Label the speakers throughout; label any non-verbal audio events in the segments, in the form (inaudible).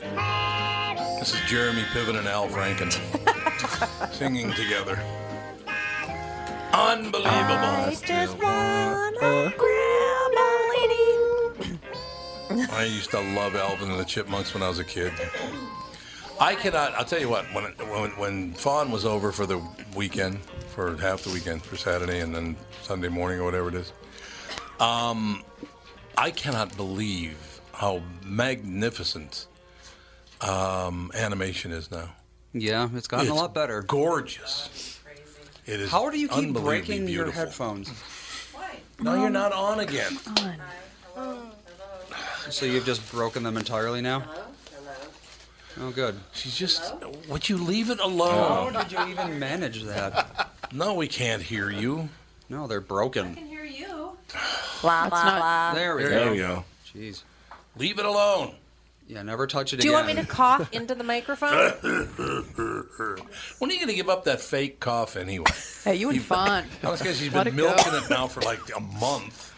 Speaker 1: This is Jeremy Piven and Al Franken singing together. Unbelievable. I used to love Alvin and the Chipmunks when I was a kid. I cannot. I'll tell you what. When when when Fawn was over for the weekend, for half the weekend, for Saturday and then Sunday morning or whatever it is, um, I cannot believe how magnificent um, animation is now.
Speaker 2: Yeah, it's gotten a
Speaker 1: It's
Speaker 2: lot better.
Speaker 1: Gorgeous. It is.
Speaker 2: How do you keep
Speaker 1: unbelievably
Speaker 2: breaking your
Speaker 1: beautiful.
Speaker 2: headphones?
Speaker 1: No, you're not on again.
Speaker 2: So you've just broken them entirely now? Oh, good.
Speaker 1: She's just. Would you leave it alone?
Speaker 2: How did you even manage that?
Speaker 1: (laughs) No, we can't hear you.
Speaker 2: No, they're broken.
Speaker 3: hear you.
Speaker 4: Blah, blah, blah.
Speaker 2: There we
Speaker 1: There
Speaker 2: go.
Speaker 1: we go.
Speaker 2: Jeez.
Speaker 1: Leave it alone.
Speaker 2: Yeah, never touch it
Speaker 4: Do
Speaker 2: again.
Speaker 4: you want me
Speaker 2: (laughs)
Speaker 4: to cough into the microphone?
Speaker 1: When are you going to give up that fake cough
Speaker 3: (laughs)
Speaker 1: anyway?
Speaker 3: Hey, you and Fawn.
Speaker 1: (laughs) I was going to she's
Speaker 3: Let
Speaker 1: been
Speaker 3: it go.
Speaker 1: milking it now for like a month.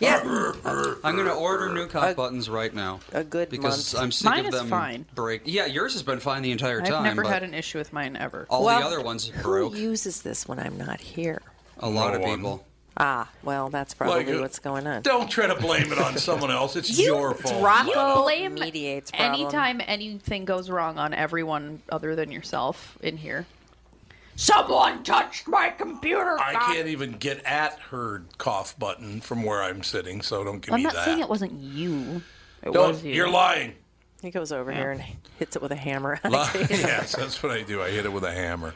Speaker 4: yeah.
Speaker 2: I'm going to order new cough buttons right now.
Speaker 4: A good
Speaker 2: Because
Speaker 4: month.
Speaker 2: I'm sick
Speaker 3: Mine
Speaker 2: of
Speaker 3: is
Speaker 2: them
Speaker 3: fine.
Speaker 2: break. Yeah, yours has been fine the entire
Speaker 3: I've
Speaker 2: time.
Speaker 3: never
Speaker 2: but
Speaker 3: had an issue with mine ever.
Speaker 2: all
Speaker 4: Well,
Speaker 2: the other ones
Speaker 4: Who
Speaker 2: broke.
Speaker 4: uses this when I'm not here?
Speaker 2: A lot
Speaker 1: No
Speaker 2: of
Speaker 1: one.
Speaker 2: people.
Speaker 4: Ah, well, that's probably
Speaker 1: Like, uh,
Speaker 4: what's going on.
Speaker 1: Don't try to blame it on someone else. It's your fault.
Speaker 4: Rocco
Speaker 3: blame
Speaker 4: mediates problem.
Speaker 3: Anytime anything goes wrong on everyone other than yourself in here. Someone touched my computer.
Speaker 1: I can't even get at her cough button from where I'm sitting, so don't give
Speaker 3: I'm
Speaker 1: me
Speaker 3: not
Speaker 1: that.
Speaker 3: saying it wasn't you. It
Speaker 1: Don't-
Speaker 3: was you.
Speaker 1: You're lying.
Speaker 4: He goes over here and hits it with a hammer. (laughs)
Speaker 1: Li-
Speaker 2: (laughs)
Speaker 1: yes, that's what I do. I hit it with a hammer.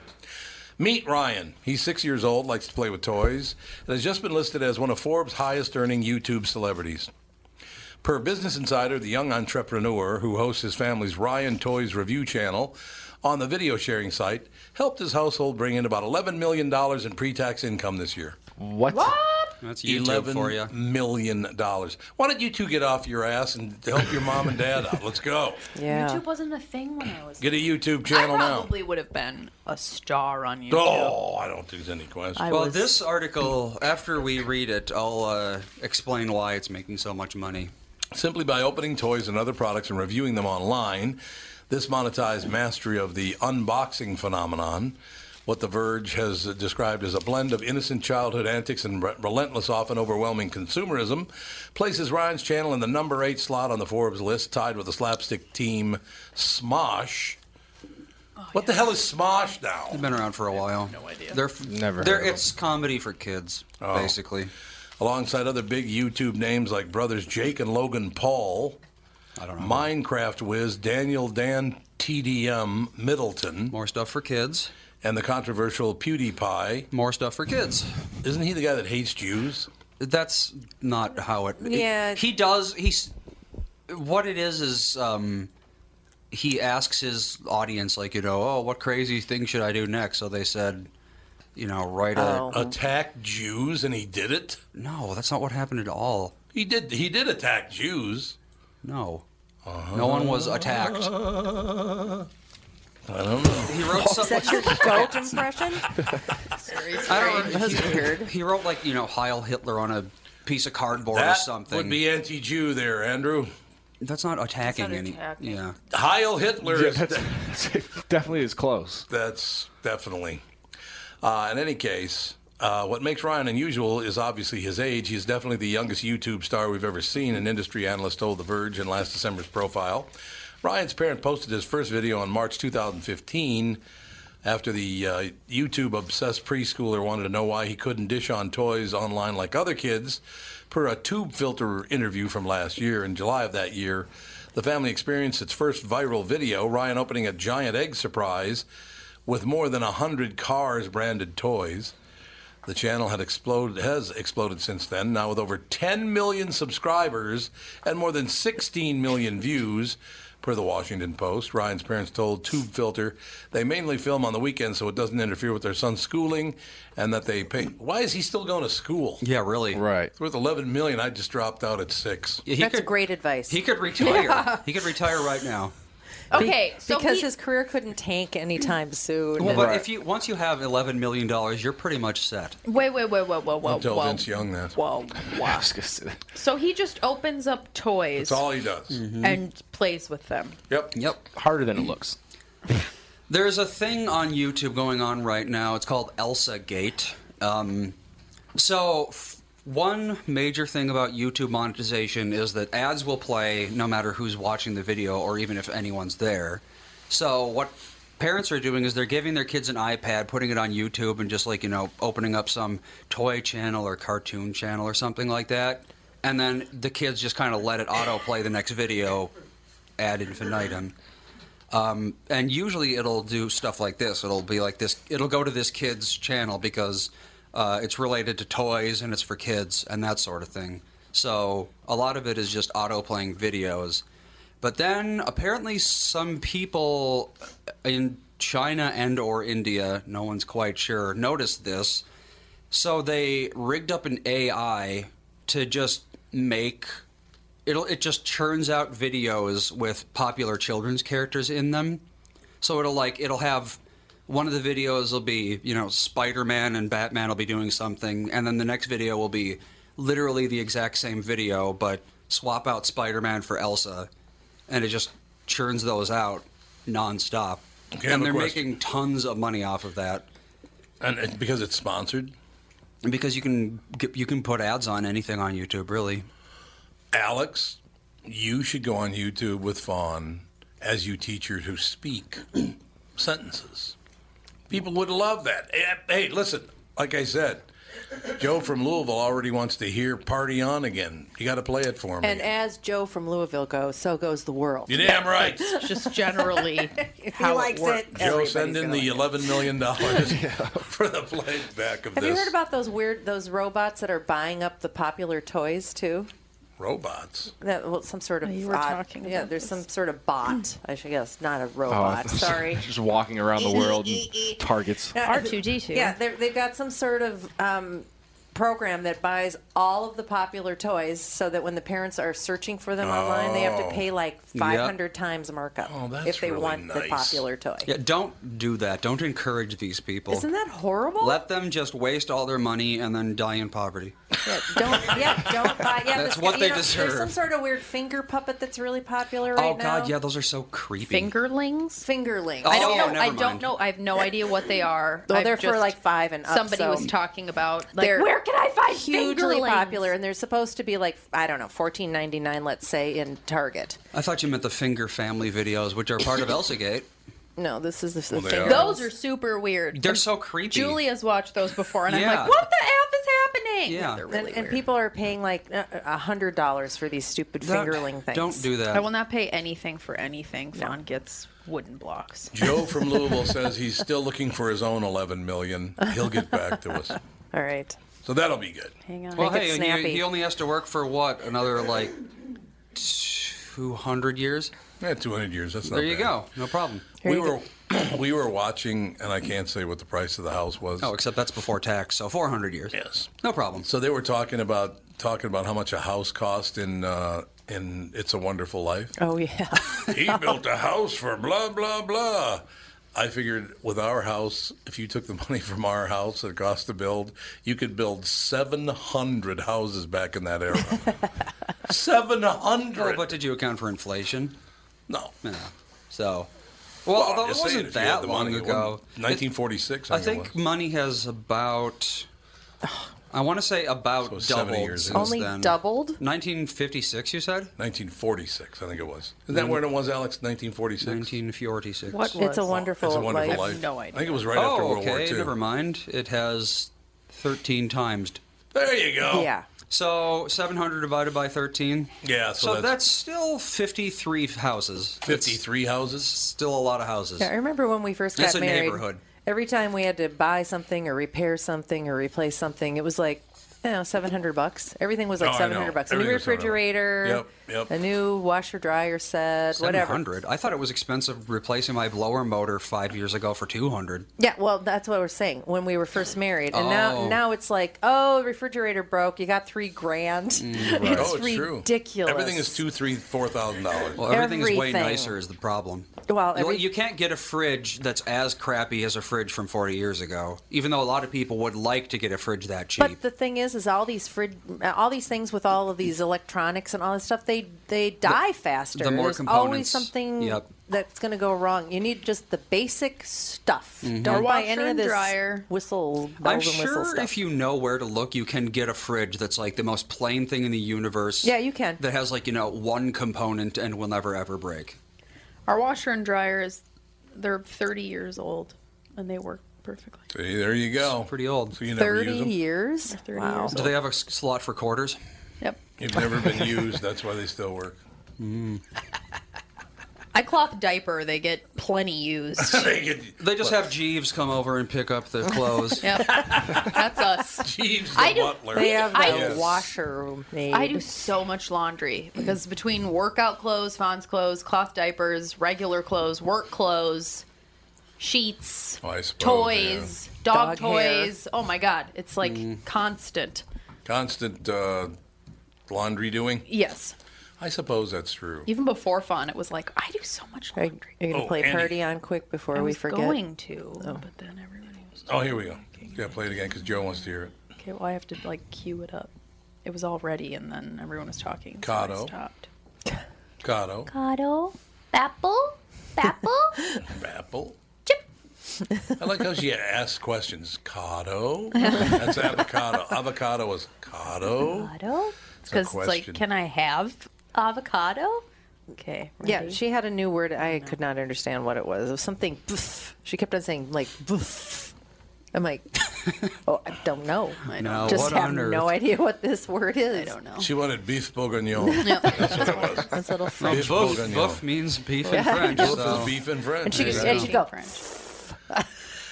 Speaker 1: Meet Ryan. He's six years old, likes to play with toys, and has just been listed as one of Forbes' highest earning YouTube celebrities. Per Business Insider, the young entrepreneur who hosts his family's Ryan Toys Review channel on the video sharing site helped his household bring in about $11 million in pre tax income this year.
Speaker 5: What?
Speaker 2: That's YouTube
Speaker 1: Eleven
Speaker 2: for you.
Speaker 1: million dollars. Why don't you two get off your ass and help your mom and dad out? Let's go.
Speaker 4: yeah.
Speaker 3: YouTube wasn't a thing when I was.
Speaker 1: Get a YouTube
Speaker 3: I
Speaker 1: (coughs) channel now.
Speaker 3: probably would have been a star on YouTube.
Speaker 1: Oh, I don't think there's any question.
Speaker 3: I
Speaker 2: Well,
Speaker 3: was-
Speaker 2: this article, after we read it, I'll uh, explain why it's making so much money.
Speaker 1: Simply by opening toys and other products and reviewing them online, this monetized mastery of the unboxing phenomenon, what The Verge has described as a blend of innocent childhood antics and re- relentless, often overwhelming consumerism, places Ryan's channel in the number eight slot on the Forbes list, tied with the slapstick team Smosh.
Speaker 3: Oh,
Speaker 1: what the hell is Smosh now?
Speaker 2: They've been around for a while. No idea. They're f-
Speaker 5: Never
Speaker 2: They're,
Speaker 5: heard of
Speaker 2: it's comedy for kids, basically.
Speaker 1: Oh. Alongside other big YouTube names like brothers Jake and Logan Paul,
Speaker 2: I don't know.
Speaker 1: Minecraft whiz Daniel Dan TDM Middleton.
Speaker 2: More stuff for kids.
Speaker 1: and the controversial PewDiePie.
Speaker 2: More stuff for kids.
Speaker 1: Isn't he the guy that hates Jews?
Speaker 2: That's not how it.
Speaker 4: Yeah.
Speaker 2: He does. He's. What it is is um, he asks his audience, like you know, oh, what crazy thing should I do next? So they said, you know, write a.
Speaker 4: Oh.
Speaker 1: Attack Jews, and he did it.
Speaker 2: No, that's not what happened at all.
Speaker 1: He did. He did attack Jews.
Speaker 2: No.
Speaker 1: Uh-huh.
Speaker 2: No one was (laughs) attacked.
Speaker 1: I don't know.
Speaker 2: He wrote
Speaker 4: Is that
Speaker 2: something.
Speaker 4: your (laughs) goat impression?
Speaker 2: I don't know.
Speaker 4: That's weird.
Speaker 2: He wrote like you know Heil Hitler on a piece of cardboard or
Speaker 1: That
Speaker 2: something.
Speaker 1: would be anti-Jew, there, Andrew.
Speaker 2: That's not attacking
Speaker 3: That's not
Speaker 2: any.
Speaker 3: attacking.
Speaker 2: Yeah.
Speaker 1: Heil Hitler
Speaker 5: Yeah,
Speaker 1: is.
Speaker 5: (laughs) that's, definitely is close.
Speaker 1: That's definitely. Uh, in any case, uh, what makes Ryan unusual is obviously his age. He's definitely the youngest YouTube star we've ever seen, an industry analyst told The Verge in last December's profile. Ryan's parent posted his first video in March 2015 after the uh, YouTube obsessed preschooler wanted to know why he couldn't dish on toys online like other kids. Per a tube filter interview from last year, in July of that year, the family experienced its first viral video Ryan opening a giant egg surprise with more than 100 cars branded toys. The channel had exploded, has exploded since then, now with over 10 million subscribers and more than 16 million views, per the Washington Post. Ryan's parents told Tube Filter they mainly film on the weekends so it doesn't interfere with their son's schooling and that they pay. Why is he still going to school?
Speaker 2: Yeah. Really.
Speaker 5: Right.
Speaker 1: It's worth 11 million. I just dropped out at six.
Speaker 2: Yeah, he
Speaker 4: That's
Speaker 2: could,
Speaker 4: great advice.
Speaker 2: He could
Speaker 4: (laughs)
Speaker 2: retire. He could retire right now.
Speaker 3: (laughs) Okay, so
Speaker 4: because
Speaker 3: he-
Speaker 4: his career couldn't
Speaker 2: (clears throat)
Speaker 4: tank anytime soon.
Speaker 2: Well, but
Speaker 5: Right.
Speaker 2: if you once you have eleven million dollars, you're pretty much set.
Speaker 3: wait, wait, wait, wait, whoa, whoa,
Speaker 1: Tell
Speaker 3: whoa,
Speaker 1: Vince Young that.
Speaker 3: whoa,
Speaker 5: (laughs)
Speaker 3: whoa. So he just opens up toys
Speaker 1: That's all he does.
Speaker 4: Mm-hmm.
Speaker 2: Mm-hmm.
Speaker 3: and plays with them.
Speaker 1: Yep.
Speaker 2: Yep.
Speaker 5: Harder than it
Speaker 2: (laughs)
Speaker 5: looks.
Speaker 2: There's a thing on YouTube going on right now. It's called Elsa Gate. Um, so, f- one major thing about YouTube monetization is that ads will play no matter who's watching the video or even if anyone's there. So, what parents are doing is they're giving their kids an iPad, putting it on YouTube, and just like, you know, opening up some toy channel or cartoon channel or something like that. And then the kids just kind of let it autoplay the next video ad infinitum Um, and usually it'll do stuff like this. It'll be like this. It'll go to this kid's channel because uh, it's related to toys and it's for kids and that sort of thing. So a lot of it is just auto playing videos. But then apparently some people in China and or India, no one's quite sure, noticed this. So they rigged up an AI to just make it'll it just churns out videos with popular children's characters in them. So it'll like it'll have one of the videos will be, you know, Spider-Man and Batman will be doing something and then the next video will be literally the exact same video but swap out Spider-Man for Elsa and it just churns those out nonstop.
Speaker 1: I have
Speaker 2: and
Speaker 1: a
Speaker 2: they're
Speaker 1: question.
Speaker 2: making tons of money off of that.
Speaker 1: And it, because it's sponsored.
Speaker 2: because you can get, you can put ads on anything on YouTube, really.
Speaker 1: Alex, you should go on YouTube with Fawn as you teach her to speak (clears throat) sentences. People would love that. Eh, Hey, listen, like I said, Joe from Louisville already wants to hear Party On again. You got to play it for me.
Speaker 4: And as Joe from Louisville goes, so goes the world.
Speaker 1: you damn right.
Speaker 3: Just
Speaker 4: (laughs)
Speaker 3: generally how
Speaker 6: likes
Speaker 3: it works.
Speaker 6: it.
Speaker 1: Joe,
Speaker 6: everybody's
Speaker 1: send in
Speaker 6: gonna
Speaker 1: the
Speaker 6: like
Speaker 1: $11 million
Speaker 2: (laughs)
Speaker 1: dollars (laughs) for the playback of
Speaker 4: Have
Speaker 1: this.
Speaker 4: you heard about those weird those robots that are buying up the popular toys too?
Speaker 1: robots?
Speaker 4: That well, some sort of
Speaker 7: Oh, You were
Speaker 4: odd-
Speaker 7: talking
Speaker 4: yeah.
Speaker 7: about
Speaker 4: There's
Speaker 7: this.
Speaker 4: some sort of bot, I should guess, not a robot. Oh,
Speaker 5: (laughs)
Speaker 4: Sorry.
Speaker 5: Oh, Just walking around the world and targets.
Speaker 3: R2D2.
Speaker 4: Yeah, they're- they've got some sort of um, program that buys all of the popular toys, so that when the parents are searching for them online, they have
Speaker 1: Oh.
Speaker 4: to pay like 500 times markup
Speaker 1: Oh, that's
Speaker 4: if they
Speaker 1: really
Speaker 4: want
Speaker 1: nice.
Speaker 4: the popular toy.
Speaker 2: Yeah, don't do that. Don't encourage these people.
Speaker 4: Isn't that horrible?
Speaker 2: Let them just waste all their money and then die in poverty.
Speaker 4: Yeah, don't yeah, don't buy yeah.
Speaker 2: That's
Speaker 4: this-
Speaker 2: what
Speaker 4: you
Speaker 2: they
Speaker 4: know,
Speaker 2: deserve.
Speaker 4: There's some sort of weird finger puppet that's really popular right
Speaker 2: oh
Speaker 4: now.
Speaker 2: God, yeah, those are so creepy.
Speaker 3: Fingerlings.
Speaker 4: Fingerling.
Speaker 2: Oh,
Speaker 4: I
Speaker 3: I don't
Speaker 4: don't.
Speaker 3: know.
Speaker 2: never
Speaker 3: I don't
Speaker 2: mind.
Speaker 3: know. I have no idea what they are.
Speaker 4: Well,
Speaker 3: I've
Speaker 4: they're for
Speaker 3: just-
Speaker 4: like five and up.
Speaker 3: somebody
Speaker 4: so
Speaker 3: was talking about like
Speaker 4: they're
Speaker 3: where can I find
Speaker 4: hugely
Speaker 3: fingerlings?
Speaker 4: popular, and they're supposed to be like I don't know, fourteen ninety nine, let's say, in Target.
Speaker 2: I thought you meant the finger family videos, which are part of ElsaGate.
Speaker 4: No, this is the,
Speaker 1: they
Speaker 4: finger.
Speaker 1: are.
Speaker 3: Those are super weird.
Speaker 2: They're so creepy.
Speaker 3: Julia's watched those before,
Speaker 4: (laughs)
Speaker 3: and
Speaker 2: Yeah.
Speaker 3: I'm like, what the f is happening?
Speaker 2: Yeah.
Speaker 3: they're
Speaker 4: and,
Speaker 3: really
Speaker 4: and
Speaker 3: weird.
Speaker 4: people are paying like uh, a hundred dollars for these stupid
Speaker 2: Don't-
Speaker 4: fingerling things.
Speaker 2: Don't do that.
Speaker 3: I will not pay anything for anything. Fawn gets wooden blocks.
Speaker 1: Joe from Louisville says he's still looking for his own 11 million. He'll get back to us.
Speaker 4: All right.
Speaker 1: So that'll be good.
Speaker 4: Hang on.
Speaker 2: Well,
Speaker 4: Make
Speaker 2: hey,
Speaker 4: it
Speaker 2: and
Speaker 4: snappy.
Speaker 2: he, he only has to work for what another like two hundred years.
Speaker 1: Yeah, 200 years. That's not
Speaker 2: There you
Speaker 1: bad.
Speaker 2: go. No problem.
Speaker 1: We were we were watching, and I can't say what the price of the house was.
Speaker 2: Oh, except that's before tax, so four hundred years.
Speaker 1: yes.
Speaker 2: No problem.
Speaker 1: So they were talking about talking about how much a house cost in uh, in It's a Wonderful Life.
Speaker 4: oh yeah.
Speaker 1: (laughs) he built a house for blah blah blah. I figured with our house, if you took the (laughs) money from our house that it cost to build, you could build 700 houses back in
Speaker 2: (laughs)
Speaker 1: that era. 700.
Speaker 2: Oh, but did you account for inflation?
Speaker 1: no.
Speaker 2: No. So, well,
Speaker 1: Well, I'm
Speaker 2: although it
Speaker 1: just saying,
Speaker 2: wasn't
Speaker 1: if you had
Speaker 2: that
Speaker 1: the
Speaker 2: long
Speaker 1: money, it
Speaker 2: ago.
Speaker 1: wasn't- 1946.
Speaker 2: It- I
Speaker 1: think it
Speaker 2: think
Speaker 1: was.
Speaker 2: money has about. I want to say about
Speaker 1: So 70
Speaker 2: doubled.
Speaker 1: years
Speaker 2: since
Speaker 1: ago.
Speaker 4: Only
Speaker 2: then.
Speaker 4: doubled?
Speaker 2: 1956, you said?
Speaker 1: 1946. I think it was. Is that where it was, Alex? 1946.
Speaker 2: 1946.
Speaker 3: What was
Speaker 4: It's a wonderful,
Speaker 1: It's a wonderful
Speaker 4: life.
Speaker 1: life.
Speaker 3: no
Speaker 1: I think it was right after
Speaker 2: Oh,
Speaker 1: World War
Speaker 2: okay.
Speaker 1: II.
Speaker 2: Never mind. It has 13 times.
Speaker 1: There you go.
Speaker 4: Yeah.
Speaker 2: So 700 divided by 13.
Speaker 1: Yeah, so
Speaker 2: So,
Speaker 1: that's-
Speaker 2: that's, still 53 houses. That's
Speaker 1: 53 houses.
Speaker 2: Still a lot of houses.
Speaker 4: Yeah, I remember when we first got
Speaker 2: It's a
Speaker 4: married.
Speaker 2: neighborhood.
Speaker 4: Every time we had to buy something or repair something or replace something, it was like you know, seven hundred bucks. Everything was like
Speaker 1: Oh, I know.
Speaker 4: seven hundred bucks. A new
Speaker 1: Everything was 700.
Speaker 4: refrigerator,
Speaker 1: Yep, yep.
Speaker 4: a new washer dryer set, whatever.
Speaker 2: 700. I thought it was expensive replacing my blower motor five years ago for 200.
Speaker 4: Yeah, well, that's what we're saying when we were first married, and
Speaker 2: Oh.
Speaker 4: now now it's like, oh, the refrigerator broke. You got three grand.
Speaker 2: Mm,
Speaker 4: (laughs) it's
Speaker 1: oh, it's true.
Speaker 4: ridiculous.
Speaker 1: Everything is two, three, four thousand dollars.
Speaker 2: Well, everything is way
Speaker 4: Everything.
Speaker 2: nicer is the problem.
Speaker 4: Well,
Speaker 2: You-
Speaker 4: every-
Speaker 2: you can't get a fridge that's as crappy as a fridge from 40 years ago, even though a lot of people would like to get a fridge that cheap.
Speaker 4: But the thing is, is all these frid- all these things with all of these electronics and all this stuff, they they die faster.
Speaker 2: the more
Speaker 4: There's
Speaker 2: components,
Speaker 4: always something
Speaker 2: yep.
Speaker 4: that's going to go wrong. You need just the basic stuff. Don't
Speaker 3: Or
Speaker 4: buy
Speaker 3: washer
Speaker 4: any of
Speaker 3: and
Speaker 4: this
Speaker 3: dryer.
Speaker 4: whistle bells
Speaker 2: Mm-hmm. I'm
Speaker 4: and whistle
Speaker 2: sure
Speaker 4: stuff.
Speaker 2: if you know where to look, you can get a fridge that's like the most plain thing in the universe.
Speaker 4: Yeah, you can.
Speaker 2: That has like, you know, one component and will never ever break.
Speaker 3: Our washer and dryer is they're 30 years old, and they work perfectly.
Speaker 1: See, there you go.
Speaker 2: It's pretty old.
Speaker 1: So you never
Speaker 4: Thirty
Speaker 1: use them.
Speaker 4: years.
Speaker 3: 30
Speaker 4: wow.
Speaker 3: years
Speaker 2: Do they have a s- slot for quarters?
Speaker 3: Yep. Mm.
Speaker 1: You've
Speaker 2: (laughs)
Speaker 1: never been used. That's why they still work. (laughs)
Speaker 3: I cloth diaper. They get plenty used.
Speaker 1: They get-
Speaker 2: (laughs) They just have Jeeves come over and pick up the
Speaker 3: (laughs)
Speaker 2: clothes.
Speaker 3: yep.
Speaker 1: (laughs)
Speaker 3: That's us.
Speaker 4: (laughs)
Speaker 1: Jeeves the
Speaker 3: I do-
Speaker 1: butler.
Speaker 4: They have the
Speaker 3: I-
Speaker 4: washer room.
Speaker 3: I do so much laundry because between workout clothes, Fawn's clothes, cloth diapers, regular clothes, work clothes, sheets,
Speaker 1: Oh, I suppose,
Speaker 3: toys, dog,
Speaker 4: Dog hair.
Speaker 3: toys. Oh my God. It's like
Speaker 1: Mm.
Speaker 3: constant.
Speaker 1: Constant uh, laundry doing.
Speaker 3: Yes.
Speaker 1: I suppose that's true.
Speaker 3: Even before Fawn, it was like, I do so much
Speaker 4: Are you
Speaker 3: laundry.
Speaker 4: going to
Speaker 1: Oh,
Speaker 4: play
Speaker 1: Annie.
Speaker 4: party on quick before
Speaker 3: I
Speaker 4: we
Speaker 3: was
Speaker 4: forget? Oh.
Speaker 3: going to, but then everybody was.
Speaker 1: Oh, here we go. Yeah, play it again because Joe wants to hear it.
Speaker 3: Okay, well, I have to like cue it up. It was all ready, and then everyone was talking. So I
Speaker 1: Cotto.
Speaker 3: stopped.
Speaker 1: Cotto, (laughs)
Speaker 8: Avocado, apple, apple,
Speaker 1: apple,
Speaker 8: chip,
Speaker 1: I like how she asks questions. Cado? That's avocado. Avocado is cado.
Speaker 9: Avocado?
Speaker 1: It's a
Speaker 9: Because it's like,
Speaker 1: question.
Speaker 9: can I have avocado? Okay.
Speaker 4: Yeah,
Speaker 9: ready?
Speaker 4: she had a new word. I could not understand what it was. It was something. Boof. She kept on saying like boof. I'm like, oh, I don't know. I
Speaker 2: No,
Speaker 4: just
Speaker 2: what
Speaker 4: have
Speaker 2: on earth?
Speaker 4: no idea what this word is.
Speaker 9: I don't
Speaker 1: (laughs)
Speaker 9: know.
Speaker 1: She wanted beef bourguignon. That's what it was.
Speaker 4: It's a little
Speaker 2: No,
Speaker 4: French.
Speaker 1: Beef
Speaker 2: boof,
Speaker 1: bourguignon.
Speaker 2: boof means beef in French.
Speaker 1: Both
Speaker 2: so-
Speaker 1: is beef and French.
Speaker 4: And she
Speaker 1: There
Speaker 4: just
Speaker 1: you
Speaker 4: and she go.
Speaker 9: French.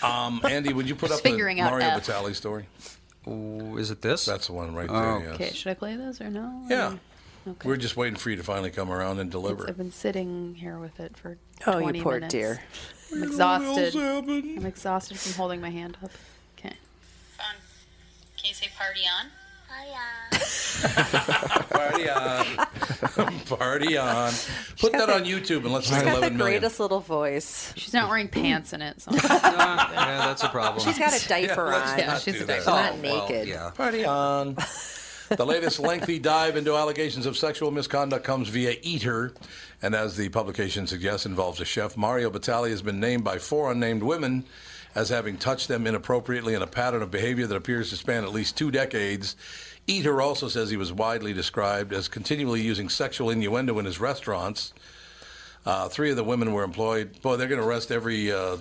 Speaker 1: go. um, Andy, would you put up the
Speaker 9: figuring out
Speaker 1: Mario
Speaker 9: F.
Speaker 1: Batali story?
Speaker 2: Ooh, Is it this?
Speaker 1: That's the one right
Speaker 2: Oh.
Speaker 1: there.
Speaker 9: Okay,
Speaker 1: Yes.
Speaker 9: should I play this or no?
Speaker 1: Yeah.
Speaker 9: Okay.
Speaker 1: We're just waiting for you to finally come around and
Speaker 9: It's-
Speaker 1: deliver.
Speaker 9: I've been sitting here with it for.
Speaker 4: Oh,
Speaker 9: 20
Speaker 4: you poor
Speaker 9: minutes.
Speaker 4: dear.
Speaker 9: I'm exhausted.
Speaker 1: happened?
Speaker 9: I'm exhausted from holding my hand up. Okay.
Speaker 10: on. Can you say party on? Party on.
Speaker 1: Party on. (laughs) Party on. Put that on YouTube and let's
Speaker 4: She's
Speaker 1: make
Speaker 4: got the
Speaker 1: 11 million.
Speaker 4: greatest little voice.
Speaker 9: She's not wearing pants in
Speaker 4: (laughs)
Speaker 9: it, so
Speaker 2: Ah, yeah, that's a problem.
Speaker 4: She's got a (laughs) diaper
Speaker 1: let's
Speaker 4: on.
Speaker 9: Yeah,
Speaker 1: not
Speaker 9: she's
Speaker 1: do
Speaker 9: a
Speaker 1: that.
Speaker 9: diaper.
Speaker 2: Oh,
Speaker 4: not
Speaker 2: well,
Speaker 4: naked.
Speaker 2: yeah.
Speaker 1: Party on. (laughs) the latest lengthy dive into allegations of sexual misconduct comes via Eater, and as the publication suggests, involves a chef. Mario Batali has been named by four unnamed women as having touched them inappropriately in a pattern of behavior that appears to span at least two decades. Eater also says he was widely described as continually using sexual innuendo in his restaurants. Uh, three of the women were employed. Boy, they're going to arrest every uh,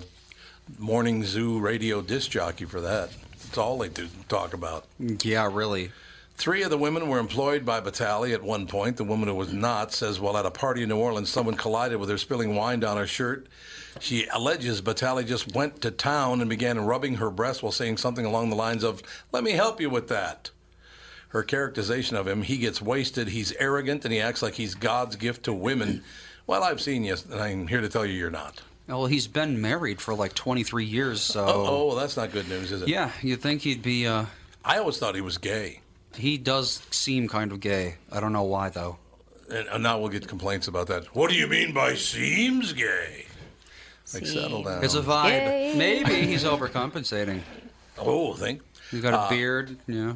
Speaker 1: morning zoo radio disc jockey for that. It's all they do talk about.
Speaker 2: Yeah, really.
Speaker 1: Three of the women were employed by Batali at one point. The woman who was not says, while at a party in New Orleans, someone collided with her, spilling wine down her shirt. She alleges Batali just went to town and began rubbing her breast while saying something along the lines of, Let me help you with that. Her characterization of him, he gets wasted, he's arrogant, and he acts like he's God's gift to women. Well, I've seen you, and I'm here to tell you you're not.
Speaker 2: Oh, Well, he's been married for like 23 years, so.
Speaker 1: Oh, well, that's not good news, is it?
Speaker 2: Yeah, you'd think he'd be. Uh,
Speaker 1: I always thought he was gay.
Speaker 2: he does seem kind of gay. I don't know why, though.
Speaker 1: And and now we'll get complaints about that. What do you mean by seems gay? Like, settle down.
Speaker 2: It's a vibe. Maybe he's overcompensating.
Speaker 1: oh thing.
Speaker 2: He's got a beard. Yeah.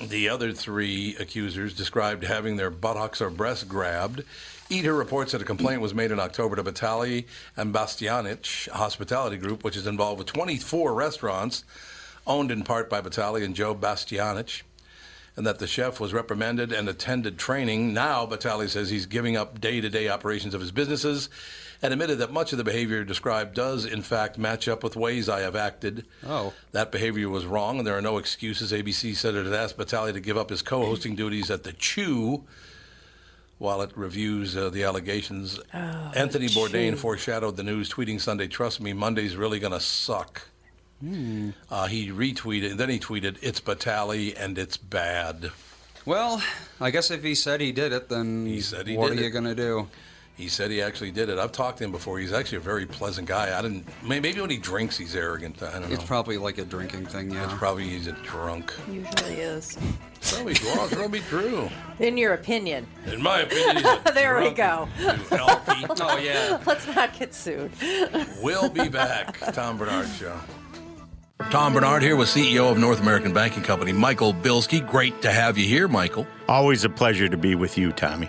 Speaker 1: The other three accusers described having their buttocks or breasts grabbed. Eater reports that a complaint was made in October to Batali and Bastianich Hospitality Group, which is involved with 24 restaurants owned in part by Batali and Joe Bastianich, and that the chef was reprimanded and attended training. Now, Batali says he's giving up day to day operations of his businesses and admitted that much of the behavior described does, in fact, match up with ways I have acted.
Speaker 2: Oh.
Speaker 1: That behavior was wrong, and there are no excuses. ABC said it had asked Batali to give up his co hosting duties at the Chew while it reviews uh, the allegations.
Speaker 6: Oh,
Speaker 1: Anthony Bourdain foreshadowed the news, tweeting Sunday, Trust me, Monday's really going to suck. Uh, he retweeted, then he tweeted, It's Batali and it's bad.
Speaker 2: Well, I guess if he said he did it, then
Speaker 1: He said he
Speaker 2: what
Speaker 1: did
Speaker 2: are you
Speaker 1: it.
Speaker 2: gonna do?
Speaker 1: He said he actually did it. I've talked to him before. He's actually a very pleasant guy. I didn't. may- Maybe when he drinks, he's arrogant. I don't know.
Speaker 2: It's probably like a drinking thing. Yeah.
Speaker 1: It's probably he's a drunk.
Speaker 9: usually is.
Speaker 1: Probably, well, probably true.
Speaker 4: In your opinion,
Speaker 1: In my opinion, he's a
Speaker 4: (laughs) There we
Speaker 1: drunk,
Speaker 2: (laughs)
Speaker 1: you Alfie.
Speaker 2: oh yeah.
Speaker 4: let's not get sued.
Speaker 1: We'll be back. Tom Bernard Show. Tom Bernard here with CEO of North American Banking Company, Michael Bilski. Great to have you here, Michael.
Speaker 11: Always a pleasure to be with you, Tommy.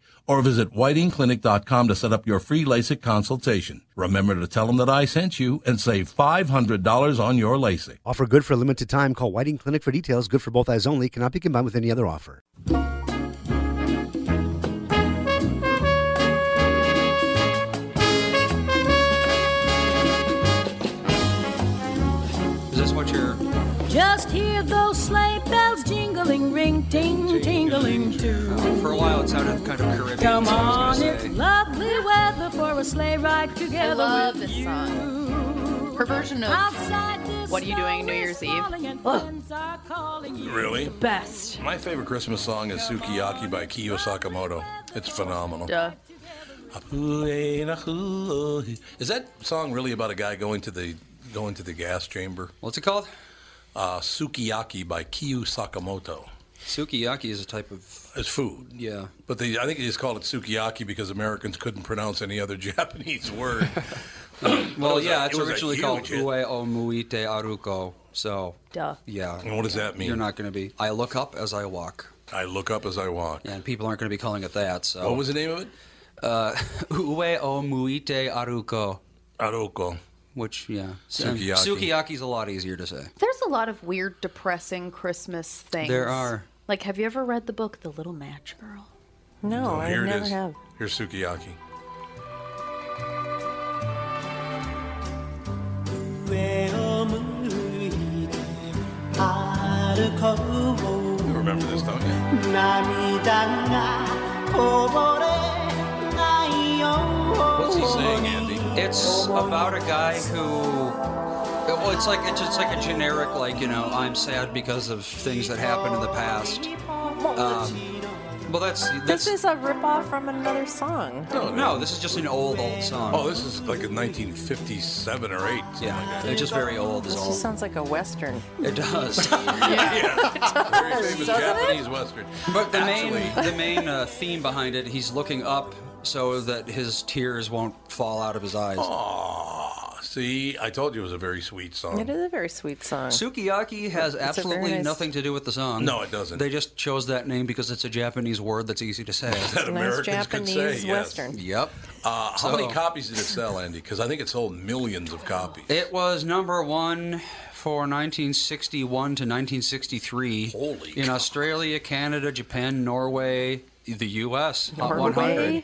Speaker 1: or visit whitingclinic.com to set up your free LASIK consultation. Remember to tell them that I sent you and save $500 on your LASIK.
Speaker 12: Offer good for a limited time. Call Whiting Clinic for details. Good for both eyes only. Cannot be combined with any other offer.
Speaker 2: Is this what you're?
Speaker 6: Just hear those sleigh bells jingling, ring, ting, tingling too.
Speaker 2: For a while, it sounded kind of Caribbean.
Speaker 6: Come
Speaker 2: so I was
Speaker 6: on,
Speaker 2: gonna
Speaker 6: it's
Speaker 2: say.
Speaker 6: lovely weather for a sleigh ride together.
Speaker 3: I love
Speaker 6: with
Speaker 3: this
Speaker 6: you.
Speaker 3: song. Her version
Speaker 6: Outside
Speaker 3: of
Speaker 6: this
Speaker 3: What Are You Doing New Year's Eve?
Speaker 1: Really?
Speaker 3: Best.
Speaker 1: My favorite Christmas song is Sukiyaki by Kiyo Sakamoto. It's phenomenal.
Speaker 3: Duh.
Speaker 1: Is that song really about a guy going to the going to the gas chamber?
Speaker 2: What's it called?
Speaker 1: Uh, sukiyaki by Kiyo Sakamoto.
Speaker 2: Sukiyaki is a type of
Speaker 1: It's food,
Speaker 2: yeah.
Speaker 1: but they I think they just called it sukiyaki because Americans couldn't pronounce any other (laughs) Japanese
Speaker 4: (laughs)
Speaker 1: word.
Speaker 2: (clears throat) Well,
Speaker 1: was a-
Speaker 2: yeah,
Speaker 1: it
Speaker 2: it's
Speaker 1: was a
Speaker 2: originally
Speaker 1: huge
Speaker 2: called
Speaker 1: hit.
Speaker 2: Ue o Muite Aruko. So,
Speaker 3: Duh.
Speaker 2: yeah.
Speaker 1: And what does that mean?
Speaker 2: You're not going to be. I look up as I walk.
Speaker 1: I look up as I walk.
Speaker 2: Yeah, and people aren't going to be calling it that. So
Speaker 1: What was the name of it?
Speaker 2: Uh, (laughs) Ue o Muite Aruko.
Speaker 1: Aroko.
Speaker 2: Which, yeah.
Speaker 1: Sukiyaki.
Speaker 2: Sukiyaki's a lot easier to say.
Speaker 3: There's a lot of weird, depressing Christmas things.
Speaker 2: There are.
Speaker 3: Like, have you ever read the book The Little Match Girl?
Speaker 4: No, I
Speaker 1: Oh, Here it
Speaker 4: never
Speaker 1: is.
Speaker 4: have.
Speaker 1: Here's sukiyaki. You remember this, don't you?
Speaker 6: 涙がこぼれないように。
Speaker 2: What's he saying, Andy? It's about a guy who. Well, it's like it's just like a generic, like you know, I'm sad because of things that happened in the past. Um, well, that's
Speaker 4: This
Speaker 2: that's
Speaker 4: is a ripoff from another song.
Speaker 2: no, no. This is just an old old song.
Speaker 1: Oh, this is like a 1957 or 8. something
Speaker 2: Yeah,
Speaker 1: like that.
Speaker 2: they're just very old. Is
Speaker 4: This
Speaker 2: all.
Speaker 4: just sounds like a western.
Speaker 2: It does.
Speaker 1: Very famous
Speaker 4: doesn't it?
Speaker 1: Japanese Western.
Speaker 2: But the main
Speaker 1: Actually-
Speaker 2: the main uh, theme behind it, he's looking up so that his tears won't fall out of his eyes.
Speaker 1: Aw, see, I told you it was a very
Speaker 4: (laughs)
Speaker 1: sweet
Speaker 4: It
Speaker 1: song.
Speaker 4: is a very sweet song.
Speaker 2: Sukiyaki has
Speaker 4: It's a very
Speaker 2: absolutely
Speaker 4: nice-
Speaker 2: nothing to do with the song.
Speaker 1: No, it doesn't.
Speaker 2: They just chose that name because it's a Japanese word that's easy to say.
Speaker 1: (laughs) That
Speaker 4: nice
Speaker 1: Americans could
Speaker 4: Japanese
Speaker 1: say, yes.
Speaker 4: western.
Speaker 2: yep.
Speaker 1: Uh, how many
Speaker 2: So-
Speaker 1: copies did it sell, Andy? Because I think it sold millions of copies.
Speaker 2: It was number one for 1961 to 1963
Speaker 1: Holy
Speaker 2: in
Speaker 1: cow.
Speaker 2: Australia, Canada, Japan, Norway, the U.S. Hot
Speaker 4: Norway?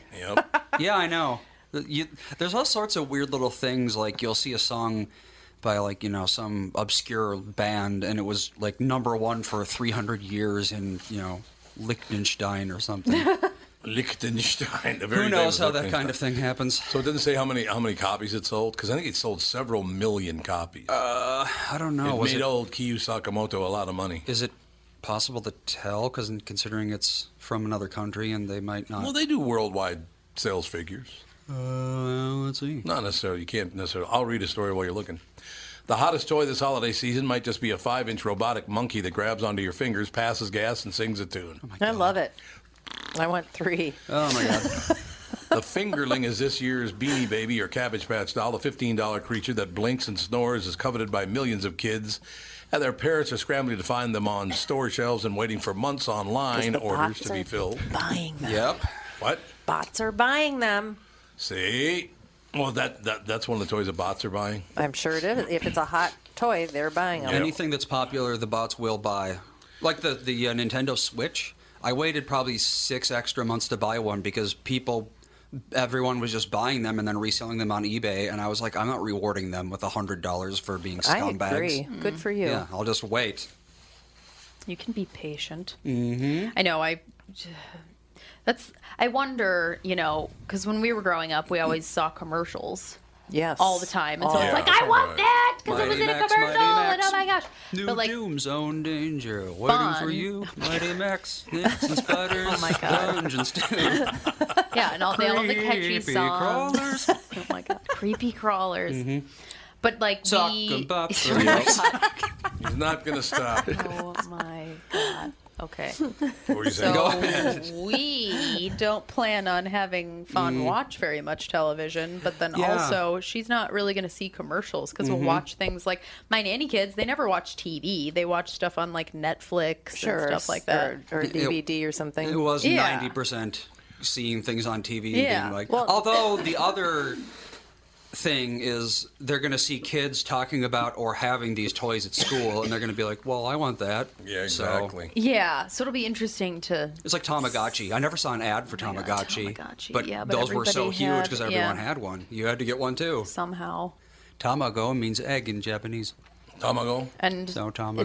Speaker 2: 100.
Speaker 1: Yep.
Speaker 2: (laughs) yeah, I know. You, there's all sorts of weird little things. Like you'll see a song by like you know some obscure band, and it was like number one for 300 years in you know Liechtenstein or
Speaker 1: (laughs)
Speaker 2: something.
Speaker 1: Liechtenstein. The very
Speaker 2: Who
Speaker 1: name
Speaker 2: knows
Speaker 1: is
Speaker 2: how that
Speaker 1: Liechtenstein.
Speaker 2: kind of thing happens?
Speaker 1: So it doesn't say how many how many copies it sold because I think it sold several million copies.
Speaker 2: Uh, I don't know.
Speaker 1: it
Speaker 2: Was
Speaker 1: made
Speaker 2: it,
Speaker 1: old Kiyu Sakamoto a lot of money.
Speaker 2: is it possible to tell? Because considering it's from another country, and they might not.
Speaker 1: Well, they do worldwide sales figures.
Speaker 2: Uh, let's see.
Speaker 1: Not necessarily. You can't necessarily. I'll read a story while you're looking. The hottest toy this holiday season might just be a five-inch robotic monkey that grabs onto your fingers, passes gas, and sings a tune.
Speaker 4: I love it. I want three.
Speaker 2: Oh my god.
Speaker 1: The fingerling is this year's Beanie Baby or Cabbage Patch doll, a $15 creature that blinks and snores, is coveted by millions of kids, and their parents are scrambling to find them on store shelves and waiting for months online
Speaker 4: the
Speaker 1: orders
Speaker 4: box
Speaker 1: to be
Speaker 4: are-
Speaker 1: filled.
Speaker 4: Buying them.
Speaker 2: yep.
Speaker 1: What?
Speaker 4: Bots are buying them.
Speaker 1: See? Well, that, that that's one of the toys that bots are buying.
Speaker 4: I'm sure it is. If it's a hot toy, they're buying them.
Speaker 2: Anything that's popular, the bots will buy. Like the the uh, Nintendo Switch. I waited probably six extra months to buy one because people, everyone was just buying them and then reselling them on eBay, and I was like, I'm not rewarding them with a hundred dollars for being
Speaker 4: I
Speaker 2: scumbags.
Speaker 4: agree. Good for you.
Speaker 2: Yeah, I'll just wait.
Speaker 3: You can be patient. Mm-hmm. I know. I. That's. I wonder. You know, because when we were growing up, we always saw commercials
Speaker 4: Yes.
Speaker 3: all the time, and so
Speaker 4: All
Speaker 3: it's
Speaker 1: the
Speaker 3: like, (laughs)
Speaker 1: time.
Speaker 3: I want
Speaker 1: Right.
Speaker 3: that because it was
Speaker 2: Mighty
Speaker 3: in a
Speaker 2: Max, Mighty
Speaker 3: commercial, and
Speaker 2: Max.
Speaker 3: oh my gosh!
Speaker 2: New
Speaker 3: but like,
Speaker 2: Doom Zone Danger, waiting for
Speaker 3: Fun. (laughs)
Speaker 2: you, Mighty Max, Snakes and Spiders, oh my God. Dungeons (laughs) too.
Speaker 3: yeah, and all, they, all the catchy
Speaker 2: Creepy
Speaker 3: (laughs) songs.
Speaker 2: crawlers.
Speaker 1: Mm-hmm.
Speaker 2: Mm-hmm.
Speaker 3: oh my god, creepy crawlers. But like
Speaker 2: Sock
Speaker 3: we,
Speaker 2: and
Speaker 3: (laughs)
Speaker 2: pop. He's not going to
Speaker 4: (laughs)
Speaker 2: stop.
Speaker 3: oh (laughs) my god. Okay.
Speaker 1: What were you
Speaker 2: (laughs)
Speaker 3: So
Speaker 1: saying? Go ahead.
Speaker 3: we don't plan on having Fawn
Speaker 1: Mm.
Speaker 3: watch very much television, but then
Speaker 1: Yeah.
Speaker 3: also she's not really going to see commercials because
Speaker 2: Mm-hmm.
Speaker 9: Mhm.
Speaker 3: we'll watch things like my nanny kids. They never watch TV. They watch stuff on like Netflix
Speaker 4: Sure,
Speaker 3: and stuff like that,
Speaker 4: or- or It- DVD
Speaker 3: or something.
Speaker 2: It was
Speaker 3: yeah.
Speaker 2: ninety percent seeing things on TV. And
Speaker 3: Yeah,
Speaker 2: being like,
Speaker 3: well-
Speaker 2: although
Speaker 3: (laughs)
Speaker 2: the other thing is they're going to see kids talking about or having these toys at school, and they're going to be like, "Well, I want that." Yeah, exactly.
Speaker 3: Yeah, so it'll be interesting to
Speaker 2: it's like Tamagotchi. I never saw an ad for Tamagotchi, but,
Speaker 3: yeah, but
Speaker 2: those were so
Speaker 3: everybody
Speaker 2: huge
Speaker 3: had-
Speaker 2: because everyone
Speaker 3: yeah.
Speaker 2: had one. You had to get one too.
Speaker 3: somehow.
Speaker 2: Tamago means egg in Japanese. Tamago.
Speaker 3: And
Speaker 2: so Tamagotchi.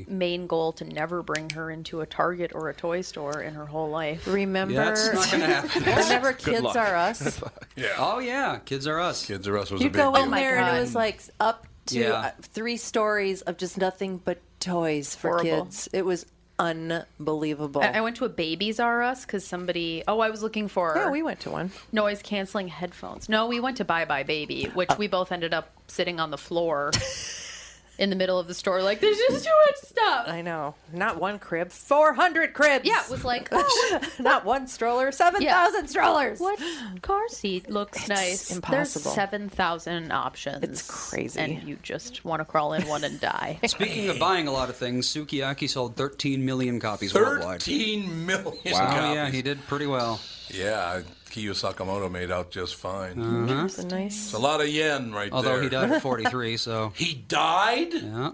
Speaker 3: It's my main goal to never bring her into a Target or a toy store in her whole life.
Speaker 4: Remember,
Speaker 2: Yeah, it's not gonna
Speaker 3: (laughs)
Speaker 2: happen.
Speaker 4: (laughs) remember,
Speaker 2: Good
Speaker 4: Kids
Speaker 2: luck.
Speaker 4: Are
Speaker 1: (laughs)
Speaker 4: Us.
Speaker 2: yeah. Oh yeah, Kids Are Us. Oh
Speaker 1: Kids Are Us
Speaker 4: you go in there and it was like up to
Speaker 2: Yeah.
Speaker 4: uh, three stories of just nothing but toys for
Speaker 3: Horrible.
Speaker 4: kids. It was unbelievable.
Speaker 3: I I went to a Babies R Us because somebody. Oh, I was looking for.
Speaker 4: yeah, we went to one.
Speaker 3: Noise canceling headphones. No, we went to Bye Bye Baby, which we both ended up sitting on the
Speaker 4: (laughs)
Speaker 3: floor in the middle of the store, like there's just too much stuff.
Speaker 4: I know. Not one crib, 400 cribs.
Speaker 3: Yeah, it was like oh,
Speaker 4: (laughs) Not one stroller, 7,000
Speaker 3: yeah.
Speaker 4: strollers.
Speaker 3: What car seat looks nice?
Speaker 4: impossible.
Speaker 3: There's seven thousand options. It's crazy, and you just want to crawl in one and die.
Speaker 2: Speaking
Speaker 3: (laughs)
Speaker 2: of buying a lot of things, Sukiyaki sold 13 million copies worldwide.
Speaker 1: 13 million
Speaker 2: Wow, yeah,
Speaker 1: copies.
Speaker 2: he did pretty well.
Speaker 1: Yeah, Kiyo Sakamoto (laughs) made out just fine.
Speaker 2: Mhm.
Speaker 4: It's a nice.
Speaker 1: It's a lot of yen right
Speaker 2: Although
Speaker 1: there.
Speaker 2: he
Speaker 1: (laughs)
Speaker 2: died at 43, so.
Speaker 1: He died?
Speaker 2: Yeah.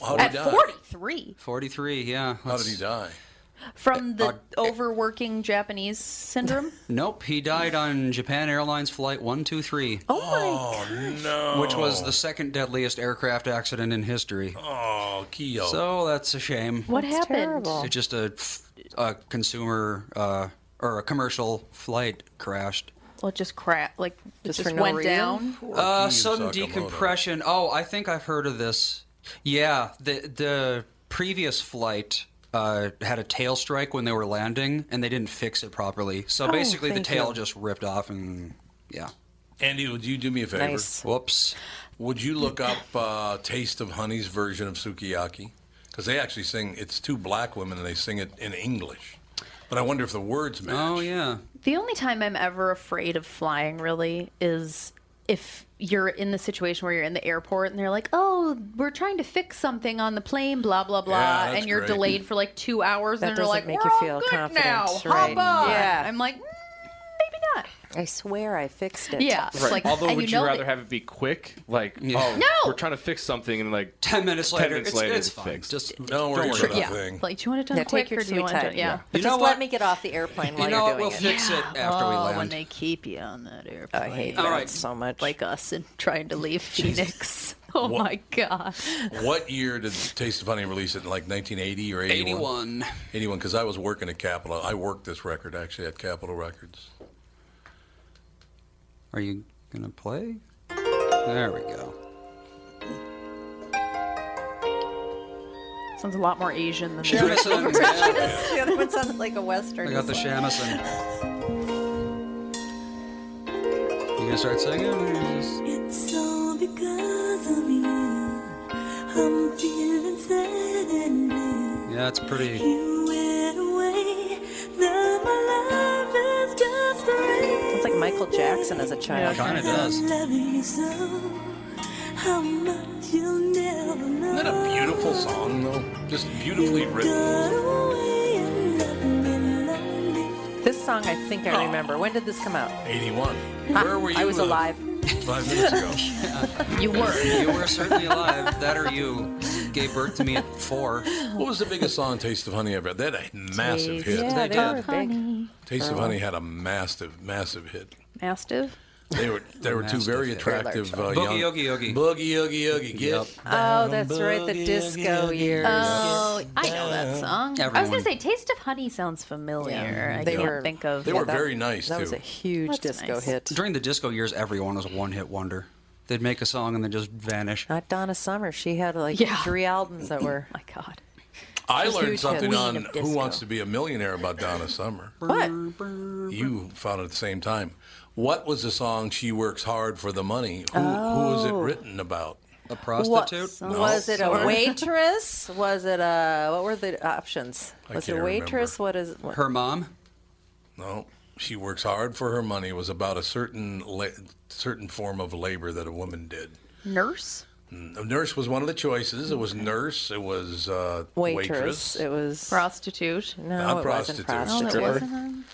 Speaker 1: How did he die?
Speaker 3: Three
Speaker 2: 43, yeah.
Speaker 1: How did he die?
Speaker 3: from the overworking Japanese
Speaker 4: (laughs)
Speaker 3: syndrome.
Speaker 2: Nope, he died on Japan Airlines Flight 123,
Speaker 1: Oh, no.
Speaker 2: which was the second deadliest aircraft accident in history.
Speaker 1: Oh, Kiyo.
Speaker 2: So that's a shame.
Speaker 3: What happened?
Speaker 2: It's just a, a consumer uh, or a commercial flight crashed.
Speaker 3: Well, it just crap. Like it
Speaker 4: Just
Speaker 3: just,
Speaker 4: for no
Speaker 3: went
Speaker 4: reason?
Speaker 3: down.
Speaker 2: Uh,
Speaker 1: Kiyo
Speaker 2: sudden
Speaker 1: Sakamoto.
Speaker 2: decompression. Oh, I think I've heard of this. Yeah, the the previous flight uh, had a tail strike when they were landing, and they didn't fix it properly. So
Speaker 1: Oh,
Speaker 2: basically, the
Speaker 1: thank
Speaker 2: tail
Speaker 1: you.
Speaker 2: just ripped off, and yeah.
Speaker 1: Andy, would you do me a favor?
Speaker 2: Nice. Whoops.
Speaker 1: Would you look up uh, Taste of Honey's version of Sukiyaki? Because they actually sing, it's two black women and they sing it in English. But I wonder if the words match. Oh,
Speaker 2: yeah.
Speaker 3: The only time I'm ever afraid of flying really is if you're in the situation where you're in the airport and they're like, "Oh, we're trying to fix something on the plane, blah blah blah,"
Speaker 4: Yeah, that's
Speaker 3: and you're
Speaker 4: great.
Speaker 3: delayed for like two hours,
Speaker 4: That
Speaker 3: and they're
Speaker 4: doesn't
Speaker 3: like,
Speaker 4: make
Speaker 3: "We're
Speaker 4: you
Speaker 3: all
Speaker 4: feel
Speaker 3: good
Speaker 4: confident,
Speaker 3: now,
Speaker 4: right?
Speaker 3: hop on."
Speaker 4: Yeah.
Speaker 3: I'm like, "Mm, maybe not.
Speaker 4: I swear I fixed it.
Speaker 3: Yeah, it's
Speaker 13: Right.
Speaker 3: like,
Speaker 13: Although,
Speaker 3: and
Speaker 13: would
Speaker 3: you
Speaker 13: you
Speaker 3: know
Speaker 13: rather
Speaker 3: that-
Speaker 13: have it be quick? Like, oh,
Speaker 3: No!
Speaker 13: we're trying to fix something, and like
Speaker 2: 10 minutes
Speaker 13: ten
Speaker 2: later,
Speaker 13: minutes
Speaker 2: it's-
Speaker 13: later,
Speaker 2: it's
Speaker 13: it's
Speaker 2: fine.
Speaker 13: fixed.
Speaker 2: Just
Speaker 13: don't
Speaker 2: worry about
Speaker 3: yeah, like, do you want it done
Speaker 4: Yeah,
Speaker 3: quick
Speaker 4: take your
Speaker 3: or do you
Speaker 4: sweet
Speaker 3: want it
Speaker 4: time.
Speaker 3: done? Yeah,
Speaker 4: But
Speaker 2: You know
Speaker 4: just
Speaker 2: what?
Speaker 4: let me get off the airplane
Speaker 2: You
Speaker 4: while
Speaker 2: know
Speaker 4: are
Speaker 2: what?
Speaker 4: doing
Speaker 2: We'll
Speaker 4: it. Oh,
Speaker 2: fix
Speaker 3: (laughs)
Speaker 2: it after we
Speaker 3: oh,
Speaker 2: land.
Speaker 3: when they keep you on that airplane.
Speaker 4: I hate
Speaker 2: All
Speaker 4: that
Speaker 2: right.
Speaker 4: so much.
Speaker 3: Like us and trying to leave Phoenix. (laughs) Oh
Speaker 1: What-
Speaker 3: my god.
Speaker 1: What year did Taste of Honey release it? In like 1980 or 81?
Speaker 2: 81.
Speaker 1: 81, because I was working at Capitol. I worked this record actually at Capitol Records.
Speaker 2: Are you gonna play? There we go.
Speaker 3: Sounds a lot more Asian than
Speaker 2: Sure, it's
Speaker 4: (laughs)
Speaker 2: an- yeah.
Speaker 4: the other one sounded like a western.
Speaker 2: I got the shamisen. You gonna start singing? or you just-
Speaker 6: It's all because of you. I'm feeling sad and blue.
Speaker 2: Yeah, it's pretty.
Speaker 1: (laughs)
Speaker 6: You went away. Now my life is just rain.
Speaker 4: It's like Michael Jackson as a child.
Speaker 2: Yeah, Kinda
Speaker 6: I'm loving you so. How much you'll never know.
Speaker 1: Isn't that a beautiful song, though? Just beautifully written.
Speaker 4: This song, I think
Speaker 3: Oh.
Speaker 4: I remember. When did this come out?
Speaker 1: 81.
Speaker 4: Ha,
Speaker 1: Where were you?
Speaker 4: I was
Speaker 1: uh,
Speaker 4: alive.
Speaker 1: Five minutes ago. (laughs)
Speaker 3: You were.
Speaker 2: You were certainly alive. That or you gave birth to me at four.
Speaker 1: What was the biggest song, Taste of Honey, ever? had? They had a massive hit.
Speaker 2: they did.
Speaker 1: Taste of Honey had a massive, massive hit.
Speaker 3: Mastiff.
Speaker 2: (laughs)
Speaker 1: They were they were two
Speaker 2: Massive
Speaker 1: very
Speaker 2: hit.
Speaker 1: attractive
Speaker 2: Very
Speaker 1: uh,
Speaker 2: large.
Speaker 1: young
Speaker 2: Boogie Oogie Oogie.
Speaker 1: Boogie Oogie Oogie. Get
Speaker 2: Yep.
Speaker 4: Oh, that's right, the disco years.
Speaker 3: Oh, I know that song. I was
Speaker 1: Everyone.
Speaker 3: gonna say "Taste of Honey" sounds familiar. I
Speaker 4: They
Speaker 3: can't
Speaker 4: were-
Speaker 3: think of.
Speaker 1: They were very nice too.
Speaker 4: huge disco hit.
Speaker 2: During the disco years, everyone was a one-hit wonder. They'd make a song and then just vanish.
Speaker 4: Not Donna Summer. She had like three albums that were.
Speaker 3: (laughs) my God.
Speaker 1: I
Speaker 4: She's
Speaker 1: learned
Speaker 4: huge
Speaker 1: something
Speaker 4: hit.
Speaker 1: on
Speaker 4: Queen of
Speaker 1: Who
Speaker 4: disco.
Speaker 1: Wants to Be a Millionaire about Donna Summer.
Speaker 4: What?
Speaker 1: You found it at the same time. What was the song "She Works Hard for the Money"? Who, who was it
Speaker 4: Oh.
Speaker 1: written about?
Speaker 2: A
Speaker 4: What,
Speaker 1: No.
Speaker 4: Was it a
Speaker 2: Sorry.
Speaker 4: waitress? Was it a what were the options?
Speaker 1: I
Speaker 4: Was it a
Speaker 1: can't
Speaker 4: waitress? What is what?
Speaker 2: Her mom?
Speaker 1: No. She works hard for her money was about a certain la- certain form of labor that a woman did.
Speaker 3: Nurse?
Speaker 1: Mm, A nurse was one of the choices. It was nurse. It was uh,
Speaker 4: waitress.
Speaker 1: waitress.
Speaker 4: It was
Speaker 3: prostitute. Oh,
Speaker 4: No,
Speaker 1: Not
Speaker 4: it
Speaker 1: prostitute.
Speaker 4: wasn't prostitute.
Speaker 1: Stripper.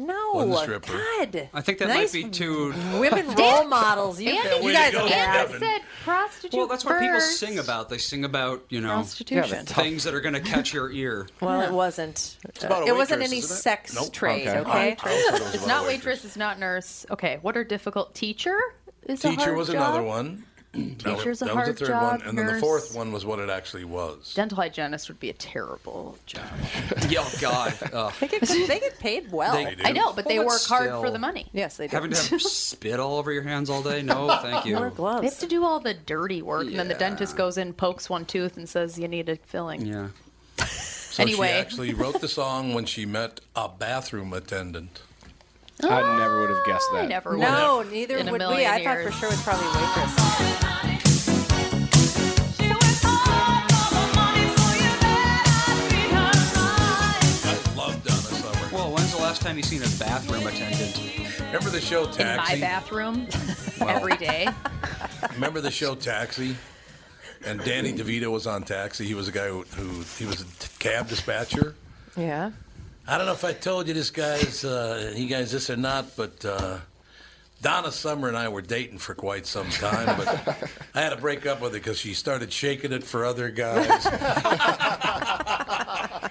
Speaker 4: No,
Speaker 1: Wasn't stripper.
Speaker 4: God.
Speaker 2: I think that
Speaker 4: Nice
Speaker 2: might be too.
Speaker 1: (laughs)
Speaker 4: women role models. You,
Speaker 3: Andy,
Speaker 4: you
Speaker 3: you
Speaker 4: guys
Speaker 2: go,
Speaker 4: are bad.
Speaker 2: Kevin.
Speaker 3: said prostitute
Speaker 2: Well, that's what people
Speaker 3: first.
Speaker 2: sing about. They sing about you know
Speaker 3: Prostitution. Yeah, but-
Speaker 2: things that are going to catch your ear.
Speaker 4: (laughs) Well, it wasn't.
Speaker 2: about a
Speaker 4: it wasn't
Speaker 2: waitress,
Speaker 4: any
Speaker 2: isn't it?
Speaker 4: sex
Speaker 2: Nope.
Speaker 4: trade.
Speaker 2: Okay. I-
Speaker 4: Okay.
Speaker 2: I also don't-
Speaker 3: It's not waitress. It's not nurse. Okay, what are difficult? Teacher is a
Speaker 1: Teacher
Speaker 3: hard
Speaker 1: was
Speaker 3: job?
Speaker 1: another one. That was-
Speaker 3: Teacher's a
Speaker 1: that
Speaker 3: hard
Speaker 1: was the third
Speaker 3: job,
Speaker 1: one, and then the
Speaker 3: nurse.
Speaker 1: fourth one was what it actually
Speaker 3: (laughs)
Speaker 1: was.
Speaker 3: Dental hygienist would be a terrible job.
Speaker 2: Yeah, oh, (laughs) God. Ugh.
Speaker 4: They get they get paid well.
Speaker 2: They do.
Speaker 3: I know, but they
Speaker 2: Well, but
Speaker 3: work hard for
Speaker 2: still.
Speaker 3: the money.
Speaker 4: Yes, (laughs) they do.
Speaker 2: Having to
Speaker 4: (laughs)
Speaker 2: have spit all over your hands all day? No, thank you.
Speaker 3: They have to do all the dirty work, and then the
Speaker 2: Yeah.
Speaker 3: dentist goes in, pokes one tooth, and says, "You need a filling."
Speaker 2: Yeah.
Speaker 1: So
Speaker 3: Anyway.
Speaker 1: she actually wrote the song when she met a bathroom attendant.
Speaker 3: Ah,
Speaker 13: I never would have guessed that.
Speaker 4: No, neither
Speaker 3: In a
Speaker 4: would we.
Speaker 3: million
Speaker 4: I thought for
Speaker 3: years.
Speaker 4: sure it was probably waitress.
Speaker 1: Love Donna Summer.
Speaker 2: Well, when's the last time you seen a bathroom attendant?
Speaker 1: Remember the show
Speaker 3: In my
Speaker 1: Taxi?
Speaker 3: bathroom
Speaker 2: (laughs)
Speaker 3: every day.
Speaker 1: Remember the show Taxi? And Danny DeVito was on Taxi. He was a guy who, who he was a t- cab dispatcher.
Speaker 4: Yeah.
Speaker 1: I don't know if I told you this, guys, uh, you guys, this or not, but uh, Donna Summer and I were dating for quite some time, but I had to break up with her because she started shaking it for other guys. (laughs)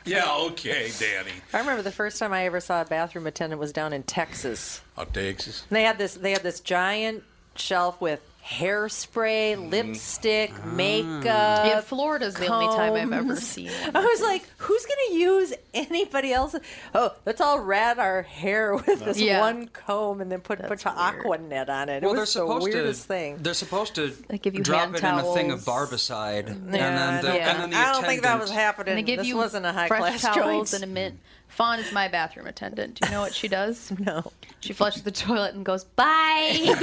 Speaker 1: yeah, okay, Danny.
Speaker 4: I remember the first time I ever saw a bathroom attendant was down in Texas.
Speaker 1: Up Texas.
Speaker 4: And they had this they had this giant shelf with hairspray, lipstick, makeup.
Speaker 3: Mm. Ah. Yeah, Florida's the only time I've ever
Speaker 4: combs.
Speaker 3: seen
Speaker 4: I was like, who's gonna use anybody else? Oh, let's all rat our hair with this
Speaker 3: Yeah.
Speaker 4: one comb and then put a bunch of aqua net on it. It
Speaker 2: well, they're
Speaker 4: was the
Speaker 2: supposed
Speaker 4: weirdest
Speaker 2: to.
Speaker 4: thing.
Speaker 2: They're supposed to
Speaker 4: They give you
Speaker 2: drop
Speaker 4: hand
Speaker 2: it in a thing of barbicide, and then the, and then the
Speaker 4: I don't think (laughs) that was
Speaker 2: attendant-
Speaker 4: happening.
Speaker 3: And they give
Speaker 4: this
Speaker 3: you
Speaker 4: wasn't a high
Speaker 3: fresh
Speaker 4: class
Speaker 3: towels
Speaker 4: choice.
Speaker 3: and a mint. Fawn is my bathroom attendant. Do you know what she does?
Speaker 4: (laughs) no.
Speaker 3: She flushes the toilet and goes,
Speaker 4: (laughs)
Speaker 3: "Bye."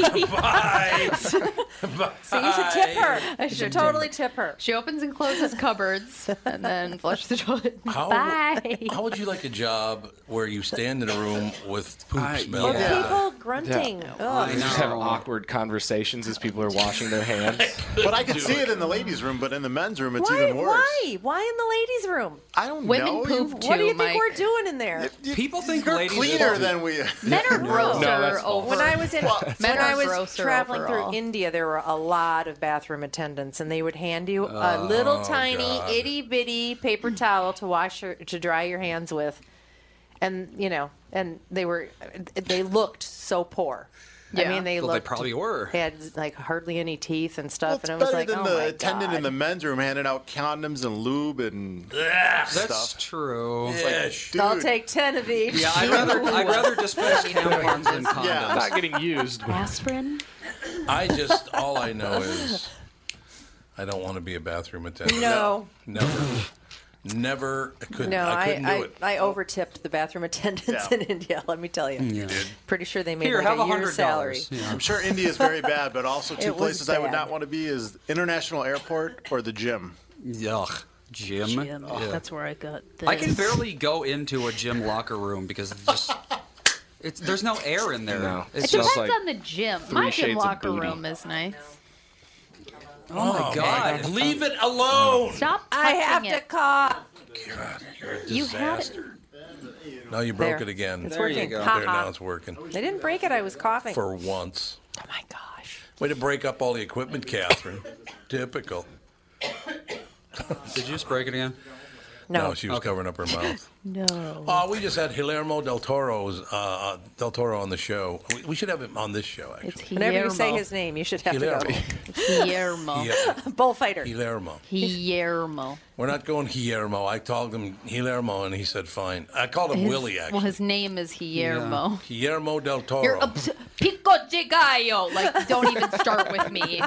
Speaker 4: So you should tip her.
Speaker 3: I
Speaker 4: You should totally tip her.
Speaker 3: She opens and closes cupboards and then flushes the toilet.
Speaker 1: How-
Speaker 3: Bye.
Speaker 1: How would you like a job where you stand in a room with poop smell?
Speaker 4: Or people grunting. Ugh.
Speaker 13: They Oh, just have awkward conversations as people are washing their
Speaker 2: (laughs)
Speaker 13: hands.
Speaker 14: But I could see it in the ladies' room, but in the men's room, it's
Speaker 4: why?
Speaker 14: even worse.
Speaker 4: Why? Why in the ladies' room?
Speaker 14: I don't
Speaker 4: Women
Speaker 14: know.
Speaker 4: Poop
Speaker 14: You-
Speaker 4: what do you think we're doing in there?
Speaker 2: People think
Speaker 14: You're
Speaker 2: ladies
Speaker 14: cleaner
Speaker 2: are-
Speaker 14: than we.
Speaker 4: Men are
Speaker 14: (laughs) No,
Speaker 4: grosser
Speaker 14: that's false.
Speaker 4: When I was in,
Speaker 14: Well,
Speaker 4: when
Speaker 3: men
Speaker 4: I
Speaker 3: are
Speaker 4: was
Speaker 3: grosser
Speaker 4: traveling
Speaker 3: overall.
Speaker 4: through India, there were a lot of bathroom attendants, and they would hand you a little
Speaker 3: Oh,
Speaker 4: tiny
Speaker 3: God.
Speaker 4: itty bitty paper towel to wash your, to dry your hands with, and you know, and they were, they looked so poor. I
Speaker 2: Yeah.
Speaker 4: mean, they
Speaker 2: Well, they
Speaker 4: looked.
Speaker 2: probably were.
Speaker 4: They had like hardly any teeth and stuff,
Speaker 14: It's
Speaker 4: and it was
Speaker 14: better
Speaker 4: like,
Speaker 14: than
Speaker 4: oh
Speaker 14: the
Speaker 4: my
Speaker 14: attendant
Speaker 4: God.
Speaker 14: in the men's room handing out condoms and lube and
Speaker 2: That's
Speaker 14: stuff.
Speaker 2: true.
Speaker 14: It's like, dude,
Speaker 4: I'll take ten of each.
Speaker 2: Yeah, I'd rather I'd rather
Speaker 4: (laughs)
Speaker 2: dispense tampons than condoms.
Speaker 14: Yeah. Not
Speaker 13: getting used.
Speaker 3: Aspirin.
Speaker 1: I just, all I know is I don't want to be a bathroom attendant.
Speaker 4: No.
Speaker 1: Never. Never. I couldn't,
Speaker 4: No,
Speaker 1: I
Speaker 4: I
Speaker 1: couldn't do
Speaker 4: I,
Speaker 1: it. Oh.
Speaker 4: I, overtipped the bathroom attendants
Speaker 14: Yeah.
Speaker 4: in India. Let me tell you.
Speaker 1: You did?
Speaker 4: Pretty sure they made
Speaker 14: Here,
Speaker 4: like
Speaker 14: have
Speaker 4: a year's salary.
Speaker 14: $100. I'm sure India is very bad, but also
Speaker 4: (laughs) It
Speaker 14: two
Speaker 4: was
Speaker 14: places I would
Speaker 4: bad.
Speaker 14: not want to be is international airport or the gym.
Speaker 2: Yuck. Gym. Yeah.
Speaker 3: That's where I got this.
Speaker 2: I can barely go into a gym locker room because it's just it's there's no air in there.
Speaker 13: No.
Speaker 3: It
Speaker 2: It's
Speaker 3: depends
Speaker 2: just like
Speaker 3: on the gym.
Speaker 2: three
Speaker 3: My
Speaker 2: shades
Speaker 3: gym
Speaker 2: of
Speaker 3: locker
Speaker 2: booty.
Speaker 3: room is nice.
Speaker 2: oh my god, leave it alone.
Speaker 3: Stop.
Speaker 4: I have
Speaker 3: touching
Speaker 4: to cough.
Speaker 1: You're a
Speaker 4: You had it.
Speaker 1: disaster. No, you broke
Speaker 4: There.
Speaker 1: it again.
Speaker 4: It's There you working. go.
Speaker 1: There,
Speaker 4: Ha-ha.
Speaker 1: now it's working.
Speaker 4: They didn't break it. I was coughing.
Speaker 1: For once. Oh my gosh. Way to break up all the equipment, Catherine. (coughs)
Speaker 2: (coughs)
Speaker 1: Typical.
Speaker 2: Did you just break it again?
Speaker 1: No. she was
Speaker 2: (laughs)
Speaker 1: covering up her mouth.
Speaker 3: No.
Speaker 1: Oh, we just had Guillermo del Toro's uh, uh, del Toro on the show. We, we should have him on this show. Actually.
Speaker 4: Whenever you say his name, you should have to
Speaker 1: Guillermo.
Speaker 4: go.
Speaker 3: Guillermo.
Speaker 4: (laughs) Bullfighter.
Speaker 1: Guillermo.
Speaker 3: Guillermo.
Speaker 1: We're not going Guillermo. I called him Guillermo, and he said fine. I called him
Speaker 3: His-
Speaker 1: Willie actually.
Speaker 3: Well, his name is Guillermo.
Speaker 1: Yeah. Oh. Guillermo del Toro.
Speaker 3: You're obs- Pico de gallo. Like, don't even start with me.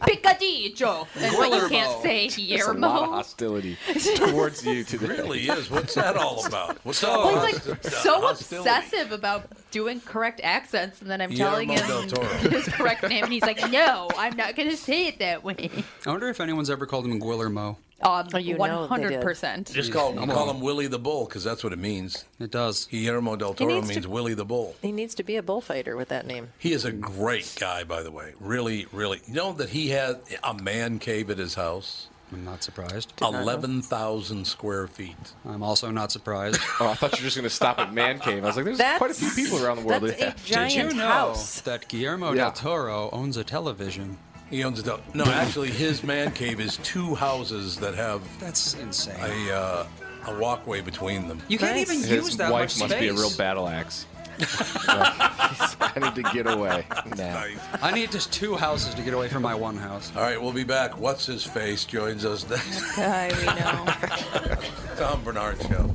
Speaker 3: Picadillo. That's why you can't say
Speaker 13: There's a lot of
Speaker 3: Guillermo. (laughs)
Speaker 13: hostility towards you today.
Speaker 1: really is. What's that all about? What's that all
Speaker 3: Well, he's
Speaker 1: about?
Speaker 3: like so
Speaker 1: Hostility.
Speaker 3: obsessive about doing correct accents, and then I'm telling
Speaker 1: Guillermo
Speaker 3: him
Speaker 1: del Toro.
Speaker 3: his correct name, and he's like, "No, I'm not gonna say it that way."
Speaker 2: I wonder if anyone's ever called him Guillermo.
Speaker 3: Um,
Speaker 4: Oh, you
Speaker 3: one
Speaker 4: know they did.
Speaker 3: hundred percent.
Speaker 1: Just call,
Speaker 2: Yeah.
Speaker 1: call him Willie the Bull because that's what it means.
Speaker 2: It does.
Speaker 1: Guillermo del Toro
Speaker 4: needs to-
Speaker 1: means Willie the Bull.
Speaker 4: He needs to be a bullfighter with that name.
Speaker 1: He is a great guy, by the way. Really, really. You know that he had a man cave at his house?
Speaker 2: I'm not surprised.
Speaker 13: not know.
Speaker 1: 11,000 square feet.
Speaker 2: Uh-huh. I'm also not surprised.
Speaker 13: (laughs) Oh, I thought you were just going to stop at man cave. I was like, there's quite a few people around the world that have
Speaker 2: Did you
Speaker 13: chickens.
Speaker 2: know that Guillermo del Toro owns a television?
Speaker 1: He owns a del- No, actually, his man cave is two houses that have
Speaker 2: That's insane.
Speaker 1: a, uh, a walkway between them.
Speaker 2: You can't even
Speaker 13: His
Speaker 2: use that
Speaker 13: wife
Speaker 2: much
Speaker 13: must be a
Speaker 2: space.
Speaker 13: real battle
Speaker 2: (laughs)
Speaker 13: axe. I need to get
Speaker 1: (laughs)
Speaker 13: away now.
Speaker 2: I need just two houses to get away from my one house.
Speaker 1: All right, we'll be back. What's his face joins us next.
Speaker 6: (laughs)
Speaker 1: Tom Bernard Show.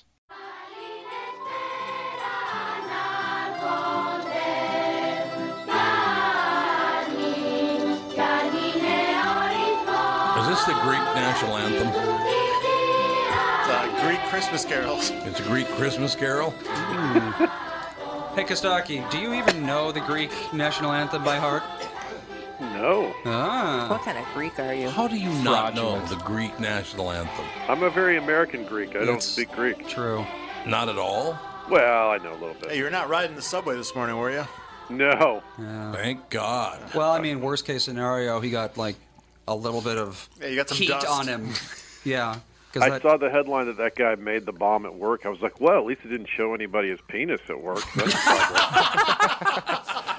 Speaker 1: Is this the Greek national anthem?
Speaker 14: The uh, Greek Christmas carols.
Speaker 1: It's a Greek Christmas carol. (laughs)
Speaker 2: Hey, Kostaki, do you even know the Greek national anthem by heart?
Speaker 15: No.
Speaker 2: Ah.
Speaker 4: What kind of Greek are you?
Speaker 1: How do you not know the Greek national anthem?
Speaker 15: I'm a very American Greek. I don't
Speaker 2: That's
Speaker 15: speak Greek.
Speaker 2: True.
Speaker 1: Not at all.
Speaker 15: Well, I know a little bit.
Speaker 14: Hey, you're not riding the subway this morning, were you?
Speaker 15: No.
Speaker 1: Thank God.
Speaker 2: Well, I mean, worst case scenario, he got like a little bit of
Speaker 14: Yeah, you got some
Speaker 2: heat
Speaker 14: dust.
Speaker 2: on him. Yeah. 'cause
Speaker 15: I
Speaker 2: that-
Speaker 15: saw the headline that that guy made the bomb at work. I was like, well, at least it didn't show anybody his penis at work. That's probably-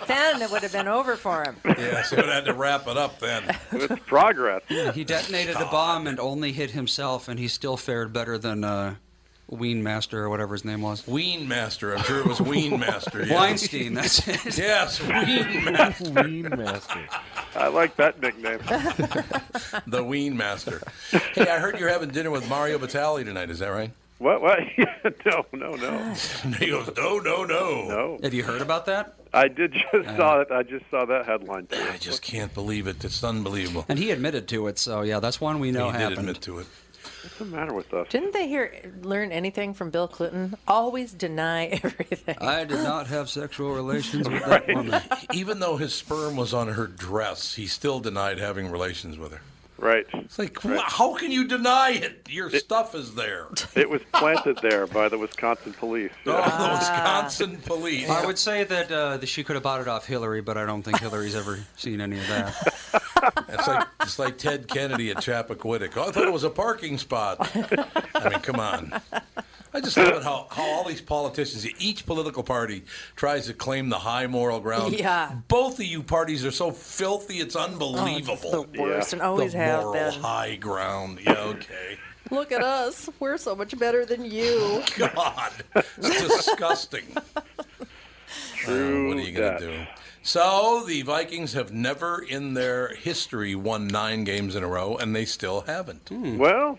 Speaker 4: Then it would have been over
Speaker 1: (laughs)
Speaker 4: for him.
Speaker 1: (laughs) Yeah, so it had to wrap it up then.
Speaker 15: it's progress.
Speaker 2: he detonated the bomb and only hit himself, and he still fared better than uh, Ween Master or whatever his name was.
Speaker 1: Ween Master. I'm sure it was Ween Master. yeah.
Speaker 2: Weinstein, that's it.
Speaker 1: (laughs) Yes, Ween
Speaker 15: (laughs)
Speaker 1: Master.
Speaker 13: (laughs) Ween master.
Speaker 15: I like that nickname.
Speaker 1: (laughs) The Ween Master. Hey, I heard you're having dinner with Mario Batali tonight. Is that right?
Speaker 15: What? What? (laughs) no,
Speaker 1: (laughs)
Speaker 15: no, no,
Speaker 1: He goes, no, no, no.
Speaker 15: no.
Speaker 2: Have you heard about that?
Speaker 15: I did just saw it. I just saw that headline. Too.
Speaker 1: I just can't believe it. It's unbelievable.
Speaker 2: And he admitted to it, so yeah, that's one we know
Speaker 1: he
Speaker 2: happened.
Speaker 1: did admit to it.
Speaker 15: What's the matter with us?
Speaker 4: Didn't they hear learn anything from Bill Clinton? Always deny (laughs) everything.
Speaker 2: I did not have sexual relations with that woman.
Speaker 1: Even though his sperm was on her dress, he still denied having relations with her.
Speaker 15: Right.
Speaker 1: It's like, wha- how can you deny it? Your stuff is
Speaker 2: (laughs)
Speaker 1: there.
Speaker 15: It was planted there by the Wisconsin police. (laughs)
Speaker 1: Oh,
Speaker 2: Ah.
Speaker 1: the Wisconsin police.
Speaker 2: I would say that, uh, that she could have bought it off Hillary, but I don't think Hillary's ever seen any of
Speaker 1: (laughs)
Speaker 2: that.
Speaker 1: It's like it's like Ted Kennedy at Chappaquiddick. Oh, I thought it was a parking spot. I mean, come on. I just love it how, how all these politicians, each political party tries to claim the high moral ground.
Speaker 4: Yeah.
Speaker 1: Both of you parties are so filthy, it's unbelievable.
Speaker 4: Oh, the worst, Yeah. and always
Speaker 1: the
Speaker 4: have
Speaker 1: moral
Speaker 4: been.
Speaker 1: high ground. Yeah, okay.
Speaker 4: Look at us. We're so much better than you.
Speaker 1: God,
Speaker 15: (laughs)
Speaker 1: that's disgusting. True. what are you going to do? So the Vikings have never in their history won nine games in a row, and they still haven't.
Speaker 2: Hmm.
Speaker 15: Well,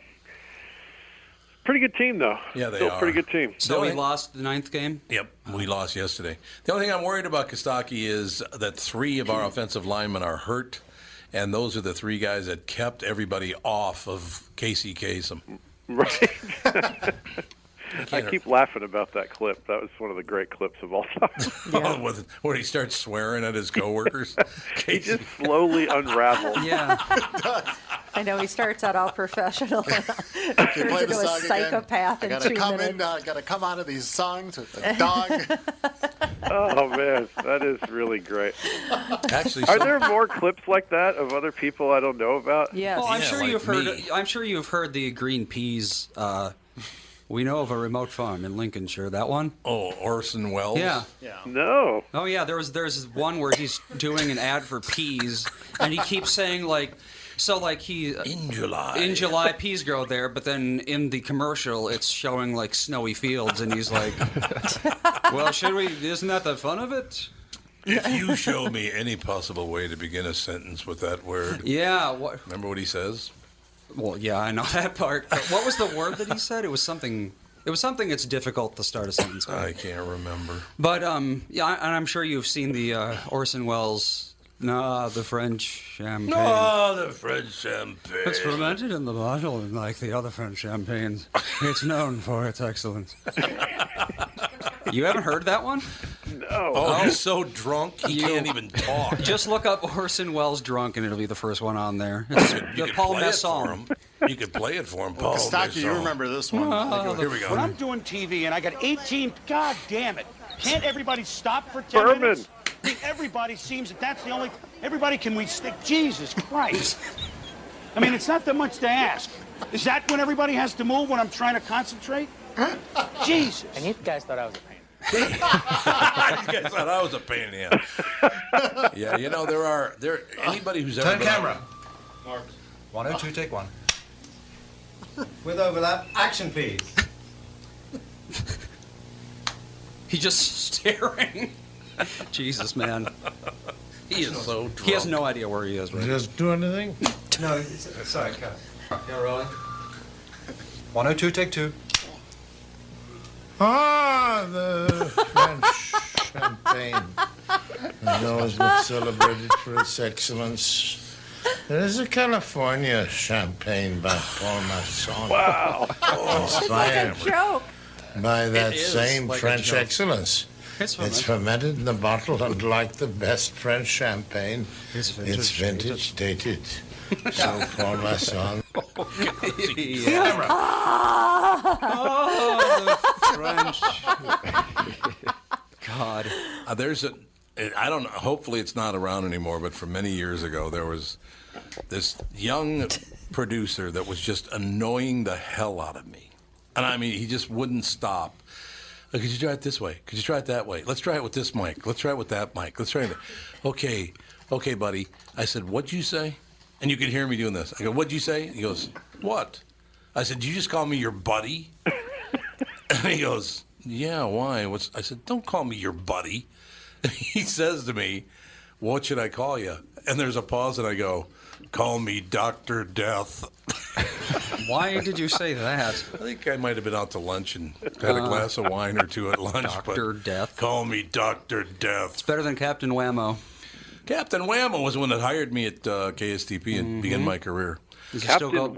Speaker 15: pretty good team though.
Speaker 1: Yeah, they
Speaker 15: Still
Speaker 1: are.
Speaker 15: a pretty good team.
Speaker 1: So we
Speaker 2: lost the ninth game.
Speaker 1: Yep, we lost yesterday. The only thing I'm worried about Kostaki is that three of our offensive linemen are hurt, and those are the three guys that kept everybody off of Casey Kasem.
Speaker 15: (laughs) Right. (laughs) I
Speaker 1: can't-
Speaker 15: keep laughing about that clip. That was one of the great clips of all
Speaker 1: (laughs)
Speaker 15: time.
Speaker 1: With- Where he starts swearing at his (laughs) coworkers.
Speaker 15: he just slowly unravels.
Speaker 1: (laughs)
Speaker 4: I know he starts out all professional.
Speaker 14: You
Speaker 4: turns
Speaker 14: play the
Speaker 4: into a
Speaker 14: song again.
Speaker 4: psychopath
Speaker 14: I
Speaker 4: in
Speaker 14: gotta
Speaker 4: two
Speaker 14: come
Speaker 4: minutes.
Speaker 14: in. uh, I gotta come out of these songs with the dog.
Speaker 15: Oh man, that is really great.
Speaker 1: Actually,
Speaker 15: are
Speaker 2: so-
Speaker 15: there more clips like that of other people I don't know about?
Speaker 1: Oh,
Speaker 2: Well, I'm sure you've heard. I'm sure you've heard the green peas. Uh, we know of a remote farm in Lincolnshire. That one.
Speaker 1: Oh, Orson Welles.
Speaker 2: Yeah.
Speaker 15: Yeah. No.
Speaker 2: Oh yeah. There was there's one where he's doing an ad for peas, and he keeps saying like. So like he uh,
Speaker 1: in July
Speaker 2: in July peas grow there, but then in the commercial it's showing like snowy fields, and he's
Speaker 1: (laughs)
Speaker 2: like, "Well, should we? Isn't that the fun of it?"
Speaker 1: If you show me any possible way to begin a sentence with that word,
Speaker 2: Yeah. What?
Speaker 1: remember what he says?
Speaker 2: Well, yeah, I know (laughs) that part. But what was the word that he said? It was something. It was (laughs) something that's difficult to start a sentence with.
Speaker 1: I can't remember.
Speaker 2: But um, yeah, I- and I'm sure you've seen the uh, Orson Welles. Nah, the French champagne.
Speaker 1: No, the French champagne.
Speaker 2: It's fermented in the bottle, unlike the other French champagnes. It's known for its excellence. you haven't heard that one?
Speaker 15: No.
Speaker 1: Oh, he's so drunk he
Speaker 2: You-
Speaker 1: can't even talk.
Speaker 2: (laughs) Just look up Orson Welles drunk, and it'll be the first one on there. It's the
Speaker 1: could
Speaker 2: Paul
Speaker 1: play it for
Speaker 2: Masson.
Speaker 1: him. You could play it for him, Paul.
Speaker 14: Kostaki, you
Speaker 1: Masson.
Speaker 14: remember this one.
Speaker 2: Uh,
Speaker 14: I
Speaker 2: Uh-huh.
Speaker 14: think it
Speaker 1: Here
Speaker 14: was-
Speaker 1: we
Speaker 16: When
Speaker 1: go.
Speaker 16: I'm doing TV and I got 18, god damn it. Can't everybody stop for 10
Speaker 15: Berman.
Speaker 16: minutes? I mean, everybody seems that that's the only, everybody can we stick, Jesus Christ. I mean, it's not that much to ask. Is that when everybody has to move when I'm trying to concentrate? Jesus. And you guys thought I was a pain.
Speaker 1: you guys thought (laughs) I was a pain in the ass. (laughs) Yeah, you know there are there anybody who's ever
Speaker 17: Turn
Speaker 1: been on-
Speaker 17: camera. Mark. 102, take one. With overlap, action please.
Speaker 2: (laughs) He's just staring. (laughs) Jesus, man. He is so drunk. He has no idea where he is right now.
Speaker 17: do anything? No, it's- sorry, cut. You're rolling. 102, take two.
Speaker 18: Ah,
Speaker 17: (laughs)
Speaker 18: the French champagne. No, it's been celebrated for its excellence. There is a California champagne by Paul Masson.
Speaker 15: Wow.
Speaker 1: Oh,
Speaker 18: It's
Speaker 4: joke.
Speaker 18: by that
Speaker 15: It is
Speaker 18: same
Speaker 15: like a
Speaker 18: French
Speaker 15: joke.
Speaker 18: excellence.
Speaker 15: It's
Speaker 18: It's fermented in the bottle, and like the best French champagne, it's
Speaker 15: (laughs)
Speaker 18: vintage, dated. so Paul Masson.
Speaker 15: Oh,
Speaker 2: God.
Speaker 1: Uh, there's a. I don't know. Hopefully, it's not around anymore. But for many years ago, there was this young producer that was just annoying the hell out of me, and I mean, he just wouldn't stop. Uh, Could you try it this way? Could you try it that way? Let's try it with this mic. Let's try it with that mic. Let's try it. Okay, okay, buddy. I said, "What'd you say?" And you could hear me doing this. I go, "What'd you say?" And he goes, "What?" I said, "You just call me your buddy." And he goes, "Yeah, why?" What's I said, "Don't call me your buddy." (laughs) And he says to me, "What should I call you?" And there's a pause, and I go, "Call me Doctor Death."
Speaker 2: (laughs) Why did you say that?
Speaker 1: I think I might have been out to lunch and had a
Speaker 2: Uh,
Speaker 1: glass of wine
Speaker 2: (laughs)
Speaker 1: or two at lunch.
Speaker 2: Dr. Death.
Speaker 1: Call me Doctor Death. It's
Speaker 2: better than Captain Whammo.
Speaker 1: Captain Whammo was the one that hired me at uh, KSTP and began my career.
Speaker 2: Mm-hmm. Is it still Captain called-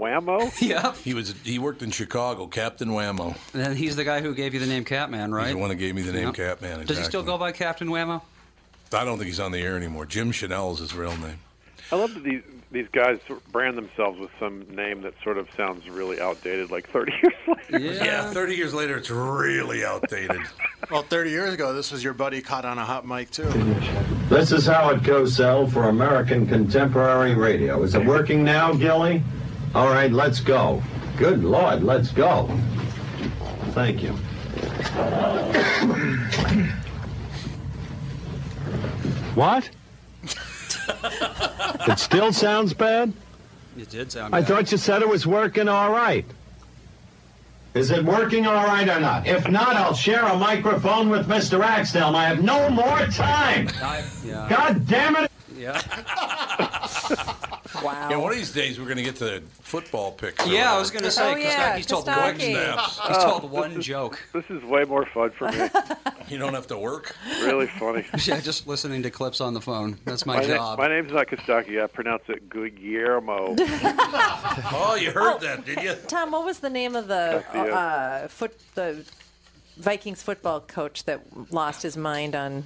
Speaker 2: (laughs)
Speaker 15: Whammo?
Speaker 2: yeah.
Speaker 1: He was. He worked in Chicago. Captain Whammo.
Speaker 2: And then he's the guy who gave you the name Catman, right?
Speaker 1: He's the one that gave me the name
Speaker 2: Yep.
Speaker 1: Catman.
Speaker 2: Does he still
Speaker 1: exactly.
Speaker 2: go by Captain Whammo?
Speaker 1: I don't think he's on the air anymore. Jim Chanel is his real name.
Speaker 15: I love that these these guys brand themselves with some name that sort of sounds really outdated, like 30 years later.
Speaker 2: Yeah.
Speaker 1: 30 years later, it's really outdated.
Speaker 14: Well, 30 years ago, this was your buddy caught on a hot mic, too.
Speaker 19: This is how it goes, Sal, for American contemporary radio. Is it working now, Gilly? All right, let's go. Good Lord, let's go. thank you.
Speaker 2: (laughs)
Speaker 19: What? it still sounds bad?
Speaker 2: It did sound.
Speaker 19: I
Speaker 2: bad.
Speaker 19: thought you said it was working all right. Is it working all right or not? If not, I'll share a microphone with Mr. Axtell. I have no more time.
Speaker 2: I, yeah.
Speaker 19: God damn it.
Speaker 15: (laughs)
Speaker 2: Yeah.
Speaker 1: wow. Yeah, one of these days we're going to get to football picks.
Speaker 2: Yeah, I was going to
Speaker 15: Oh,
Speaker 2: say,
Speaker 1: because
Speaker 2: Kostaki- he's told quick snaps. He's told one joke.
Speaker 15: This is way more fun for me.
Speaker 1: You don't have to
Speaker 2: (laughs)
Speaker 1: work. (laughs)
Speaker 15: Really funny.
Speaker 2: Yeah, just listening to clips on the phone. That's my,
Speaker 15: na-
Speaker 2: job.
Speaker 15: my name's not Kostaki. I pronounce it Guillermo.
Speaker 1: (laughs) oh, you heard that, did you?
Speaker 4: Tom, what was the name of the
Speaker 15: I see it.
Speaker 4: uh, foot the Vikings football coach that lost his mind on?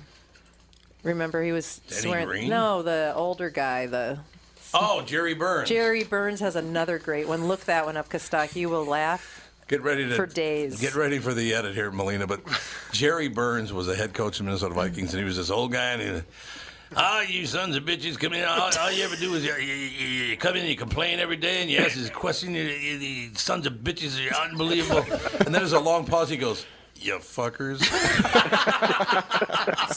Speaker 4: Remember, he was
Speaker 1: Denny
Speaker 4: swearing.
Speaker 1: Green?
Speaker 4: No, the older guy, the
Speaker 1: Oh, Jerry Burns.
Speaker 4: Jerry Burns has another great one. Look that one up, Kostaki. You will laugh.
Speaker 1: Get ready to
Speaker 4: for days.
Speaker 1: Get ready for the edit here, Melina. But Jerry Burns was the head coach of the Minnesota Vikings, and he was this old guy, and he. Ah, you sons of bitches, come in. All, all you ever do is you, you, you, you come in and you complain every day and you ask this question. You, you, you sons of bitches are unbelievable. And then there's a long pause. He goes, You fuckers.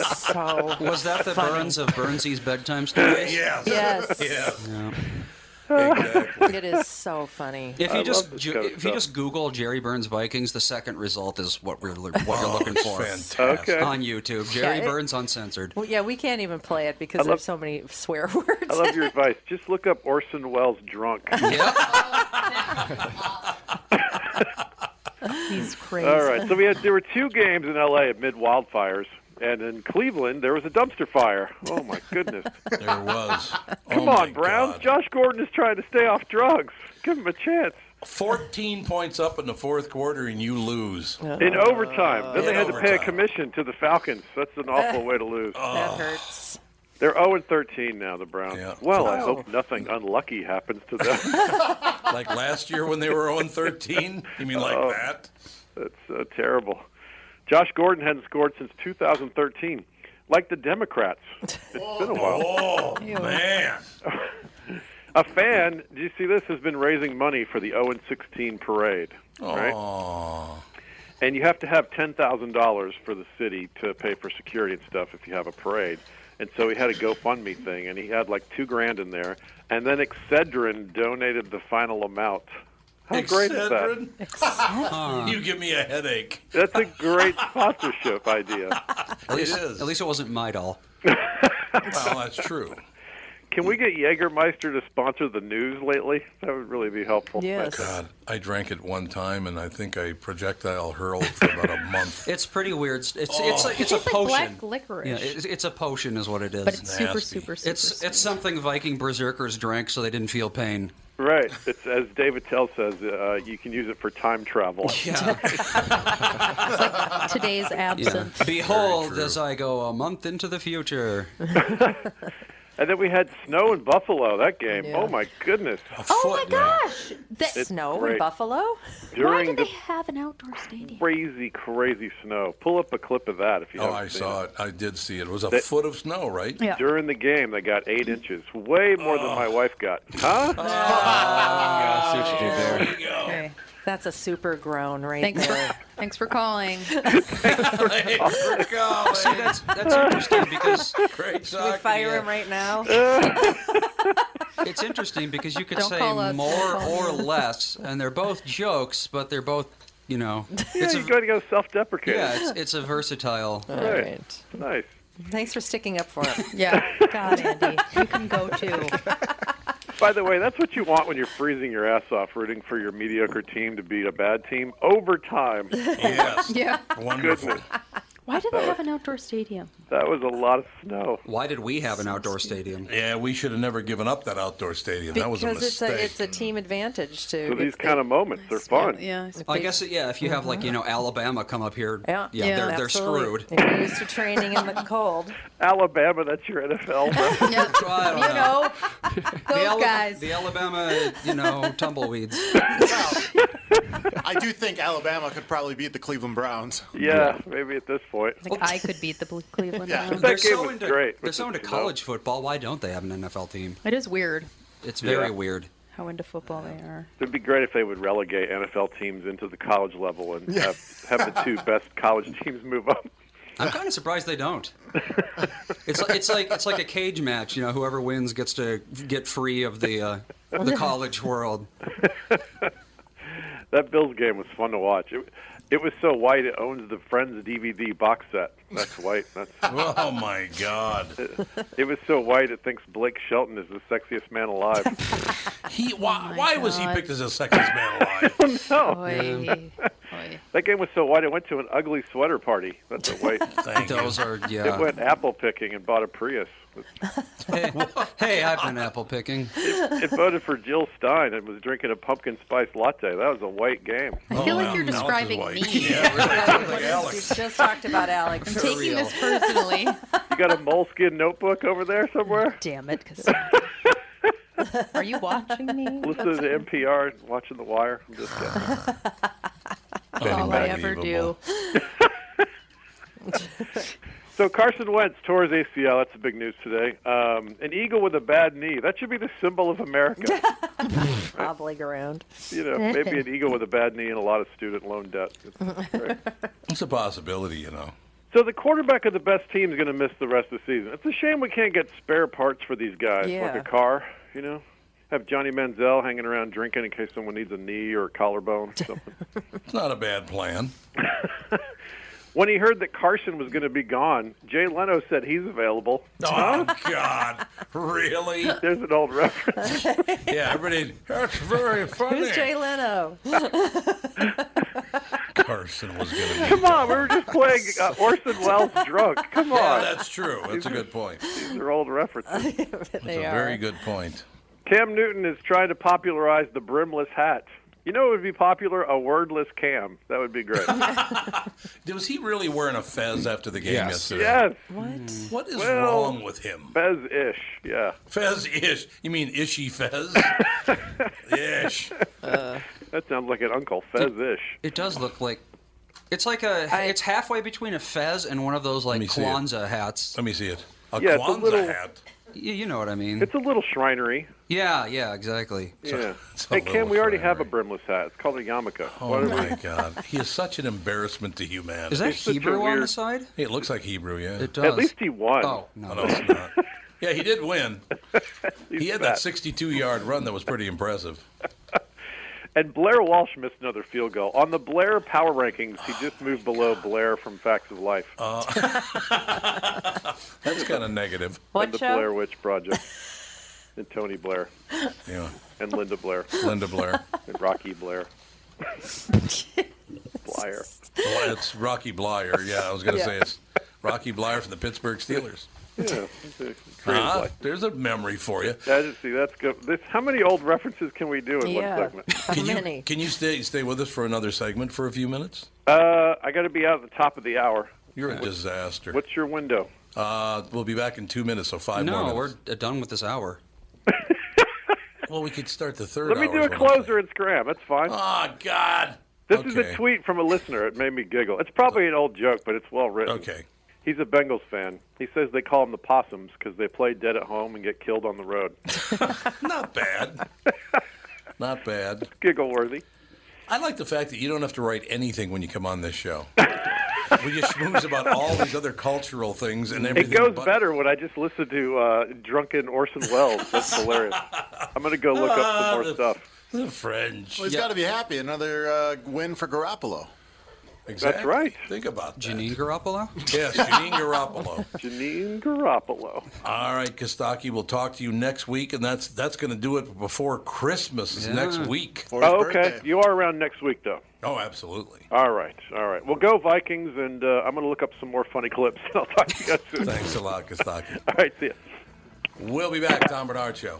Speaker 4: so
Speaker 2: (laughs) Was that the
Speaker 1: funny.
Speaker 2: Burns of Burnsy's bedtime stories?
Speaker 1: (laughs) Yes.
Speaker 4: Yes.
Speaker 2: Yeah.
Speaker 4: It is so funny.
Speaker 2: If you just ju- if you just Google Jerry Burns Vikings, the second result is what we're lo- what you're
Speaker 1: Oh,
Speaker 2: looking
Speaker 1: it's
Speaker 2: for.
Speaker 1: fantastic. Okay.
Speaker 2: On YouTube, Jerry
Speaker 4: Yeah, it-
Speaker 2: Burns uncensored.
Speaker 4: Well, yeah, we can't even play it because
Speaker 15: I love-
Speaker 4: there's so many swear (laughs) words.
Speaker 15: I love your advice. Just look up Orson Welles
Speaker 1: (laughs)
Speaker 15: drunk.
Speaker 4: (laughs) He's crazy.
Speaker 15: All right. So we had there were two games in LA amid wildfires, and in Cleveland there was a dumpster fire. Oh my goodness!
Speaker 1: There was.
Speaker 15: Come
Speaker 1: Oh, my
Speaker 15: on, Browns.
Speaker 1: God.
Speaker 15: Josh Gordon is trying to stay off drugs. Give him a chance.
Speaker 1: 14 points up in the fourth quarter, and you lose.
Speaker 15: In overtime, then they
Speaker 1: In
Speaker 15: had to pay a
Speaker 1: overtime. Oh.
Speaker 15: commission to the Falcons. That's an awful way to lose.
Speaker 4: That hurts. Oh.
Speaker 15: They're 0 and 13 now, the Browns. Well, I hope nothing unlucky happens to them.
Speaker 1: (laughs)
Speaker 15: (laughs)
Speaker 1: like last year when they were 0 13? You mean like
Speaker 15: Oh.
Speaker 1: that?
Speaker 15: That's uh, terrible. Josh Gordon hadn't scored since 2013, like the Democrats. It's been a while.
Speaker 4: (laughs)
Speaker 1: Oh, man.
Speaker 15: A fan, do you see this, has been raising money for the 0 and 16 parade, right?
Speaker 1: Oh.
Speaker 15: And you have to have $10,000 for the city to pay for security and stuff if you have a parade. And so he had a GoFundMe thing, and he had like two grand in there. And then Excedrin donated the final amount. How great is that?
Speaker 1: Excedrin? You give me a headache.
Speaker 15: That's a great
Speaker 1: (laughs)
Speaker 15: sponsorship idea.
Speaker 2: At least,
Speaker 1: is.
Speaker 2: at least it wasn't my doll.
Speaker 1: Well,
Speaker 2: (laughs)
Speaker 1: that's true.
Speaker 15: Can we get Jägermeister to sponsor the news lately? That would really be helpful. Yes.
Speaker 1: God, I drank it one time, and I think I projectile hurled for about a month.
Speaker 2: It's pretty weird. It's it's
Speaker 1: Oh.
Speaker 2: it's, a, it's
Speaker 1: It
Speaker 2: a
Speaker 1: tastes like
Speaker 2: potion.
Speaker 1: black
Speaker 3: licorice.
Speaker 2: Yeah, it's, it's a potion, is what it is.
Speaker 3: But it's super,
Speaker 1: Nasty.
Speaker 3: super, super.
Speaker 2: It's it's something Viking berserkers drank so they didn't feel pain.
Speaker 15: Right. It's as David Tell says, uh, you can use it for time travel.
Speaker 2: Yeah.
Speaker 3: Today's
Speaker 2: Yeah.
Speaker 3: absinthe.
Speaker 2: Behold, as I go a month into the future.
Speaker 15: (laughs) and then we had (laughs) snow in Buffalo that game.
Speaker 3: Yeah.
Speaker 15: Oh my goodness!
Speaker 3: Oh my gosh! That
Speaker 15: It's
Speaker 4: Snow in
Speaker 15: great.
Speaker 4: Buffalo?
Speaker 3: Why do
Speaker 15: During
Speaker 3: they
Speaker 15: the
Speaker 3: have an outdoor stadium?
Speaker 15: crazy, crazy snow. Pull up a clip of that if you
Speaker 1: Oh,
Speaker 15: haven't
Speaker 1: I
Speaker 15: seen
Speaker 1: saw it. I did see it. It was a
Speaker 15: They-
Speaker 1: foot of snow, right?
Speaker 15: During the game, they got eight inches, way more than my wife got. Huh?
Speaker 1: Oh,
Speaker 4: That's a super grown right
Speaker 9: (laughs) Thanks
Speaker 3: (laughs)
Speaker 4: there.
Speaker 9: for, (laughs) thanks for
Speaker 15: (laughs)
Speaker 9: calling.
Speaker 2: See,
Speaker 4: (laughs)
Speaker 2: that's that's interesting
Speaker 15: (laughs)
Speaker 2: because
Speaker 1: Great
Speaker 4: Should we fire him right now?
Speaker 2: it's interesting because you could
Speaker 4: Don't
Speaker 2: say
Speaker 4: call us.
Speaker 2: more
Speaker 4: Don't call
Speaker 2: or
Speaker 4: us.
Speaker 2: less, and they're both jokes, but they're both you know.
Speaker 15: (laughs) Yeah,
Speaker 2: It's
Speaker 15: you
Speaker 2: a,
Speaker 15: got to go self-deprecate.
Speaker 2: yeah, it's, it's a versatile.
Speaker 4: All right.
Speaker 15: Nice.
Speaker 4: Thanks for sticking up for him.
Speaker 9: Yeah.
Speaker 3: God, Andy, you can go too.
Speaker 15: By the way, that's what you want when you're freezing your ass off, rooting for your mediocre team to beat a bad team. Overtime.
Speaker 1: (laughs) Yes.
Speaker 9: Yeah.
Speaker 1: Wonderful.
Speaker 3: Why do they have an outdoor stadium?
Speaker 15: (laughs) That was a lot of snow.
Speaker 2: Why did we have an outdoor stadium?
Speaker 1: Yeah, we should have never given up that outdoor stadium. that was a
Speaker 4: Because it's
Speaker 1: mistake.
Speaker 4: a it's a team advantage to
Speaker 15: So these kind of moments are fun.
Speaker 9: Yeah.
Speaker 2: I guess yeah. If you have like you know Alabama come up here, yeah,
Speaker 4: Yeah,
Speaker 2: they're they're
Speaker 4: absolutely.
Speaker 2: screwed.
Speaker 4: If you're used to training in the cold.
Speaker 15: Alabama, that's your NFL. bro.
Speaker 2: I don't
Speaker 9: You know,
Speaker 1: (laughs)
Speaker 2: the
Speaker 9: those
Speaker 2: Ala-
Speaker 9: guys.
Speaker 2: the Alabama, you know,
Speaker 9: (laughs)
Speaker 2: tumbleweeds.
Speaker 14: I do think Alabama could probably beat the Cleveland Browns.
Speaker 15: yeah, maybe at this point.
Speaker 3: Like
Speaker 9: (laughs)
Speaker 3: I could beat the Blue- Cleveland
Speaker 14: Yeah.
Speaker 3: Browns.
Speaker 2: They're
Speaker 15: game
Speaker 2: so
Speaker 15: was
Speaker 2: into
Speaker 15: great,
Speaker 2: they're
Speaker 15: which
Speaker 2: so
Speaker 15: is,
Speaker 2: into
Speaker 15: you know.
Speaker 2: college football. Why don't they have an NFL team?
Speaker 3: It is weird.
Speaker 2: It's very
Speaker 15: Yeah.
Speaker 2: weird.
Speaker 3: how into football they are.
Speaker 15: It'd be great if they would relegate NFL teams into the college level and have, have the two best college teams move up. (laughs)
Speaker 2: I'm kind of surprised they don't. It's like, it's like it's like a cage match. You know, whoever wins gets to get free of the uh, (laughs) the college world.
Speaker 15: That Bills game was fun to watch. It, it was so white it owns the Friends DVD box set. That's white. That's
Speaker 1: (laughs) Oh, my God.
Speaker 15: It, it was so white it thinks Blake Shelton is the sexiest man
Speaker 1: (laughs)
Speaker 15: alive.
Speaker 1: He why, why was he picked as a sexiest (laughs) man alive?
Speaker 15: no.
Speaker 3: Oh,
Speaker 15: (laughs) That game was so white, I went to an ugly sweater party. That's a white.
Speaker 2: (laughs) Thank you. Those are- yeah.
Speaker 15: It went apple picking and bought a Prius.
Speaker 2: hey, I've been apple picking.
Speaker 15: It, it voted for Jill Stein and was drinking a pumpkin spice latte. That was a white game.
Speaker 3: I feel
Speaker 2: Oh,
Speaker 3: like you're describing me.
Speaker 2: (laughs)
Speaker 4: (laughs) You just talked about Alex.
Speaker 3: I'm taking this
Speaker 4: (laughs)
Speaker 3: personally.
Speaker 15: You got a moleskin notebook over there somewhere?
Speaker 3: Damn it,
Speaker 15: (laughs)
Speaker 3: Are you watching me?
Speaker 15: Listening to NPR, and watching The Wire. I'm just
Speaker 3: (laughs)
Speaker 15: kidding.
Speaker 3: That's all I ever do.
Speaker 15: (laughs) So Carson Wentz tore his ACL. That's the big news today. Um, an eagle with a bad knee. That should be the symbol of
Speaker 3: (laughs)
Speaker 15: America.
Speaker 4: Hobbling around.
Speaker 15: You know, maybe an eagle with a bad knee and a lot of student loan debt.
Speaker 1: It's a possibility, you know.
Speaker 15: So the quarterback of the best team is going to miss the rest of the season. It's a shame we can't get spare parts for these guys,
Speaker 4: Yeah.
Speaker 15: like a car. You know, have Johnny Manziel hanging around drinking in case someone needs a knee or a collarbone or something.
Speaker 1: It's not a bad plan.
Speaker 15: when he heard that Carson was going to be gone, Jay Leno said
Speaker 1: (laughs)
Speaker 15: he's available.
Speaker 1: Oh, God. Really?
Speaker 15: There's an old reference.
Speaker 1: (laughs) Yeah, everybody. That's very funny.
Speaker 4: Who's
Speaker 1: (laughs)
Speaker 4: Jay Leno? (laughs)
Speaker 1: Carson was
Speaker 15: (laughs)
Speaker 1: going to be.
Speaker 15: Come on, we were just playing uh, Orson Welles drunk. Come on.
Speaker 1: Yeah, that's true. That's a good point.
Speaker 15: These are
Speaker 2: (laughs)
Speaker 15: old references.
Speaker 1: That's a very good point.
Speaker 15: Cam Newton is trying to popularize the brimless hat. You know, it would be popular a wordless cam. That would be
Speaker 1: (laughs)
Speaker 15: great.
Speaker 1: Was he really wearing a fez after the game
Speaker 15: Yes.
Speaker 1: yesterday?
Speaker 15: Yes.
Speaker 1: What? What is
Speaker 15: Well,
Speaker 1: wrong with him?
Speaker 15: Fez ish, yeah.
Speaker 1: Fez ish. You mean ishy fez? ish.
Speaker 15: (laughs) that sounds like an Uncle Fez ish.
Speaker 2: It does look like it's like a it's halfway between a fez and one of those like
Speaker 1: see it.
Speaker 2: Kwanzaa hats.
Speaker 1: Let me see it. A
Speaker 15: Yeah, it's a Kwanzaa little-
Speaker 1: hat.
Speaker 2: You, know what I mean?
Speaker 15: It's a little shrinery.
Speaker 2: Yeah, yeah, exactly.
Speaker 15: Yeah.
Speaker 1: it's a
Speaker 15: Hey, Cam,
Speaker 1: little
Speaker 15: we already have a brimless hat. It's called a yarmulke. Why
Speaker 1: Oh
Speaker 15: don't
Speaker 1: my
Speaker 15: we-
Speaker 1: God! He is such an embarrassment to humanity.
Speaker 2: Is that
Speaker 15: such a
Speaker 2: Hebrew on the
Speaker 15: weird-
Speaker 2: side?
Speaker 1: It looks like Hebrew, yeah. It
Speaker 2: does.
Speaker 15: At least he won.
Speaker 2: Oh no.
Speaker 1: Oh, no, it's not. Yeah, he did
Speaker 15: (laughs)
Speaker 1: win. he had that 62-yard run that was pretty impressive.
Speaker 15: And Blair Walsh missed another field goal. On the Blair power rankings, he just moved below Blair from Facts of Life.
Speaker 1: Uh,
Speaker 4: (laughs)
Speaker 1: That's kind of negative.
Speaker 4: What
Speaker 15: and the
Speaker 4: show?
Speaker 15: Blair Witch Project. and Tony Blair.
Speaker 1: Yeah,
Speaker 15: And Linda Blair.
Speaker 1: Linda Blair.
Speaker 15: and Rocky Blair. Blair.
Speaker 1: Well, it's Rocky Blyer. Yeah, I was going to
Speaker 4: Yeah.
Speaker 1: say it's Rocky Blyer from the Pittsburgh Steelers.
Speaker 15: Yeah. it's a creative
Speaker 1: Huh?
Speaker 15: life.
Speaker 1: There's a memory for you.
Speaker 15: I just see that's good. This, how many old references can we do in
Speaker 4: Yeah.
Speaker 15: one segment?
Speaker 4: How
Speaker 1: Can you
Speaker 4: many?
Speaker 1: can you stay stay with us for another segment for a few minutes?
Speaker 15: Uh, I got to be out at the top of the hour.
Speaker 1: You're a disaster.
Speaker 15: What's your window?
Speaker 1: Uh, we'll be back in two minutes, so five more
Speaker 2: No,
Speaker 1: minutes.
Speaker 2: we're done with this hour.
Speaker 1: (laughs) Well, we could start the third.
Speaker 15: Let me
Speaker 1: hour
Speaker 15: do
Speaker 1: is
Speaker 15: a
Speaker 1: what I'm
Speaker 15: closer and scram. That's fine.
Speaker 1: Oh God.
Speaker 15: this
Speaker 1: okay.
Speaker 15: is a tweet from a listener. It made me giggle. It's probably an old joke, but it's well written.
Speaker 1: Okay.
Speaker 15: He's a Bengals fan. He says they call them the possums because they play dead at home and get killed on the road.
Speaker 1: Not bad. Not
Speaker 15: (laughs)
Speaker 1: bad.
Speaker 15: giggle worthy.
Speaker 1: I like the fact that you don't have to write anything when you come on this show. (laughs) we just schmooze about all these other cultural things (laughs) and
Speaker 15: It
Speaker 1: everything.
Speaker 15: goes
Speaker 1: but-
Speaker 15: better when I just listen to uh, drunken Orson
Speaker 1: (laughs)
Speaker 15: Welles. That's hilarious. I'm going to go look up some more stuff.
Speaker 1: Ah, The French.
Speaker 14: Well, he's got to be happy. Another uh, win for Garoppolo.
Speaker 1: Exactly.
Speaker 15: right.
Speaker 1: Think about that.
Speaker 2: Janine Garoppolo?
Speaker 1: Yes, Janine Garoppolo.
Speaker 15: (laughs) Janine Garoppolo.
Speaker 1: All right, Kostaki, we'll talk to you next week, and that's that's going to do it before Christmas is next
Speaker 2: Yeah.
Speaker 1: week.
Speaker 14: For his
Speaker 15: Oh, okay.
Speaker 14: birthday.
Speaker 15: You are around next week, though.
Speaker 1: Oh, absolutely.
Speaker 15: All right. All right. Well, go Vikings, and uh, I'm going to look up some more funny clips, (laughs) and I'll talk to you guys soon.
Speaker 1: Thanks a lot, Kostaki.
Speaker 15: (laughs) All right. See ya.
Speaker 1: We'll be back, Tom Bernard Show.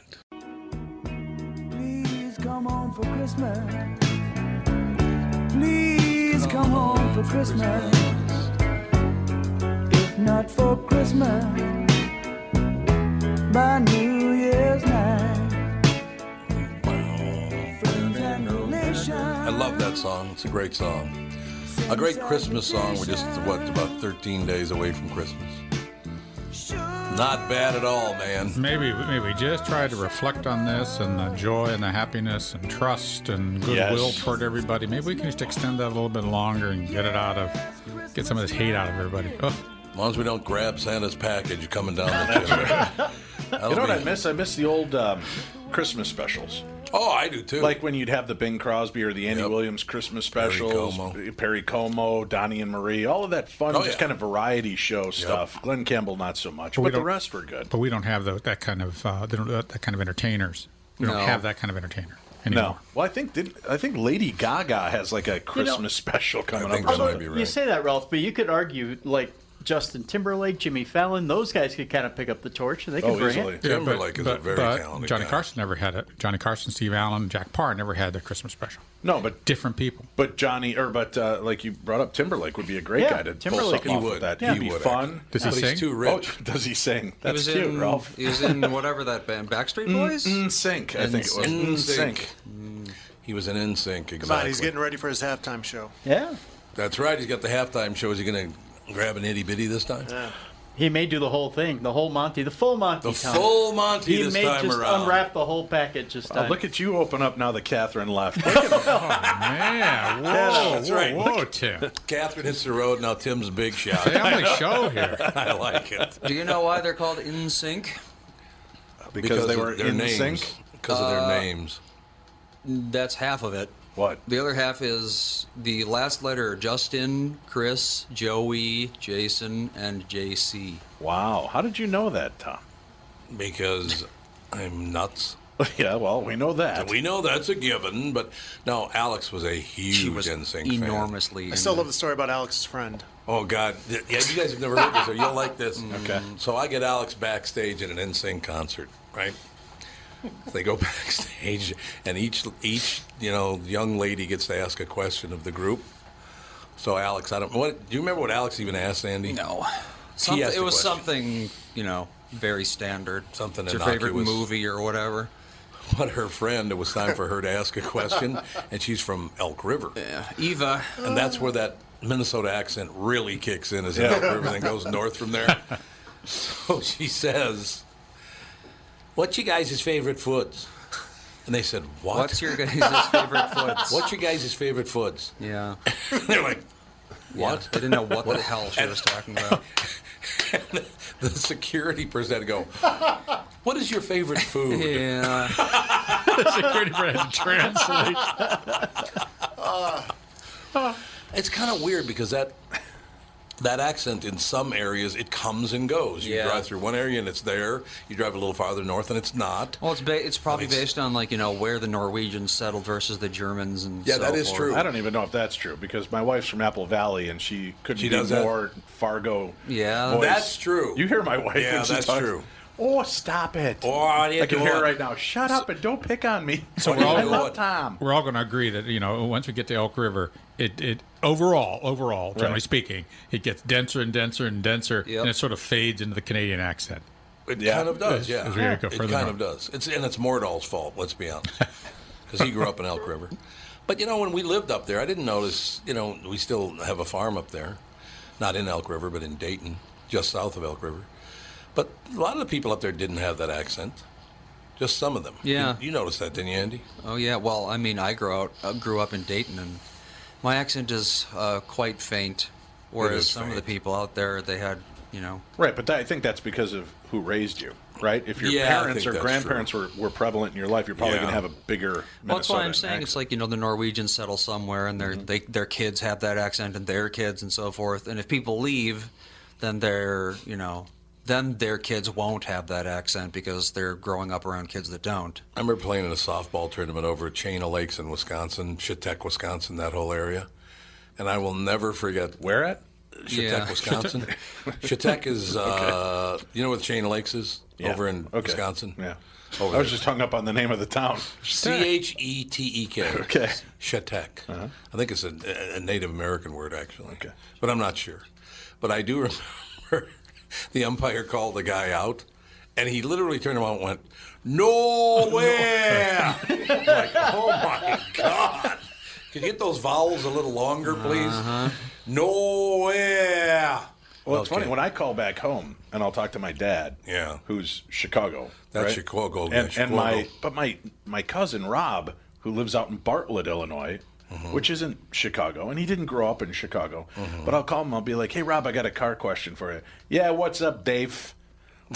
Speaker 6: Please come home for Christmas. Please come home for Christmas. If not for Christmas, by New Year's night. Friends and relations.
Speaker 1: I love that song. It's a great song. A great Christmas song. We're just, what, about 13 days away from Christmas. Not bad at all, man.
Speaker 20: Maybe, maybe just try to reflect on this and the joy and the happiness and trust and
Speaker 5: Yes.
Speaker 20: goodwill toward everybody. Maybe we can just extend that a little bit longer and get it out of, get some of this hate out of everybody. Ugh.
Speaker 1: As long as we don't grab Santa's package coming down the chimney.
Speaker 21: You know what I miss? I miss the old um, Christmas specials.
Speaker 1: Oh, I do too.
Speaker 21: Like when you'd have the Bing Crosby or the Andy Williams Christmas specials, Perry Como. Donnie and Marie, all of that fun,
Speaker 20: Oh,
Speaker 21: just
Speaker 20: yeah.
Speaker 21: kind of variety show stuff. Glenn Campbell, not so much,
Speaker 20: But we
Speaker 21: but the
Speaker 20: don't-
Speaker 21: rest were good.
Speaker 20: But we don't have tho- that kind of uh, they don't, that kind of entertainers. We
Speaker 21: No.
Speaker 20: don't have that kind of entertainer
Speaker 21: No,
Speaker 20: anymore.
Speaker 21: well, I think did I think Lady Gaga has like a Christmas special coming up. or something.
Speaker 22: You say that, Ralph, but you could argue like Justin Timberlake, Jimmy Fallon, those guys could kind of pick up the torch and they
Speaker 1: Oh,
Speaker 22: could bring it.
Speaker 20: Yeah, but- but- but Johnny Carson never had it. Johnny Carson, Steve Allen, Jack Parr never had their Christmas special.
Speaker 21: No, but
Speaker 20: different people.
Speaker 21: But Johnny, or but uh, like you brought up, Timberlake would be a great
Speaker 20: Yeah,
Speaker 21: guy to
Speaker 20: Timberlake
Speaker 21: pull
Speaker 20: would.
Speaker 21: something off
Speaker 20: He
Speaker 21: with
Speaker 20: would.
Speaker 21: that.
Speaker 20: He
Speaker 21: He'd be
Speaker 20: would,
Speaker 21: fun.
Speaker 20: Does he
Speaker 21: But
Speaker 20: sing?
Speaker 21: Oh, does he sing?
Speaker 2: He
Speaker 21: (laughs) That's
Speaker 2: was
Speaker 21: cute,
Speaker 2: in,
Speaker 21: Ralph. Mm.
Speaker 2: He
Speaker 21: (laughs)
Speaker 2: was in whatever that band, Backstreet Boys.
Speaker 21: Sync, I think it was.
Speaker 2: NSYNC.
Speaker 21: NSYNC.
Speaker 1: He was an NSYNC, exactly.
Speaker 14: Come on, he's getting ready for his halftime show.
Speaker 22: Yeah.
Speaker 1: That's right. He's got the halftime show. Is he going to grab an itty bitty this time?
Speaker 22: He may do the whole thing, the whole Monty, the full Monty.
Speaker 1: The
Speaker 22: Tom.
Speaker 1: full Monty
Speaker 22: He
Speaker 1: this
Speaker 22: may
Speaker 1: time
Speaker 22: just
Speaker 1: around.
Speaker 22: unwrap the whole package this
Speaker 21: Oh,
Speaker 22: time.
Speaker 21: look at you open up now that Catherine left.
Speaker 22: (laughs)
Speaker 20: Yeah, whoa,
Speaker 1: That's
Speaker 20: whoa,
Speaker 1: right.
Speaker 20: whoa, Tim.
Speaker 1: Catherine hits the road. Now Tim's a big shot.
Speaker 20: Family show here.
Speaker 1: (laughs) I like it.
Speaker 2: Do you know why they're called In Sync?
Speaker 21: Because they were
Speaker 1: of their
Speaker 21: in
Speaker 1: names.
Speaker 21: sync?
Speaker 1: Because of their
Speaker 2: Uh,
Speaker 1: names.
Speaker 2: That's half of it.
Speaker 21: What?
Speaker 2: The other half is the last letter: Justin, Chris, Joey, Jason, and JC.
Speaker 21: Wow, how did you know that, Tom?
Speaker 1: Because I'm nuts.
Speaker 21: (laughs) yeah, well, we know that.
Speaker 1: We know that's a given, but no, Alex was a huge NSYNC fan.
Speaker 14: I still love the story about Alex's friend.
Speaker 1: Oh God! Yeah, you guys have never heard this, or you'll like this. Okay. So I get Alex backstage at an NSYNC concert, right? They go (laughs) backstage, and each each you know young lady gets to ask a question of the group. So Alex, I don't what do you remember what Alex even asked Sandy? No.
Speaker 2: Something- it was
Speaker 1: something you know very standard. Something
Speaker 2: It's your favorite
Speaker 1: innocuous.
Speaker 2: movie or whatever.
Speaker 1: (laughs) But her friend, it was time for her to ask a question, and she's from Elk River. Yeah,
Speaker 2: Eva.
Speaker 1: And that's where that Minnesota accent really kicks in, is
Speaker 2: Yeah.
Speaker 1: Elk River, then goes north from there. So she says, "What's your guys' favorite foods?" And they said, "What?
Speaker 2: What's your guys' favorite foods?
Speaker 1: (laughs) What's your guys' favorite foods?" (laughs)
Speaker 2: Yeah.
Speaker 1: They're like, "What?"
Speaker 2: I didn't know what the hell she was talking
Speaker 1: (laughs)
Speaker 2: about.
Speaker 1: the security person had to go, "What is your favorite food?"
Speaker 2: (laughs) Yeah.
Speaker 20: security person translates.
Speaker 1: It's kind of weird because that that accent in some areas it comes and goes. You
Speaker 2: Yeah.
Speaker 1: drive through one area and it's there. You drive a little farther north and it's not.
Speaker 2: Well, it's ba- it's probably based on like you know where the Norwegians settled versus the Germans and so forth.
Speaker 21: I don't even know if that's true because my wife's from Apple Valley and she couldn't
Speaker 2: She
Speaker 21: be
Speaker 2: does that?
Speaker 21: more Fargo.
Speaker 2: Yeah,
Speaker 21: voice.
Speaker 2: that's
Speaker 1: true.
Speaker 21: You hear my wife?
Speaker 1: Yeah,
Speaker 21: when she
Speaker 1: that's
Speaker 21: talks,
Speaker 1: true.
Speaker 21: Oh, stop it! Oh, I can hear it right now. Shut up and don't pick on me.
Speaker 20: So we're all
Speaker 21: (laughs) I love Tom.
Speaker 20: We're all going to agree that you know once we get to Elk River, it it overall overall generally
Speaker 21: Right.
Speaker 20: speaking, it gets denser and denser and denser, and it sort of fades into the Canadian accent.
Speaker 1: It kind of does,
Speaker 20: As-
Speaker 1: yeah.
Speaker 20: as we go
Speaker 1: it
Speaker 20: further
Speaker 1: kind
Speaker 20: north.
Speaker 1: of does. It's and it's Mordahl's fault. Let's
Speaker 20: (laughs)
Speaker 1: be honest, because he grew up in Elk River. But you know, when we lived up there, I didn't notice. You know, we still have a farm up there, not in Elk River, but in Dayton, just south of Elk River. But a lot of the people up there didn't have that accent. Just some of them.
Speaker 2: Yeah.
Speaker 1: You, you noticed that, didn't you, Andy?
Speaker 2: Oh yeah. Well, I mean, I grew out uh, grew up in Dayton, and my accent is uh, quite faint. Whereas
Speaker 21: is
Speaker 2: some of the people out there, they had, you know,
Speaker 21: Right, but that, I think that's because of who raised you, right? If your
Speaker 2: Yeah, I
Speaker 21: parents
Speaker 2: think
Speaker 21: or
Speaker 2: that's
Speaker 21: grandparents were, were prevalent in your life, you're probably
Speaker 2: Yeah.
Speaker 21: going to have a bigger.
Speaker 2: Well, that's why I'm saying
Speaker 21: Minnesotan accent. Mm-hmm.
Speaker 2: it's like you know the Norwegians settle somewhere and their they, their kids have that accent and their kids and so forth. And if people leave, then their you know then their kids won't have that accent because they're growing up around kids that don't.
Speaker 1: I remember playing in a softball tournament over at Chain of Lakes in Wisconsin, Chautauqua, Wisconsin, that whole area. And I will never forget.
Speaker 21: Where at?
Speaker 1: Chautauqua,
Speaker 21: Yeah.
Speaker 1: Wisconsin. Chautauqua is, uh, you know what Chain of Lakes is?
Speaker 21: Yeah.
Speaker 1: Over in
Speaker 21: Okay.
Speaker 1: Wisconsin?
Speaker 21: Yeah.
Speaker 1: Over
Speaker 21: I was
Speaker 1: there.
Speaker 21: just hung up on the name of the town.
Speaker 1: C H E T E K.
Speaker 21: Okay. Uh-huh.
Speaker 1: Shetek. I think it's a, a Native American word, actually. Okay. But I'm not sure. But I do (laughs) remember the umpire called the guy out, and he literally turned around and went,
Speaker 21: (laughs)
Speaker 1: Nowhere! like, oh my God. Could you get those vowels a little longer, please?
Speaker 21: Uh-huh.
Speaker 1: Nowhere!
Speaker 21: Well, it's
Speaker 1: Okay.
Speaker 21: funny when I call back home and I'll talk to my dad.
Speaker 1: Yeah.
Speaker 21: Who's Chicago?
Speaker 1: That's
Speaker 21: right?
Speaker 1: Chicago,
Speaker 21: And,
Speaker 1: yeah,
Speaker 21: and my
Speaker 1: Chicago.
Speaker 21: but my my cousin Rob, who lives out in Bartlett, Illinois.
Speaker 1: Mm-hmm.
Speaker 21: Which isn't Chicago, and he didn't grow up in Chicago. But I'll call him. I'll be like, "Hey, Rob, I got a car question for you." Yeah, what's up, Dave?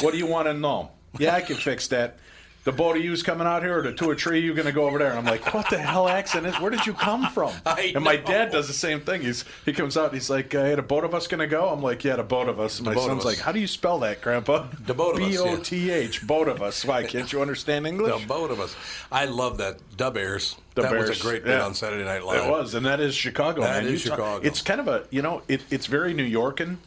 Speaker 21: What do you want to know? Yeah, I can fix that. The boat of you's coming out here, or the two of tree you gonna go over there? And I'm like, what the hell accent is? Where did you come
Speaker 1: (laughs)
Speaker 21: from? and my dad does the same thing. He's he comes out and he's like, uh, hey, the boat of us gonna go? I'm like, yeah, the boat of us. And
Speaker 1: The
Speaker 21: my
Speaker 1: boat of
Speaker 21: son's
Speaker 1: us.
Speaker 21: like, how do you spell that, Grandpa? The
Speaker 1: boat of us,
Speaker 21: B
Speaker 1: yeah.
Speaker 21: o t h, boat of us. Why can't you understand English?
Speaker 1: The boat of us. I love that. Dub Airs.
Speaker 21: The
Speaker 1: that was
Speaker 21: Bears.
Speaker 1: a great bit
Speaker 21: Yeah.
Speaker 1: on Saturday Night Live.
Speaker 21: It was, and that is Chicago.
Speaker 1: That
Speaker 21: man. You
Speaker 1: is
Speaker 21: talk-
Speaker 1: Chicago.
Speaker 21: It's kind of a you know, it, it's very New Yorkin.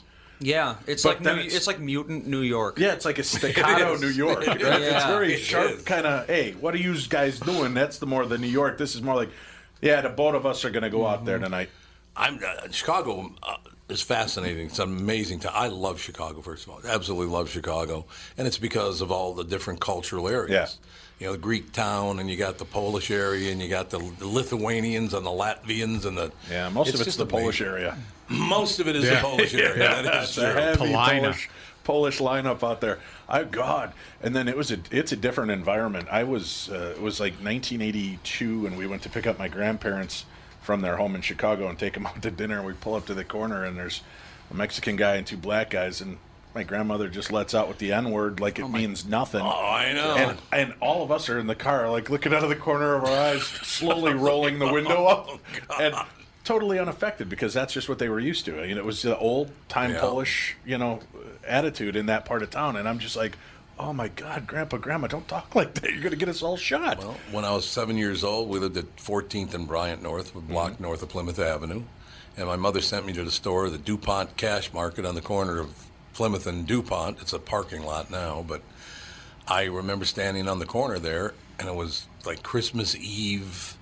Speaker 2: Yeah, it's
Speaker 21: But
Speaker 2: like New,
Speaker 21: then
Speaker 2: it's,
Speaker 21: it's-
Speaker 2: like mutant New York.
Speaker 21: Yeah, it's
Speaker 2: (laughs)
Speaker 21: like a staccato New York. Right? It's very
Speaker 2: It
Speaker 21: sharp,
Speaker 2: is.
Speaker 21: kind of. Hey, what are you guys doing? That's the more the New York. This is more like, yeah, the both of us are going to go out
Speaker 2: Mm-hmm.
Speaker 21: there tonight.
Speaker 1: I'm uh, Chicago uh, is fascinating. It's an amazing time. I love Chicago. First of all, absolutely love Chicago, and it's because of all the different cultural areas. You know, the Greek town, and you got the Polish area, and you got the, the Lithuanians and the Latvians and the
Speaker 21: Yeah, most of it's
Speaker 1: just
Speaker 21: the Polish
Speaker 1: amazing.
Speaker 21: area.
Speaker 1: Most of it is the Polish area.
Speaker 21: (laughs) Yeah,
Speaker 1: That is
Speaker 21: it's a
Speaker 1: true.
Speaker 21: heavy Polish, Polish lineup out there. I God, and then it was a it's a different environment. I was uh, it was like 1982, and we went to pick up my grandparents from their home in Chicago and take them (laughs) out to dinner. And we pull up to the corner, and there's a Mexican guy and two black guys, and my grandmother just lets out with the N word like it means nothing. Oh,
Speaker 1: I know.
Speaker 21: And, and all of us are in the car, like looking out of the corner of our eyes, slowly rolling
Speaker 1: (laughs)
Speaker 21: the
Speaker 1: Oh,
Speaker 21: window up, and totally unaffected because that's just what they were used to. You know, it was the old time
Speaker 1: Yeah.
Speaker 21: Polish, you know, attitude in that part of town. And I'm just like, oh my God, Grandpa, Grandma, don't talk like that. You're going to get us all shot.
Speaker 1: Well, when I was seven years old, we lived at 14th and Bryant North, a block north of Plymouth Avenue. And my mother sent me to the store, the DuPont Cash Market on the corner of Plymouth and DuPont. It's a parking lot now, but I remember standing on the corner there, and it was like Christmas Eve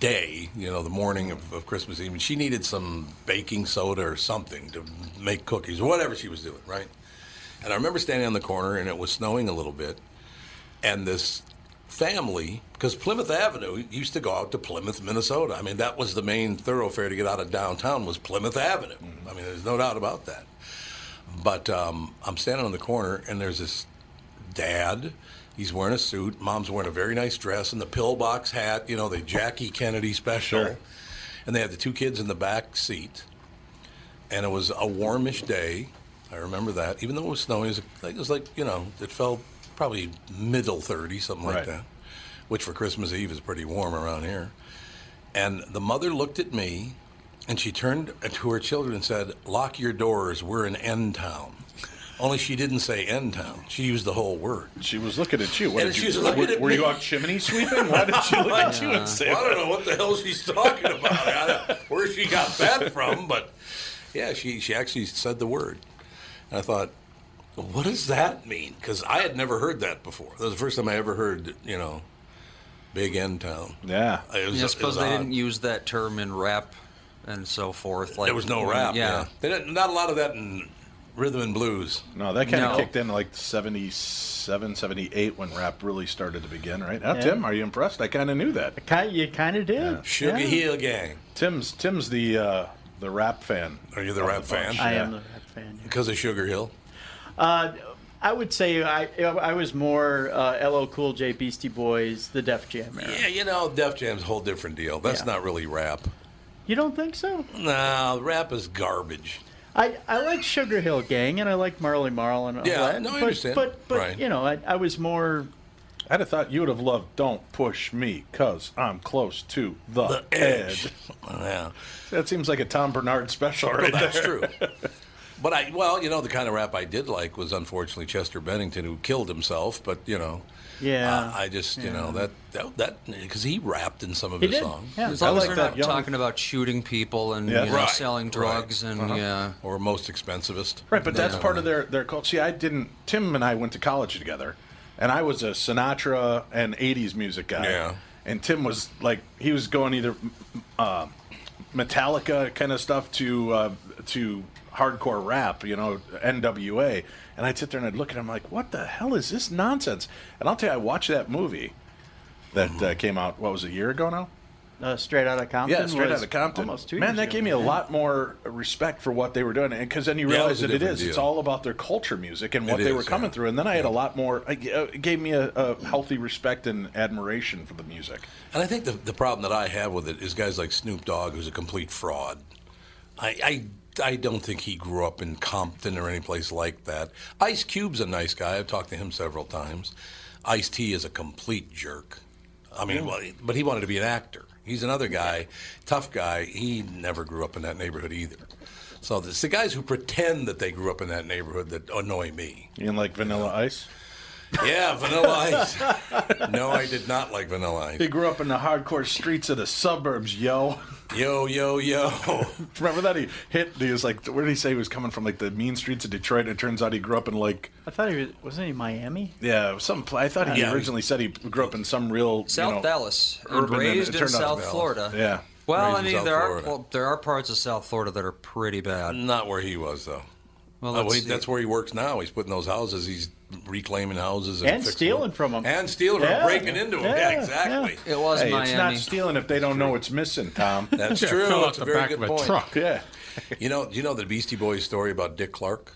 Speaker 1: day, you know, the morning of, of Christmas Eve. And she needed some baking soda or something to make cookies, whatever she was doing, right? And I remember standing on the corner, and it was snowing a little bit and this family because Plymouth Avenue used to go out to Plymouth, Minnesota. I mean, that was the main thoroughfare to get out of downtown was Plymouth Avenue. I mean, there's no doubt about that. But um, I'm standing on the corner, and there's this dad. He's wearing a suit. Mom's wearing a very nice dress and the pillbox hat. You know, the Jackie Kennedy special. And they had the two kids in the back seat and it was a warmish day. I remember that, even though it was snowing. It was, like- it was like you know, it felt probably middle 30, something like
Speaker 21: Right.
Speaker 1: that, which for Christmas Eve is pretty warm around here. And the mother looked at me, and she turned to her children and said, "Lock your doors. We're in End Town." Only she didn't say End Town. She used the whole word.
Speaker 21: She was looking at you.
Speaker 1: and
Speaker 21: did
Speaker 1: she
Speaker 21: you-
Speaker 1: was looking
Speaker 21: were-
Speaker 1: at
Speaker 21: were
Speaker 1: me.
Speaker 21: you out chimney sweeping? Why did
Speaker 1: (laughs)
Speaker 21: she look at you and say
Speaker 1: Well, I
Speaker 21: that?
Speaker 1: don't know what the hell she's talking about. I don't know where (laughs) she got that from, but yeah, she she actually said the word, and I thought, What does that mean? Because I had never heard that before. That was the first time I ever heard, you know, Big End Town.
Speaker 21: Yeah.
Speaker 1: It was,
Speaker 2: Yeah, I
Speaker 1: it
Speaker 2: suppose
Speaker 1: was
Speaker 2: they
Speaker 1: odd.
Speaker 2: didn't use that term in rap and so forth. Like
Speaker 1: there was no rap. Yeah. They didn't, not a lot of that in rhythm and blues.
Speaker 21: No, that kind of
Speaker 1: No.
Speaker 21: kicked in like 77, 78 when rap really started to begin, right? Now,
Speaker 1: Yeah.
Speaker 21: Tim, are you impressed? I kind of knew that.
Speaker 22: you kind of did.
Speaker 21: Sugar
Speaker 22: Yeah.
Speaker 21: Hill
Speaker 1: Gang.
Speaker 21: Tim's Tim's the uh, the rap fan.
Speaker 1: Are you the
Speaker 21: of
Speaker 1: rap
Speaker 21: bunch,
Speaker 1: fan?
Speaker 22: I
Speaker 21: yeah.
Speaker 22: am the rap fan.
Speaker 1: Because of Sugar Hill.
Speaker 22: Uh, I would say I I was more uh, LL Cool J, Beastie Boys, the Def Jam era.
Speaker 1: Yeah, you know, Def Jam's a whole different deal. That's
Speaker 22: Yeah.
Speaker 1: not really rap.
Speaker 22: You don't think so?
Speaker 1: Nah, rap is garbage.
Speaker 22: I, I like Sugar Hill Gang and I like Marley Marl and all
Speaker 1: Yeah,
Speaker 22: that.
Speaker 1: no, I
Speaker 22: but,
Speaker 21: understand.
Speaker 22: But but
Speaker 21: Right.
Speaker 22: you know I, I was more.
Speaker 21: I'd have thought you would have loved "Don't Push Me" because I'm close to the, The
Speaker 1: edge.
Speaker 21: edge.
Speaker 1: Yeah,
Speaker 21: that seems like a Tom Bernard special,
Speaker 1: Well,
Speaker 21: right (laughs)
Speaker 1: that's
Speaker 21: there.
Speaker 1: true. But I, well, you know, the kind of rap I did like was unfortunately Chester Bennington, who killed himself. But you know,
Speaker 22: Yeah.
Speaker 1: uh, I just you know that that that because he rapped in some of
Speaker 22: He
Speaker 1: his
Speaker 22: did,
Speaker 1: songs.
Speaker 22: yeah.
Speaker 2: As long
Speaker 1: I
Speaker 2: as
Speaker 1: like
Speaker 2: they're
Speaker 1: that
Speaker 2: not
Speaker 1: young-
Speaker 2: talking about shooting people and you know, selling drugs and
Speaker 1: Uh-huh.
Speaker 2: yeah.
Speaker 1: or most expensivest.
Speaker 21: Right, but that's part of their their culture. See, I didn't. Tim and I went to college together, and I was a Sinatra and '80s music guy.
Speaker 1: Yeah.
Speaker 21: And Tim was like, he was going either uh, Metallica kind of stuff to uh, to hardcore rap, you know, NWA. And I'd sit there and I'd look at him like, what the hell is this nonsense? And I'll tell you, I watched that movie that uh, came out. What was it, a year ago now?
Speaker 22: Uh, straight out of Compton.
Speaker 21: Yeah, straight
Speaker 22: was
Speaker 21: out of Compton.
Speaker 22: Almost two
Speaker 21: Man,
Speaker 22: years
Speaker 21: that
Speaker 22: ago.
Speaker 21: gave me a lot more respect for what they were doing, because then you Yeah, it realize was a that it different is. It's deal. all about their culture, music, and what It they were is, coming yeah. through. And then I had a lot more. I- uh, It gave me a, a healthy respect and admiration for the music.
Speaker 1: And I think the, the problem that I have with it is guys like Snoop Dogg, who's a complete fraud. I, I, I don't think he grew up in Compton or any place like that. Ice Cube's a nice guy. I've talked to him several times. Ice T is a complete jerk. I mean,
Speaker 21: Yeah.
Speaker 1: well, but he wanted to be an actor. He's another guy, tough guy. He never grew up in that neighborhood either. So it's the guys who pretend that they grew up in that neighborhood that annoy me.
Speaker 21: You didn't like Vanilla Ice?
Speaker 1: Yeah,
Speaker 21: (laughs)
Speaker 1: Vanilla Ice. (laughs) no, I did not like Vanilla Ice.
Speaker 21: They grew up in the hardcore streets of the suburbs, yo.
Speaker 1: Yo, yo, yo.
Speaker 21: (laughs) Remember that he hit? He was like, where did he say he was coming from? Like the mean streets of Detroit. And it turns out he grew up in like,
Speaker 22: I thought he was wasn't he Miami?
Speaker 21: yeah, some. pla- I thought he
Speaker 22: Yeah.
Speaker 21: originally said he grew up in some real
Speaker 2: South
Speaker 21: you know,
Speaker 2: Dallas, and
Speaker 21: urban, it
Speaker 2: raised in
Speaker 21: turned out to
Speaker 2: South
Speaker 21: be-
Speaker 2: Florida.
Speaker 21: Yeah.
Speaker 2: Well,
Speaker 1: Raised
Speaker 2: I
Speaker 1: in
Speaker 2: mean,
Speaker 1: South
Speaker 2: there
Speaker 1: Florida.
Speaker 2: are well, there are parts of South Florida that are pretty bad.
Speaker 1: Not where he was though.
Speaker 2: Well,
Speaker 1: Oh,
Speaker 2: that's,
Speaker 1: he- that's where he works now. He's putting those houses. He's reclaiming houses and,
Speaker 22: And
Speaker 1: fixing
Speaker 22: stealing
Speaker 1: them.
Speaker 22: from them.
Speaker 1: And stealing from 'em,
Speaker 22: Yeah.
Speaker 1: breaking into them. Yeah,
Speaker 22: Yeah,
Speaker 1: exactly.
Speaker 22: yeah. It was
Speaker 21: hey, it's not
Speaker 22: Miami.
Speaker 21: stealing if they don't know what's missing, Tom.
Speaker 1: (laughs) That's true. That's a very good point.
Speaker 21: Yeah.
Speaker 1: you know, do you know the Beastie Boys story about Dick Clark?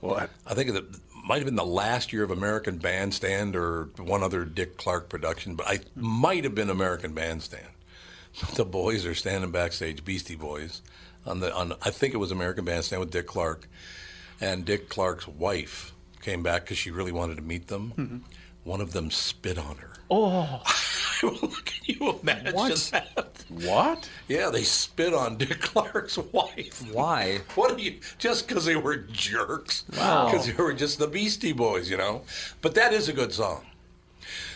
Speaker 21: What?
Speaker 1: I think it might have been the last year of American Bandstand or one other Dick Clark production, but I might have been American Bandstand. (laughs) The boys are standing backstage, Beastie Boys, on the on. I think it was American Bandstand with Dick Clark, and Dick Clark's wife came back because she really wanted to meet them. One of them spit on her.
Speaker 22: Oh,
Speaker 1: Can you (laughs) imagine that?
Speaker 21: What?
Speaker 1: Yeah, they spit on Dick Clark's (laughs) wife.
Speaker 2: Why?
Speaker 1: What are you? Just because they were jerks.
Speaker 21: Wow.
Speaker 1: Because they were just the Beastie Boys, you know. But that is a good song.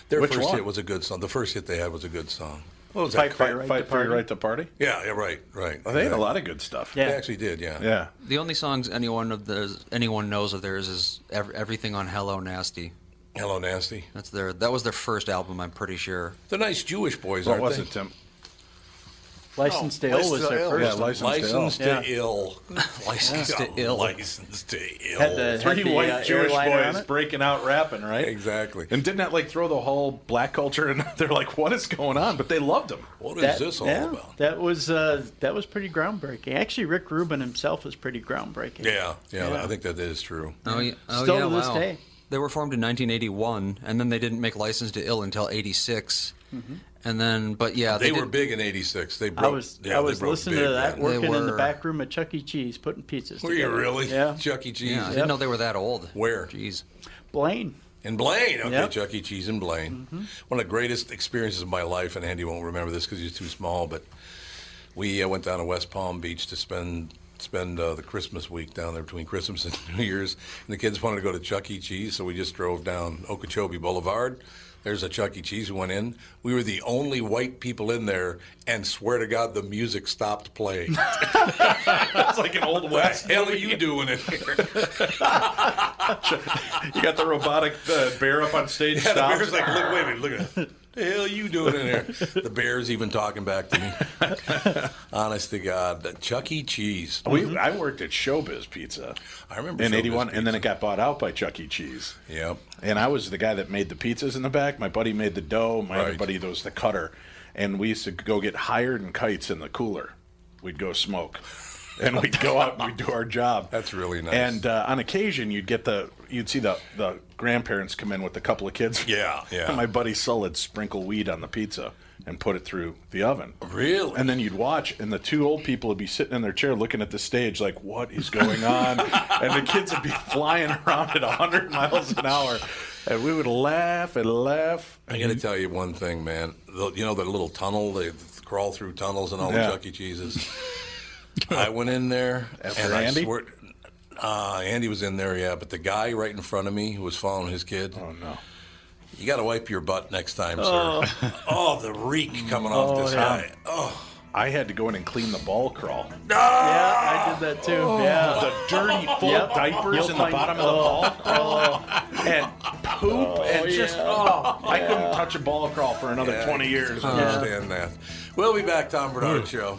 Speaker 1: Their
Speaker 21: Which
Speaker 1: first
Speaker 21: one?
Speaker 1: hit was a good song. The first hit they had was a good song.
Speaker 21: What was
Speaker 1: Fight
Speaker 21: that?
Speaker 1: for
Speaker 21: Fight,
Speaker 1: your right
Speaker 21: fight
Speaker 1: to
Speaker 21: for your
Speaker 1: party?
Speaker 21: right to party?
Speaker 1: Yeah, yeah, right, right.
Speaker 21: Oh, they had a lot of good stuff.
Speaker 1: Yeah.
Speaker 21: Yeah.
Speaker 1: They actually did, yeah.
Speaker 21: Yeah.
Speaker 2: The only songs anyone of theirs, anyone knows of theirs is ev- everything on Hello Nasty.
Speaker 1: Hello Nasty.
Speaker 2: That's their. That was their first album, I'm pretty sure.
Speaker 1: They're nice Jewish boys,
Speaker 21: What
Speaker 1: aren't
Speaker 21: was
Speaker 1: they?
Speaker 21: it, Tim?
Speaker 1: Oh,
Speaker 22: Licensed to Ill was their
Speaker 1: Yeah,
Speaker 22: first. one.
Speaker 1: licensed, to ill. Licensed
Speaker 22: Yeah.
Speaker 1: to ill. (laughs) Licensed to ill.
Speaker 22: Had the-
Speaker 21: Three
Speaker 22: the,
Speaker 21: white
Speaker 22: uh,
Speaker 21: Jewish
Speaker 22: airliner on
Speaker 21: boys
Speaker 22: it?
Speaker 21: breaking out rapping, right?
Speaker 1: Exactly.
Speaker 21: And didn't that like throw the whole black culture? And (laughs) they're like, "What is going on?" But they loved them.
Speaker 1: What
Speaker 21: is
Speaker 1: is
Speaker 22: That- yeah, That was uh, that was pretty groundbreaking. Actually, Rick Rubin himself was pretty groundbreaking.
Speaker 1: Yeah, yeah,
Speaker 22: Yeah.
Speaker 1: I think that is true.
Speaker 2: Oh yeah. Oh,
Speaker 22: Still
Speaker 2: yeah,
Speaker 22: to this
Speaker 2: wow.
Speaker 22: day.
Speaker 2: They were formed in 1981, and then they didn't make License to Ill until '86.
Speaker 22: Mm-hmm.
Speaker 2: And then, but yeah,
Speaker 1: They,
Speaker 2: they,
Speaker 1: were
Speaker 2: did-
Speaker 1: big in '86. They broke,
Speaker 22: I was
Speaker 1: yeah,
Speaker 22: I
Speaker 1: they
Speaker 22: was
Speaker 1: broke
Speaker 22: listening
Speaker 1: big
Speaker 22: to that
Speaker 1: then.
Speaker 22: working in the
Speaker 2: were-
Speaker 22: back room of Chuck E. Cheese putting pizzas.
Speaker 1: Were you
Speaker 22: together.
Speaker 1: really?
Speaker 22: Yeah.
Speaker 1: Chuck E. Cheese.
Speaker 2: Yeah, I didn't know they were that old.
Speaker 1: Where?
Speaker 2: Jeez.
Speaker 22: Blaine.
Speaker 1: In Blaine. Okay,
Speaker 22: Yep. Mm-hmm.
Speaker 1: Chuck E. Cheese in Blaine. One of the greatest experiences of my life, and Andy won't remember this because he's too small, but we uh, went down to West Palm Beach to spend spend uh, the Christmas week down there between Christmas (laughs) and New Year's. And the kids wanted to go to Chuck E. Cheese, so we just drove down Okeechobee Boulevard. There's a Chuck E. Cheese we went in. We were the only white people in there, and swear to God, the music stopped playing. (laughs)
Speaker 21: it's like an old
Speaker 1: What
Speaker 21: west.
Speaker 1: the hell are you doing in here?
Speaker 21: (laughs) You got the robotic uh, bear up on
Speaker 1: (laughs)
Speaker 21: stage.
Speaker 1: Yeah, the
Speaker 21: stops.
Speaker 1: bear's like, look, wait a minute, look at that. The hell are you doing in here? The bear's even talking back to me. (laughs) Honest to God, the Chuck E. Cheese.
Speaker 21: We, I worked at Showbiz Pizza.
Speaker 1: I remember
Speaker 21: (laughs) in
Speaker 1: Showbiz
Speaker 21: '81, and then it got bought out by Chuck E. Cheese.
Speaker 1: Yep.
Speaker 21: And I was the guy that made the pizzas in the back. My buddy made the dough. My other
Speaker 1: Right.
Speaker 21: buddy was the cutter. And we used to go get hired in kites in the cooler. We'd go smoke, and we'd go out and we'd do our
Speaker 1: (laughs)
Speaker 21: job.
Speaker 1: That's really nice.
Speaker 21: And uh, on occasion, you'd get the you'd see the the grandparents come in with a couple of kids.
Speaker 1: Yeah, yeah.
Speaker 21: And (laughs) my buddy Sullid sprinkle weed on the pizza and put it through the oven.
Speaker 1: Really?
Speaker 21: And then you'd watch, and the two old people would be sitting in their chair looking at the stage, like, "What is going
Speaker 1: (laughs)
Speaker 21: on?" and the kids would be flying around at 100 miles an hour, and we would laugh and laugh.
Speaker 1: I got to tell you one thing, man. The, you know the little tunnel they crawl through tunnels and all
Speaker 21: Yeah.
Speaker 1: the Chuck E. Cheeses. I went in there
Speaker 21: (laughs) After
Speaker 1: and
Speaker 21: Andy?
Speaker 1: I swear, uh, Andy was in there, yeah. But the guy right in front of me who was following his kid. Oh
Speaker 21: no!
Speaker 1: You got to wipe your butt next time,
Speaker 21: Oh.
Speaker 1: sir. (laughs) oh, the
Speaker 23: Mm.
Speaker 1: reek coming off
Speaker 21: Oh,
Speaker 1: this
Speaker 21: yeah.
Speaker 1: guy. Oh.
Speaker 21: I had to go in and clean the ball crawl.
Speaker 23: Yeah, I did that too. yeah.
Speaker 21: The dirty full
Speaker 23: Yep.
Speaker 21: of diapers
Speaker 23: You'll
Speaker 21: in
Speaker 23: find-
Speaker 21: the bottom of the ball crawl and poop and just oh, I couldn't touch a ball crawl for another
Speaker 1: Yeah,
Speaker 21: 20 years. Hmm.
Speaker 1: I understand that. We'll be back, Tom Bernard Show.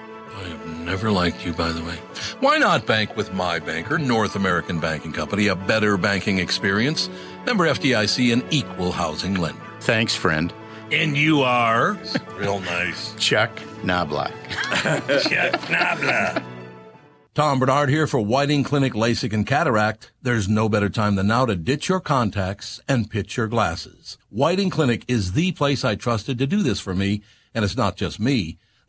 Speaker 1: I have never liked you, by the way. Why not bank with my banker, North American Banking Company, a better banking experience? Member FDIC, an equal housing lender.
Speaker 11: Thanks, friend.
Speaker 1: And you are? Real nice.
Speaker 11: Chuck (laughs) Knobloch.
Speaker 1: Chuck Knobloch. Tom Bernard here for Whiting Clinic LASIK and Cataract. There's no better time than now to ditch your contacts and pitch your glasses. Whiting Clinic is the place I trusted to do this for me, and it's not just me.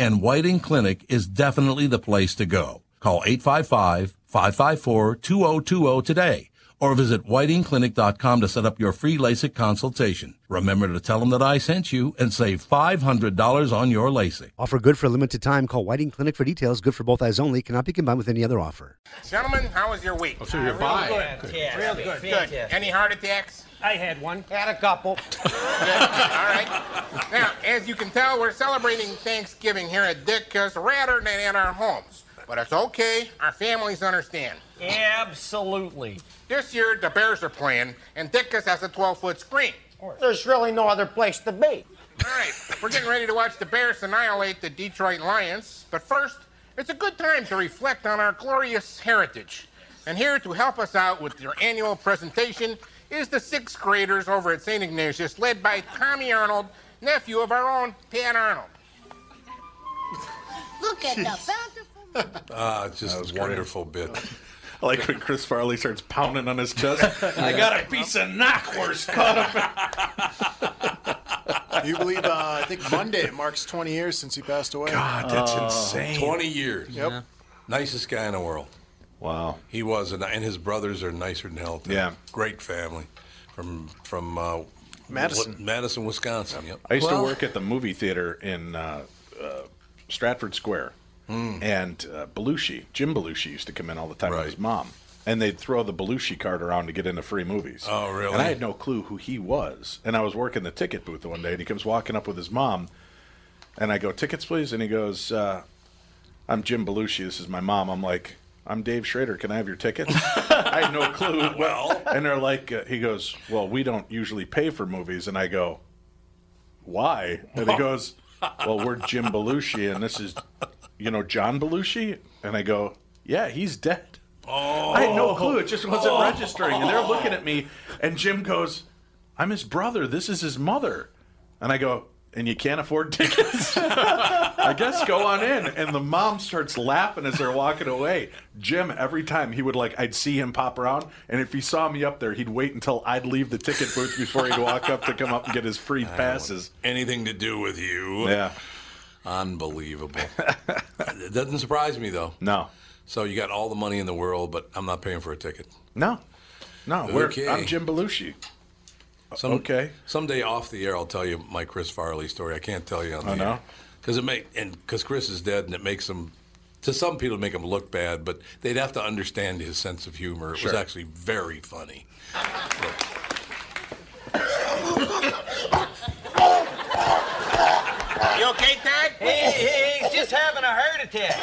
Speaker 1: And Whiting Clinic is definitely the place to go. Call 855-554-2020 today or visit whitingclinic.com to set up your free LASIK consultation. Remember to tell them that I sent you and save $500 on your LASIK.
Speaker 12: Offer good for a limited time. Call Whiting Clinic for details. Good for both eyes only. Cannot be combined with any other offer.
Speaker 24: Gentlemen, how was your week?
Speaker 12: Oh, so you're
Speaker 24: Real
Speaker 12: bi.
Speaker 24: good.
Speaker 12: Fantastic.
Speaker 24: Real good. Good. Fantastic. Any heart attacks? I had one. Had a
Speaker 12: (laughs)
Speaker 24: couple. All right. Now, as you can tell, we're celebrating Thanksgiving here at Ditka's rather than at our homes. But it's okay. Our families understand. Absolutely. This year, the Bears are playing, and Ditka's has a 12-foot screen.
Speaker 19: There's really no other place to be.
Speaker 24: We're getting ready to watch the Bears annihilate the Detroit Lions, but first, it's a good time to reflect on our glorious heritage. And here to help us out with your annual presentation is the sixth graders over at St. Ignatius, led by Tommy Arnold, nephew of our own Pat Arnold. Look at the (laughs)
Speaker 1: Ah, it's just a wonderful
Speaker 21: (laughs)
Speaker 1: bit.
Speaker 21: I like when Chris Farley starts pounding on his chest. I got a piece of knockwurst caught up.
Speaker 14: (laughs) You believe? Uh, I think Monday it marks 20 years since he passed away.
Speaker 21: Ah,
Speaker 1: God, that's Oh. insane. 20 years.
Speaker 14: Yep.
Speaker 1: Yeah. Nicest guy in the world.
Speaker 21: Wow.
Speaker 1: He was, and, and his brothers are nicer than hell. Too.
Speaker 21: Yeah.
Speaker 1: Great family from from uh,
Speaker 21: Madison.
Speaker 1: Wi- Madison, Wisconsin. Yep.
Speaker 21: I used to work at the movie theater in uh, uh,
Speaker 1: Hmm.
Speaker 21: Stratford Square, and uh, Belushi, Jim Belushi, used to come in all the time with his mom. and they'd throw the Belushi card around to get into free movies.
Speaker 1: Oh, really?
Speaker 21: And I had no clue who he was. And I was working the ticket booth one day, and he comes walking up with his mom, and I go, "Tickets, please." And he goes, uh, "I'm Jim Belushi. This is my mom." I'm like, "I'm Dave Schrader. Can I have your (laughs) tickets?" I had no clue. (laughs) Well, and they're like, uh, he goes, "Well, we don't usually pay for movies," and I go, "Why?" And he goes, "Well, we're Jim Belushi, and this is, you know, John Belushi." And I go, "Yeah, he's dead."
Speaker 1: Oh,
Speaker 21: I had no clue. It just wasn't Oh. registering. And they're looking at me, and Jim goes, I'm his brother. This is his mother. And I go, and you can't afford tickets? I guess go on in. And the mom starts laughing as they're walking away. Jim, every time he would like, I'd see him pop around, and if he saw me up there, he'd wait until I'd leave the ticket booth before he'd walk up to come up and get his free
Speaker 1: (laughs) I don't
Speaker 21: passes.
Speaker 1: want Anything to do with you?
Speaker 21: Yeah.
Speaker 1: Unbelievable. it doesn't surprise me though.
Speaker 21: No.
Speaker 1: So you got all the money in the world, but I'm not paying for a ticket.
Speaker 21: No, no. we're-
Speaker 1: Okay.
Speaker 21: I'm Jim Belushi.
Speaker 1: Some,
Speaker 21: okay.
Speaker 1: Someday off the air, I'll tell you my Chris Farley story. I can't tell you on the
Speaker 21: Oh, no?
Speaker 1: because it may and because Chris is dead, and it makes him to some people it make him look bad, but they'd have to understand his sense of humor. It
Speaker 21: Sure.
Speaker 1: was actually very funny.
Speaker 24: You okay, Todd?
Speaker 13: Hey, hey, he's just having a heart attack.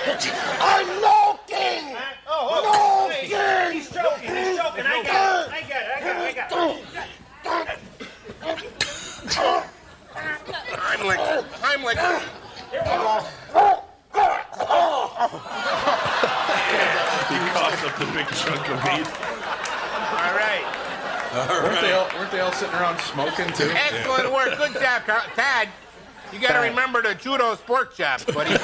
Speaker 10: I'm knocking!
Speaker 13: oh,
Speaker 10: Knocking!
Speaker 13: wait. He's joking, he's joking. I got it, I got it, I got it, I got it.
Speaker 24: I'm like, I'm like,
Speaker 10: Oh.
Speaker 21: He coughs up the big chunk of meat.
Speaker 24: all right.
Speaker 21: Weren't, they all, weren't they all sitting around smoking too?
Speaker 24: Excellent work. Good job, Carl- Todd. You got to remember to judo pork chops, buddy.
Speaker 1: (laughs)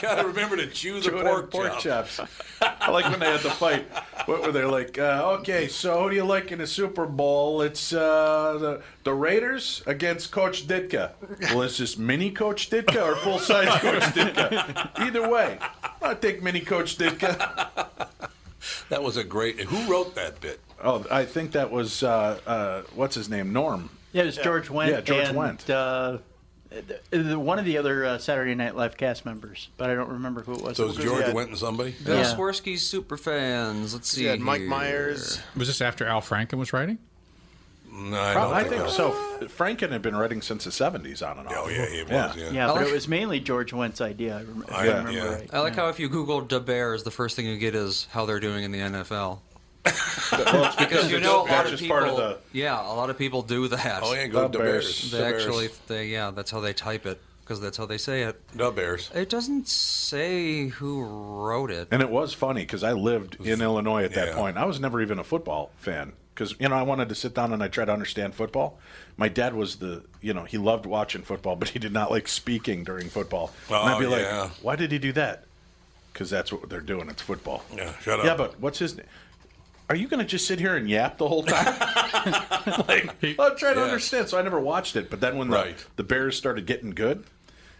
Speaker 1: Gotta remember to chew the
Speaker 21: Chewing
Speaker 1: pork,
Speaker 21: on pork
Speaker 1: chop. (laughs)
Speaker 21: chops. I like when they had the fight. What were they like? Uh, okay, so who do you like in the Super Bowl? It's uh, the, the Raiders against Coach Ditka. Well, is this mini Coach Ditka or full size
Speaker 1: (laughs)
Speaker 21: Coach Ditka? (laughs) Either way, I take mini Coach Ditka.
Speaker 1: That was a great. Who wrote that bit?
Speaker 21: Oh, I think that was uh, uh, what's his name, Norm.
Speaker 22: Yeah, it was George Wendt.
Speaker 21: Yeah, George
Speaker 22: and,
Speaker 21: Wendt.
Speaker 22: Uh, th- th- one of the other uh, Saturday Night Live cast members, but I don't remember who it was.
Speaker 1: So it was George Wendt and somebody?
Speaker 22: Bill Yeah.
Speaker 2: Swirsky's super fans. Let's see. here.
Speaker 20: Was this after Al Franken was writing?
Speaker 1: No, I
Speaker 21: Prob- I think, so. Franken had been writing since the '70s on and off. Oh yeah, he
Speaker 22: Yeah, but it was mainly George Wendt's idea. I, rem- if I remember right.
Speaker 2: I like how if you Google De Bears, the first thing you get is how they're doing in the
Speaker 1: (laughs)
Speaker 2: NFL.
Speaker 21: Well, it's
Speaker 2: because
Speaker 21: because
Speaker 2: you
Speaker 21: it's-
Speaker 2: know a lot
Speaker 21: that's
Speaker 2: of
Speaker 21: just
Speaker 2: people.
Speaker 21: part of the-
Speaker 2: yeah, a lot of people do that.
Speaker 1: Oh, yeah, go The Da Bears. Bears.
Speaker 2: They
Speaker 1: Da Bears.
Speaker 2: actually, they yeah, that's how they type it because that's how they say it.
Speaker 1: The Bears.
Speaker 2: It doesn't say who wrote it.
Speaker 21: And it was funny because I lived in Illinois at that point. I was never even a football fan because you know I wanted to sit down and I tried to understand football. My dad was the you know he loved watching football, (laughs) but he did not like speaking during football. and
Speaker 1: Oh,
Speaker 21: I'd be
Speaker 1: yeah.
Speaker 21: like, why did he do that? Because that's what they're doing. It's football.
Speaker 1: Yeah, shut up.
Speaker 21: Yeah, but what's his name? Are you going to just sit here and yap the whole time? (laughs)
Speaker 1: (laughs)
Speaker 21: like, I'm trying to
Speaker 1: Yeah.
Speaker 21: understand. So I never watched it. But then when the, the Bears started getting good,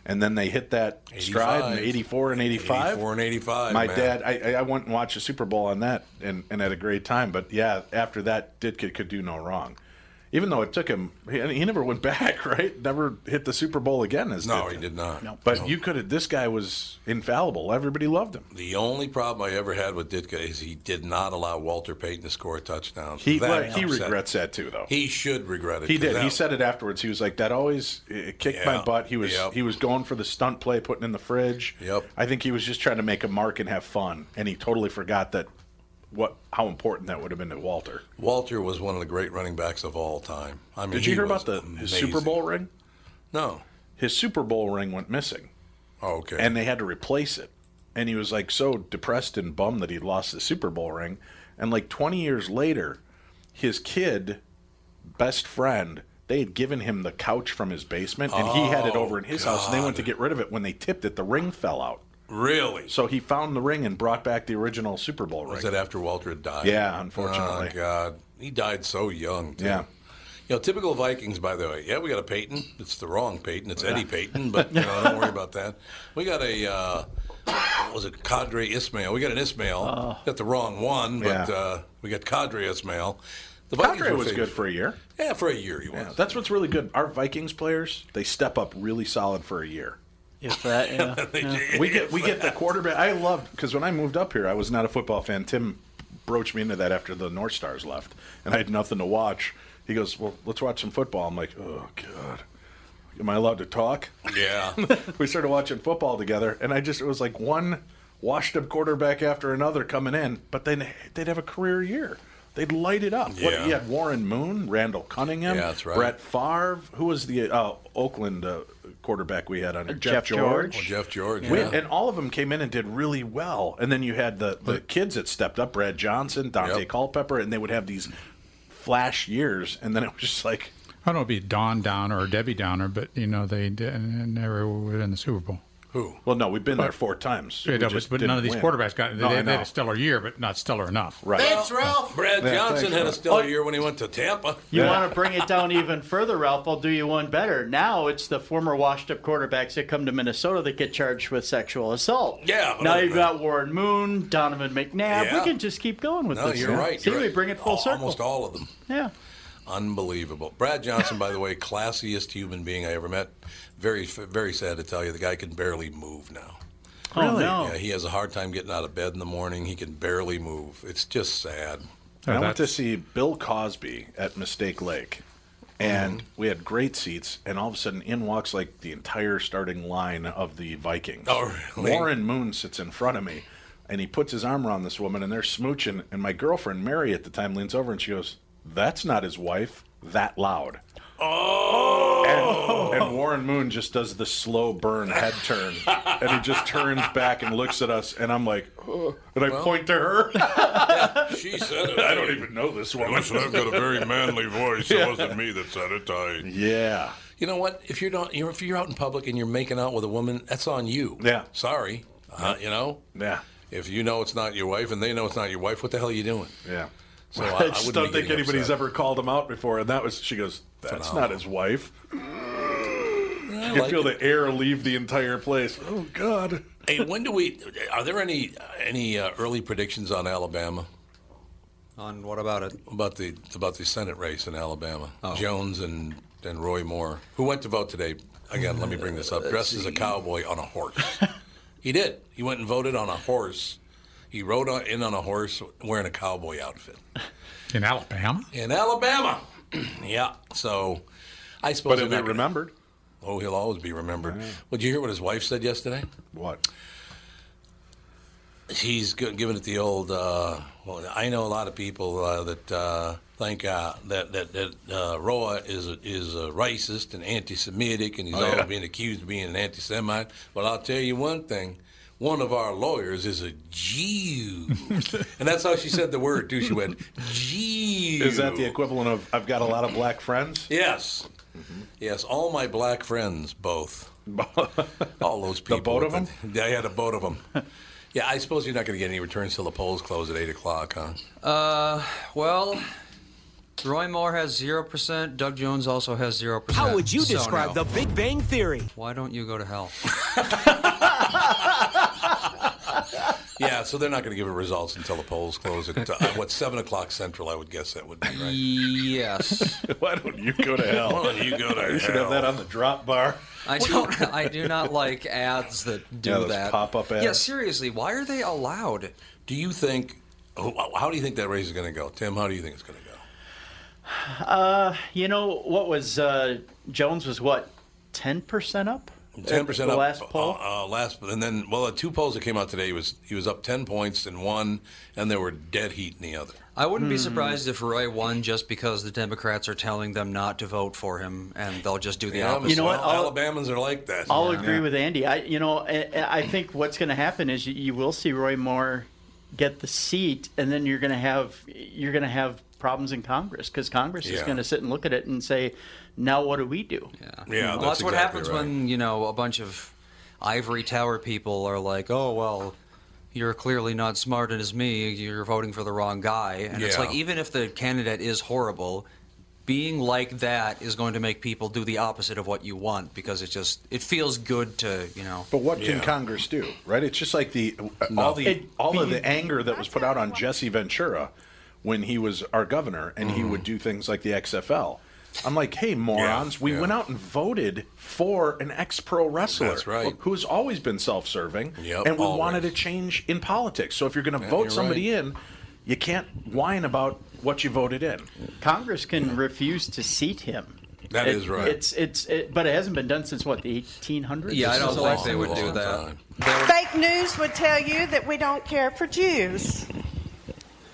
Speaker 21: and then they hit that stride in
Speaker 1: 85.
Speaker 21: 84 and 85.
Speaker 1: 84 and 85,
Speaker 21: My
Speaker 1: man.
Speaker 21: dad, I, I- I went and watched the Super Bowl on that and, and had a great time. But yeah, after that, Ditka could do no wrong. Even though it took him, he, he never went (laughs) back, right? Never hit the Super Bowl again. As
Speaker 1: No,
Speaker 21: Ditka.
Speaker 1: he did not. No.
Speaker 21: But
Speaker 1: No.
Speaker 21: you could have, this guy was infallible. Everybody loved him.
Speaker 1: The only problem I ever had with Ditka is he did not allow Walter Payton to score a touchdown.
Speaker 21: He,
Speaker 1: That
Speaker 21: well, he
Speaker 1: upset-
Speaker 21: regrets that too, though.
Speaker 1: He should regret it.
Speaker 21: He
Speaker 1: 'cause
Speaker 21: did.
Speaker 1: that-
Speaker 21: He said it afterwards. He was like, "That always it kicked
Speaker 1: Yeah.
Speaker 21: my butt." He was
Speaker 1: Yep.
Speaker 21: he was going for the stunt play, putting in the fridge. Yep. I think he was just trying to make a mark and have fun, and he totally forgot that what how important that would have been to Walter.
Speaker 1: Walter was one of the great running backs of all time. I mean,
Speaker 21: Did you
Speaker 1: he
Speaker 21: hear
Speaker 1: was
Speaker 21: about the his
Speaker 1: amazing.
Speaker 21: Super Bowl ring?
Speaker 1: No.
Speaker 21: His Super Bowl ring went missing.
Speaker 1: Oh, okay.
Speaker 21: And they had to replace it. And he was like so depressed and bummed that he'd lost the Super Bowl ring. And like 20 years later, his kid, best friend, they had given him the couch from his basement and he had it
Speaker 1: Oh,
Speaker 21: over in his house. And they went to get rid of it. When they tipped it, the ring fell out.
Speaker 1: Really?
Speaker 21: So he found the ring and brought back the original Super Bowl ring.
Speaker 1: Was that after Walter had died?
Speaker 21: Yeah, unfortunately.
Speaker 1: Oh, God. He died so young, too.
Speaker 21: Yeah.
Speaker 1: You know, typical Vikings, by the way. Yeah, we got a Peyton. It's the wrong Peyton. It's Eddie
Speaker 21: Yeah.
Speaker 1: Peyton, but you know, don't
Speaker 21: (laughs)
Speaker 1: worry about that. We got a, uh, what was it, Cadre Ismail. We got an Ismail. got the wrong one, but
Speaker 21: Oh. Yeah.
Speaker 1: uh, we got Cadre Ismail. The
Speaker 21: Cadre
Speaker 1: were
Speaker 21: was
Speaker 1: famous-
Speaker 21: good for a year.
Speaker 1: Yeah, for a year he was.
Speaker 21: Yeah, that's what's really good. Our Vikings players, they step up really solid for a year.
Speaker 22: If
Speaker 14: (laughs)
Speaker 22: that, yeah. yeah.
Speaker 21: we get we get the quarterback. I loved because when I moved up here, I was not a football fan. Tim broached me into that after the North Stars left, and I had nothing to watch. He goes, "Well, let's watch some football." I'm like, "Oh God." Am I allowed to talk? (laughs)
Speaker 1: Yeah.
Speaker 21: we started watching football together, and I just, it was like one washed up quarterback after another coming in, but then they'd have a career year. They'd light it up.
Speaker 1: Yeah.
Speaker 21: What, you had Warren Moon, Randall Cunningham,
Speaker 1: Yeah, that's right.
Speaker 21: Brett Favre. Who was the uh, Oakland uh, quarterback we had on here?
Speaker 1: Uh, Jeff George.
Speaker 21: Well,
Speaker 1: Oh, Jeff George,
Speaker 21: We-
Speaker 1: yeah.
Speaker 21: And all of them came in and did really well. And then you had the, the kids that stepped up Brad Johnson, Dante Culpepper, and they would have these flash years. And then it was just like,
Speaker 20: I don't know if it'd be Don Downer or Debbie Downer, but you know they didn't, never were in the Super Bowl.
Speaker 21: who? Well, no, we've been there four times.
Speaker 20: Yeah,
Speaker 21: We
Speaker 20: no, but,
Speaker 21: just
Speaker 20: but
Speaker 21: didn't
Speaker 20: none of these
Speaker 21: win.
Speaker 20: quarterbacks got.
Speaker 21: No,
Speaker 20: they,
Speaker 21: I
Speaker 20: they had
Speaker 21: know.
Speaker 20: a stellar year, but not stellar enough.
Speaker 21: Right. Thanks, Ralph.
Speaker 1: Brad
Speaker 21: Yeah,
Speaker 1: Johnson had
Speaker 21: thanks,
Speaker 1: a
Speaker 21: Ralph. Oh.
Speaker 1: stellar year when he went to Tampa.
Speaker 22: You want to bring it down even further, Ralph? I'll do you one better. Now it's the former washed-up quarterbacks that come to Minnesota that get charged with sexual assault.
Speaker 1: Yeah, but
Speaker 22: Now
Speaker 1: other
Speaker 22: you've
Speaker 1: than
Speaker 22: got Warren Moon, Donovan McNabb.
Speaker 1: Yeah.
Speaker 22: We can just keep going with
Speaker 1: No,
Speaker 22: this.
Speaker 1: you're
Speaker 22: now.
Speaker 1: right.
Speaker 22: See,
Speaker 1: you're
Speaker 22: we
Speaker 1: right.
Speaker 22: bring it full
Speaker 1: Al-
Speaker 22: circle.
Speaker 1: Almost all of them.
Speaker 22: Yeah.
Speaker 1: Unbelievable. Brad Johnson, by the way, classiest human being I ever met. Very, very sad to tell you, the guy can barely move now.
Speaker 22: Oh, Really? no.
Speaker 1: Yeah, he has a hard time getting out of bed in the morning. He can barely move. It's just sad.
Speaker 22: Oh,
Speaker 21: And I went to see Bill Cosby at Mistake Lake, and
Speaker 1: Mm-hmm.
Speaker 21: we had great seats. And all of a sudden, in walks like the entire starting line of the Vikings.
Speaker 1: Oh, really?
Speaker 21: Warren Moon sits in front of me, and he puts his arm around this woman, and they're smooching. And my girlfriend Mary at the time leans over, and she goes, "That's not his wife. That loud." Oh. And, and Warren Moon just does the slow burn head turn, and he just turns back and looks at us, and I'm like, "Oh," and I
Speaker 1: Well.
Speaker 21: point to her.
Speaker 1: She said
Speaker 21: I don't even know this one.
Speaker 1: Listen, I've got a
Speaker 21: (laughs)
Speaker 1: very manly voice. It wasn't me that said it. I.
Speaker 21: Yeah.
Speaker 1: You know what? If you're not, you're, if you're out in public and you're making out with a woman, that's on you.
Speaker 21: Yeah.
Speaker 1: Sorry. Uh, you know.
Speaker 21: Yeah.
Speaker 1: If you know it's not your wife and they know it's not your wife, what the hell are you doing?
Speaker 21: Yeah.
Speaker 1: So I,
Speaker 21: (laughs) I,
Speaker 1: I
Speaker 21: just
Speaker 1: wouldn't
Speaker 21: don't
Speaker 1: be
Speaker 21: think
Speaker 1: getting
Speaker 21: anybody's
Speaker 1: upset.
Speaker 21: ever called him out before. And that was, she goes, that's
Speaker 1: Phenomenal.
Speaker 21: not his wife. you
Speaker 1: like
Speaker 21: feel the air leave the entire place. Oh, God.
Speaker 1: Hey, when do we? Are there any any uh, early predictions on Alabama?
Speaker 2: On what about it? Oh.
Speaker 1: About the about the Senate race in Alabama, Jones and and Roy Moore, who went to vote today. Again, let me bring this
Speaker 2: Uh,
Speaker 1: up. Dressed as a cowboy on a horse, (laughs) he did. He went and voted on a horse. He rode on, in on a horse wearing a cowboy outfit
Speaker 20: in Alabama.
Speaker 1: in Alabama. (clears throat) yeah, so I suppose.
Speaker 21: But
Speaker 1: they're
Speaker 21: he'll be
Speaker 1: not gonna-
Speaker 21: remembered.
Speaker 1: Oh, he'll always be remembered. Well, did you hear what his wife said yesterday?
Speaker 21: What?
Speaker 1: She's gi- giving it the old. Uh, well, I know a lot of people uh, that uh, think uh, that that that uh, Roa is a, is a racist and anti-Semitic, and he's
Speaker 21: Oh, yeah.
Speaker 1: always being accused of being an anti-Semite. But I'll tell you one thing: one of our lawyers is a Jew,
Speaker 21: (laughs)
Speaker 1: and that's how she said the word too. She went Jew.
Speaker 21: Is that the equivalent of, I've got a lot of black friends?
Speaker 1: Yes. Yes, all my black friends,
Speaker 21: (laughs)
Speaker 1: both. all those people.
Speaker 21: boat of
Speaker 1: with (laughs) They had a boat of them. yeah, I suppose you're not going to get any returns till the polls close at 8 o'clock, huh?
Speaker 2: Uh, well, Roy Moore has zero percent. Doug Jones also has zero percent.
Speaker 25: How would you describe the Big Bang Theory?
Speaker 2: Why don't you go to hell?
Speaker 1: Yeah, so they're not going to give it results until the polls close at, uh, what, 7 o'clock Central, I would guess that would be, right?
Speaker 2: (laughs) Yes.
Speaker 21: Why don't you (laughs) go to hell?
Speaker 1: Why don't you go to
Speaker 21: (laughs) You should
Speaker 1: hell?
Speaker 21: have that on the drop bar.
Speaker 2: I don't. I do not like ads that do
Speaker 21: Yeah, those
Speaker 2: that.
Speaker 21: pop-up
Speaker 2: Yeah,
Speaker 21: ads.
Speaker 2: seriously, why are they allowed?
Speaker 1: Do you think, who- how do you think that race is going to go? Tim, how do you think it's going to go?
Speaker 22: Uh, you know what was uh, Jones was what ten percent up?
Speaker 1: Ten percent
Speaker 22: The
Speaker 1: up.
Speaker 22: last poll.
Speaker 1: Uh, uh, last, and then well, the two polls that came out today he was he was up ten points in one, and there were dead heat in the other.
Speaker 2: I wouldn't
Speaker 1: Hmm.
Speaker 2: be surprised if Roy won just because the Democrats are telling them not to vote for him, and they'll just do the
Speaker 1: Yeah,
Speaker 2: opposite.
Speaker 22: You know what? I'll-
Speaker 1: Alabamans are (laughs) like that.
Speaker 22: I'll agree with Andy. I, you know, I, I think what's going to happen is you, you will see Roy Moore get the seat, and then you're going to have you're going to have problems in Congress because Congress is
Speaker 2: Yeah.
Speaker 22: going to sit and look at it and say, now what do we do?
Speaker 1: Yeah,
Speaker 2: well, that's, what
Speaker 1: exactly
Speaker 2: happens
Speaker 1: right.
Speaker 2: when you know a bunch of ivory tower people are like, "Oh well, you're clearly not smart as me. You're voting for the wrong guy." And it's
Speaker 1: Yeah.
Speaker 2: like, even if the candidate is horrible, being like that is going to make people do the opposite of what you want because it just it feels good to you know.
Speaker 21: But what can
Speaker 2: Yeah.
Speaker 21: Congress do, right? It's just like the all the
Speaker 22: It-
Speaker 21: all of the anger that was put out on Jesse Ventura when he was our governor, and he would do things like the XFL. I'm like, hey, morons, we went out and voted for an ex pro wrestler
Speaker 1: That's right.
Speaker 21: who's always been self serving,
Speaker 1: Yep,
Speaker 21: and we
Speaker 1: always.
Speaker 21: wanted a change in politics. So if you're going to
Speaker 22: Yeah,
Speaker 21: vote
Speaker 22: you're
Speaker 21: somebody in, you can't whine about what you voted in.
Speaker 22: Congress can refuse to seat him.
Speaker 21: That
Speaker 22: That
Speaker 21: is
Speaker 22: is
Speaker 21: right.
Speaker 22: It's it's it, but it hasn't been done since what the 1800s.
Speaker 2: Yeah, I don't
Speaker 22: Something
Speaker 2: think
Speaker 22: like
Speaker 2: they would do that. They would-
Speaker 16: Fake news would tell you that we don't care for Jews.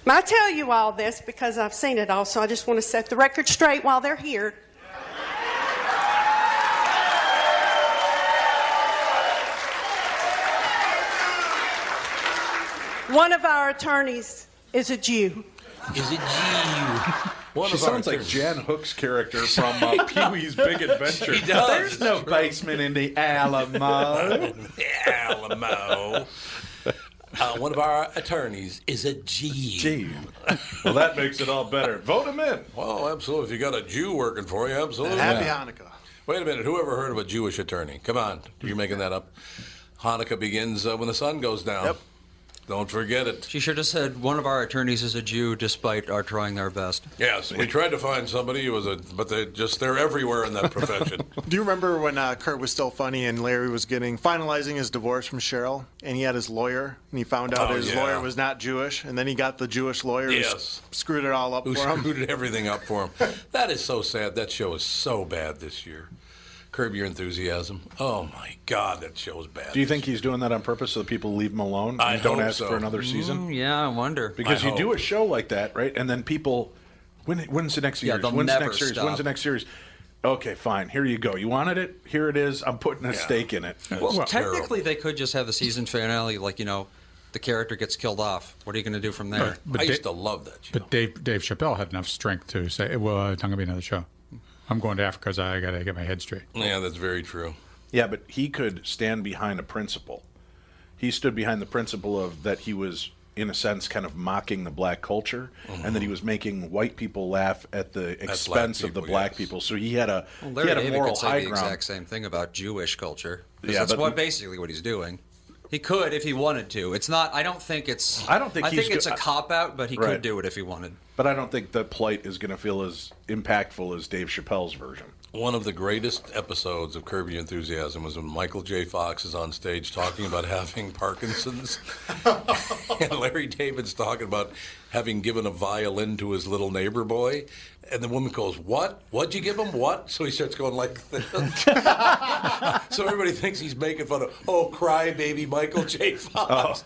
Speaker 16: And I tell you all this because I've seen it all, so I just want to set the record straight while they're here. One of our attorneys is a Jew.
Speaker 1: Is it you?
Speaker 21: she sounds like Jan Hook's character from uh, Pee
Speaker 2: (laughs)
Speaker 21: Wee's Big Adventure.
Speaker 1: She does.
Speaker 21: There's no basement in
Speaker 1: (laughs)
Speaker 21: the Alamo.
Speaker 1: Alamo. (laughs) Uh, one of our attorneys is a G. G.
Speaker 21: Well, that makes it all better. Vote him in.
Speaker 1: Well, absolutely. If you got a Jew working for you, absolutely.
Speaker 14: Happy
Speaker 1: Hanukkah. Wait a minute. Whoever heard of a Jewish attorney? Come on. You're making that up. Hanukkah begins uh, when the sun goes down. Yep. Don't forget it.
Speaker 2: She sure just said one of our attorneys is a Jew, despite our trying our best.
Speaker 1: Yes, we tried to find somebody who was a, but they just they're everywhere in that profession.
Speaker 14: (laughs) Do you remember when uh, Kurt was still funny and Larry was getting finalizing his divorce from Cheryl, and he had his lawyer, and he found out
Speaker 1: Oh,
Speaker 14: his
Speaker 1: yeah.
Speaker 14: lawyer was not Jewish, and then he got the Jewish lawyer who
Speaker 1: Yes.
Speaker 14: s- screwed it all up
Speaker 1: who
Speaker 14: for him.
Speaker 1: screwed everything up for him. That is so sad. That show is so bad this year. Curb your enthusiasm. Oh my God, that show is bad.
Speaker 21: Do you think he's doing that on purpose so that people leave him alone and
Speaker 1: I
Speaker 21: don't
Speaker 1: hope
Speaker 21: ask
Speaker 1: so.
Speaker 21: for another season?
Speaker 2: Mm, yeah, Mm-hmm. I wonder.
Speaker 21: Because you do a show like that, right? And then people, when, when's the next
Speaker 2: Yeah,
Speaker 21: series?
Speaker 2: they'll
Speaker 21: when's the
Speaker 2: never
Speaker 21: next series?
Speaker 2: stop.
Speaker 21: When's the next series? Okay, fine. Here you go. You wanted it? Here it is. I'm putting a stake in it.
Speaker 2: Well, technically, they could just have the season finale, like, you know, the character gets killed off. What are you going to do from there?
Speaker 20: But- but I used Da- to
Speaker 1: love that.
Speaker 20: But Dave Dave Chappelle had enough strength to say, "Well, uh, it's not gonna be another show. I'm going to Africa 'cause I got to get my head straight."
Speaker 1: Yeah, that's very true.
Speaker 21: Yeah, but he could stand behind a principle. He stood behind the principle of that he was, in a sense, kind of mocking the black culture, and
Speaker 2: Mm-hmm.
Speaker 21: that he was making white people laugh at the expense of the
Speaker 2: people,
Speaker 21: black people. So he had a
Speaker 2: Well,
Speaker 21: he
Speaker 2: Larry
Speaker 21: had a
Speaker 2: David
Speaker 21: moral
Speaker 2: could say
Speaker 21: high
Speaker 2: the
Speaker 21: ground.
Speaker 2: exact same thing about Jewish culture. 'cause
Speaker 21: Yeah,
Speaker 2: that's
Speaker 21: but-
Speaker 2: what basically what he's doing. He could if he wanted to. It's not. I don't think it's.
Speaker 21: I don't think
Speaker 2: I
Speaker 21: he's
Speaker 2: think it's
Speaker 21: do-
Speaker 2: a cop out, but he
Speaker 21: Right.
Speaker 2: could do it if he wanted.
Speaker 21: But I don't think the plight is going to feel as impactful as Dave Chappelle's version.
Speaker 1: One of the greatest episodes of Curb Your Enthusiasm was when Michael J. Fox is on stage talking about having (laughs) Parkinson's. and Larry David's talking about having given a violin to his little neighbor boy. And the woman goes, What? What'd you give him? What? So he starts going like this. (laughs) so everybody thinks he's making fun of, Oh, cry baby Michael J. Fox.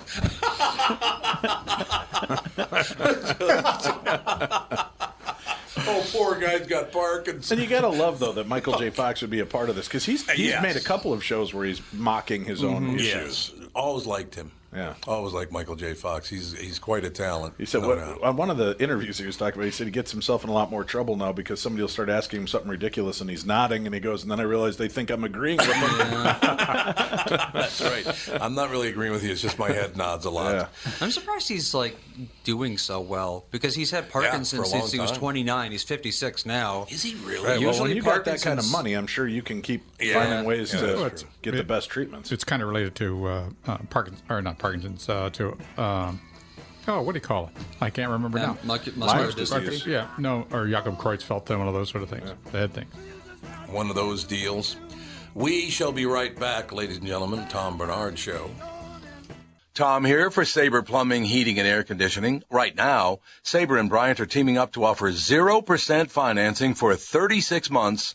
Speaker 1: (laughs) oh, poor guy's got Parkinson's. Oh.
Speaker 21: And you gotta love though that
Speaker 1: (laughs)
Speaker 21: Michael J. Fox would be a part of this because he's he's
Speaker 1: Yes.
Speaker 21: made a couple of shows where he's mocking his own
Speaker 2: Mm-hmm.
Speaker 1: Mhm.
Speaker 21: issues.
Speaker 1: Yes. Always liked him.
Speaker 21: Yeah.
Speaker 1: Always liked Michael J. Fox. He's he's quite a talent.
Speaker 21: He said
Speaker 1: no
Speaker 21: what,
Speaker 1: doubt. (laughs)
Speaker 21: on one of the interviews he was talking about. He said he gets himself in a lot more trouble now because somebody will start asking him something ridiculous and he's nodding and he goes and then I realize they think I'm agreeing with them.
Speaker 1: That's right. I'm not really agreeing with you. It's just my head nods a lot.
Speaker 2: I'm surprised he's like doing so well because he's had Parkinson's
Speaker 1: for a long
Speaker 2: since he was
Speaker 1: time.
Speaker 2: 29. He's 56 now.
Speaker 1: Is he really?
Speaker 21: Right, well, when
Speaker 2: Usually
Speaker 21: you got that
Speaker 2: Parkinson's
Speaker 21: kind of money, I'm sure you can keep
Speaker 2: Yeah.
Speaker 21: finding ways
Speaker 20: Yeah,
Speaker 21: to
Speaker 20: that's true.
Speaker 21: get the best treatments.
Speaker 20: It's kind of related to uh, uh, Parkinson's, or not Parkinson's, uh, to um, oh, what do you call it? I can't remember
Speaker 2: Yeah,
Speaker 20: now.
Speaker 2: muscu- muscular Lyme's dystrophy. disease.
Speaker 20: Yeah, no, or Jakob Creutzfeldt, one of those sort of things. The head thing.
Speaker 1: One of those deals. We shall be right back, ladies and gentlemen. Tom Bernard Show. Tom here for Sabre Plumbing, Heating, and Air Conditioning. Right now, Sabre and Bryant are teaming up to offer 0% financing for 36 months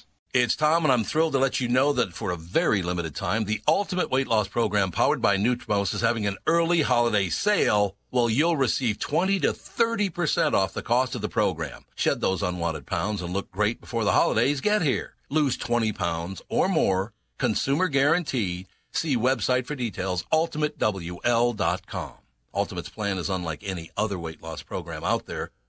Speaker 1: It's Tom, and I'm thrilled to let you know that for a very limited time, the Ultimate Weight Loss Program powered by Nutrimos is having an early holiday sale. Well, you'll receive 20 to 30% off the cost of the program. Shed those unwanted pounds and look great before the holidays get here. Lose 20 pounds or more. Consumer guarantee. See website for details, ultimatewl.com. Ultimate's plan is unlike any other weight loss program out there,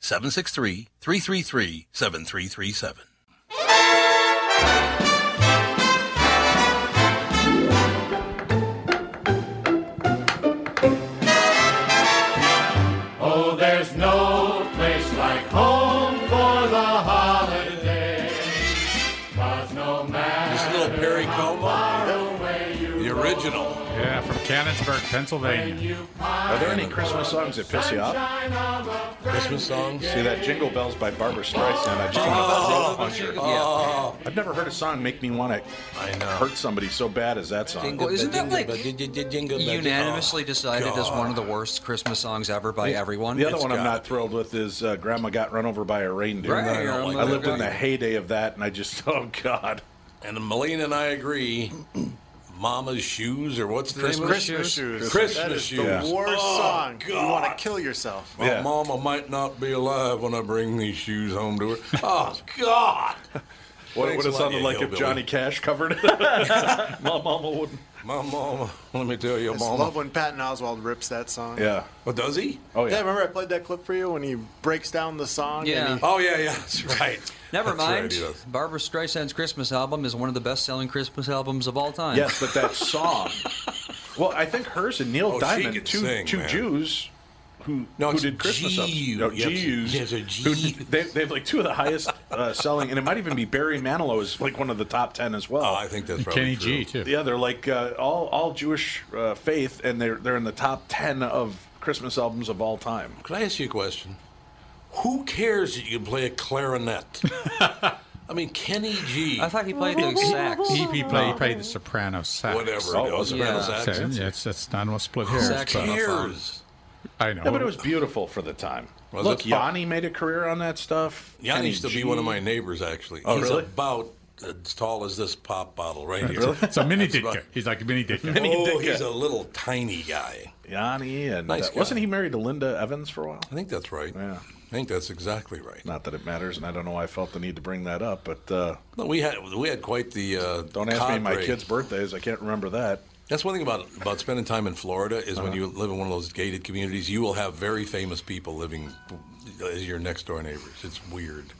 Speaker 26: 763 333 7337.
Speaker 17: Oh, there's no place like home for the holiday. 'Cause no matter
Speaker 1: This little Perry
Speaker 17: how far away you
Speaker 1: The original.
Speaker 20: Yeah, from Cannonsburg, Pennsylvania.
Speaker 21: Are there any Christmas songs that piss you off?
Speaker 1: Christmas songs?
Speaker 21: See that Jingle Bells by Barbara Streisand? I just
Speaker 1: Oh,
Speaker 21: want to punch her.
Speaker 1: oh.
Speaker 21: I've never heard a song make me want to hurt somebody so bad as that song.
Speaker 2: Jingle Well, isn't that, like,
Speaker 21: unanimously?
Speaker 2: Unanimously decided as one of the worst Christmas songs ever by everyone.
Speaker 21: The other one I'm not thrilled with is uh, Grandma Got Run Over by a Reindeer.
Speaker 2: Right,
Speaker 21: I,
Speaker 2: Grandma Got
Speaker 21: lived in the
Speaker 2: Run-
Speaker 21: heyday of that, and I just, (laughs) oh, God.
Speaker 1: And Malene and I agree. Mama's shoes, or what's the name of it?
Speaker 14: Christmas shoes.
Speaker 1: Christmas
Speaker 14: That is
Speaker 1: shoes.
Speaker 14: the worst
Speaker 1: Oh,
Speaker 14: song. You
Speaker 1: God. Oh,
Speaker 14: want to kill yourself.
Speaker 1: My mama might not be alive when I bring these shoes home to her.
Speaker 21: (laughs)
Speaker 1: Oh God!
Speaker 21: What
Speaker 1: Thanks
Speaker 21: would
Speaker 1: a
Speaker 21: it
Speaker 1: lot,
Speaker 21: sounded
Speaker 1: you
Speaker 21: like if
Speaker 1: hillbilly.
Speaker 21: Johnny Cash covered it? (laughs) My mama wouldn't.
Speaker 1: My mama, let me tell you,
Speaker 14: I just
Speaker 1: mama.
Speaker 14: love when Patton Oswald rips that song.
Speaker 21: Yeah.
Speaker 1: Well, does he?
Speaker 21: Oh
Speaker 14: Yeah, remember I played that clip for you when he breaks down the song. And he,
Speaker 1: Oh yeah, yeah. That's right.
Speaker 2: Never
Speaker 1: That's right,
Speaker 2: mind.
Speaker 1: he does.
Speaker 2: Barbara Streisand's Christmas album is one of the best-selling Christmas albums of all time.
Speaker 21: Yes, but
Speaker 20: (laughs)
Speaker 21: that song. Well, I think hers and Neil
Speaker 2: Oh, she
Speaker 21: Diamond,
Speaker 2: could
Speaker 21: two,
Speaker 2: sing,
Speaker 21: two
Speaker 2: man.
Speaker 21: Jews who,
Speaker 1: No,
Speaker 21: who
Speaker 1: it's
Speaker 21: did Christmas
Speaker 1: Jew.
Speaker 21: albums.
Speaker 1: Yeah,
Speaker 21: No, Jews.
Speaker 1: it's a
Speaker 21: who-
Speaker 1: Jew.
Speaker 21: they, they have like two of the highest uh, selling, and it might even be Barry Manilow is like one of the top ten as well.
Speaker 1: Oh, I think that's probably
Speaker 20: Kenny G,
Speaker 1: true.
Speaker 20: too.
Speaker 21: Yeah, they're like uh, all all Jewish uh, faith, and they're they're in the top ten of Christmas albums of all time.
Speaker 1: Could I ask you a question? Who cares that you can play a
Speaker 21: (laughs)
Speaker 1: clarinet? I mean, Kenny G. Uh,
Speaker 2: I thought he played the sax. Uh,
Speaker 20: He, he, played, he played the soprano sax.
Speaker 1: Whatever it Oh, is, soprano
Speaker 20: Yeah.
Speaker 1: sax.
Speaker 20: So, yeah, it's, that's not what split
Speaker 1: Who
Speaker 20: hairs. but-
Speaker 1: cares?
Speaker 20: I know.
Speaker 21: Yeah, but it was beautiful for the time.
Speaker 1: Was
Speaker 21: Look,
Speaker 1: it?
Speaker 21: Yanni made a career on that stuff.
Speaker 1: Yanni
Speaker 21: Kenny
Speaker 1: used to be
Speaker 21: G.
Speaker 1: one of my neighbors, actually.
Speaker 21: Oh,
Speaker 1: He's
Speaker 21: really?
Speaker 1: about as tall as this pop bottle
Speaker 21: (laughs)
Speaker 1: right here.
Speaker 20: It's a mini
Speaker 1: That's about-
Speaker 20: Ditka. He's like a mini Ditka.
Speaker 1: Oh,
Speaker 21: Ditka.
Speaker 1: he's a little tiny guy.
Speaker 21: Yanni and
Speaker 1: Nice
Speaker 21: uh,
Speaker 1: guy.
Speaker 21: wasn't he married to Linda Evans for a while?
Speaker 1: I think that's right.
Speaker 21: Yeah.
Speaker 1: I think that's exactly right.
Speaker 21: Not that it matters, and I don't know why I felt the need to bring that up, but uh,
Speaker 1: No, we had we had quite the. Uh,
Speaker 21: don't ask me my
Speaker 1: cadre.
Speaker 21: kids' birthdays. I can't remember that.
Speaker 1: That's one thing about about spending time in Florida is
Speaker 21: Uh-huh.
Speaker 1: when you live in one of those gated communities, you will have very famous people living as your next door neighbors. It's weird.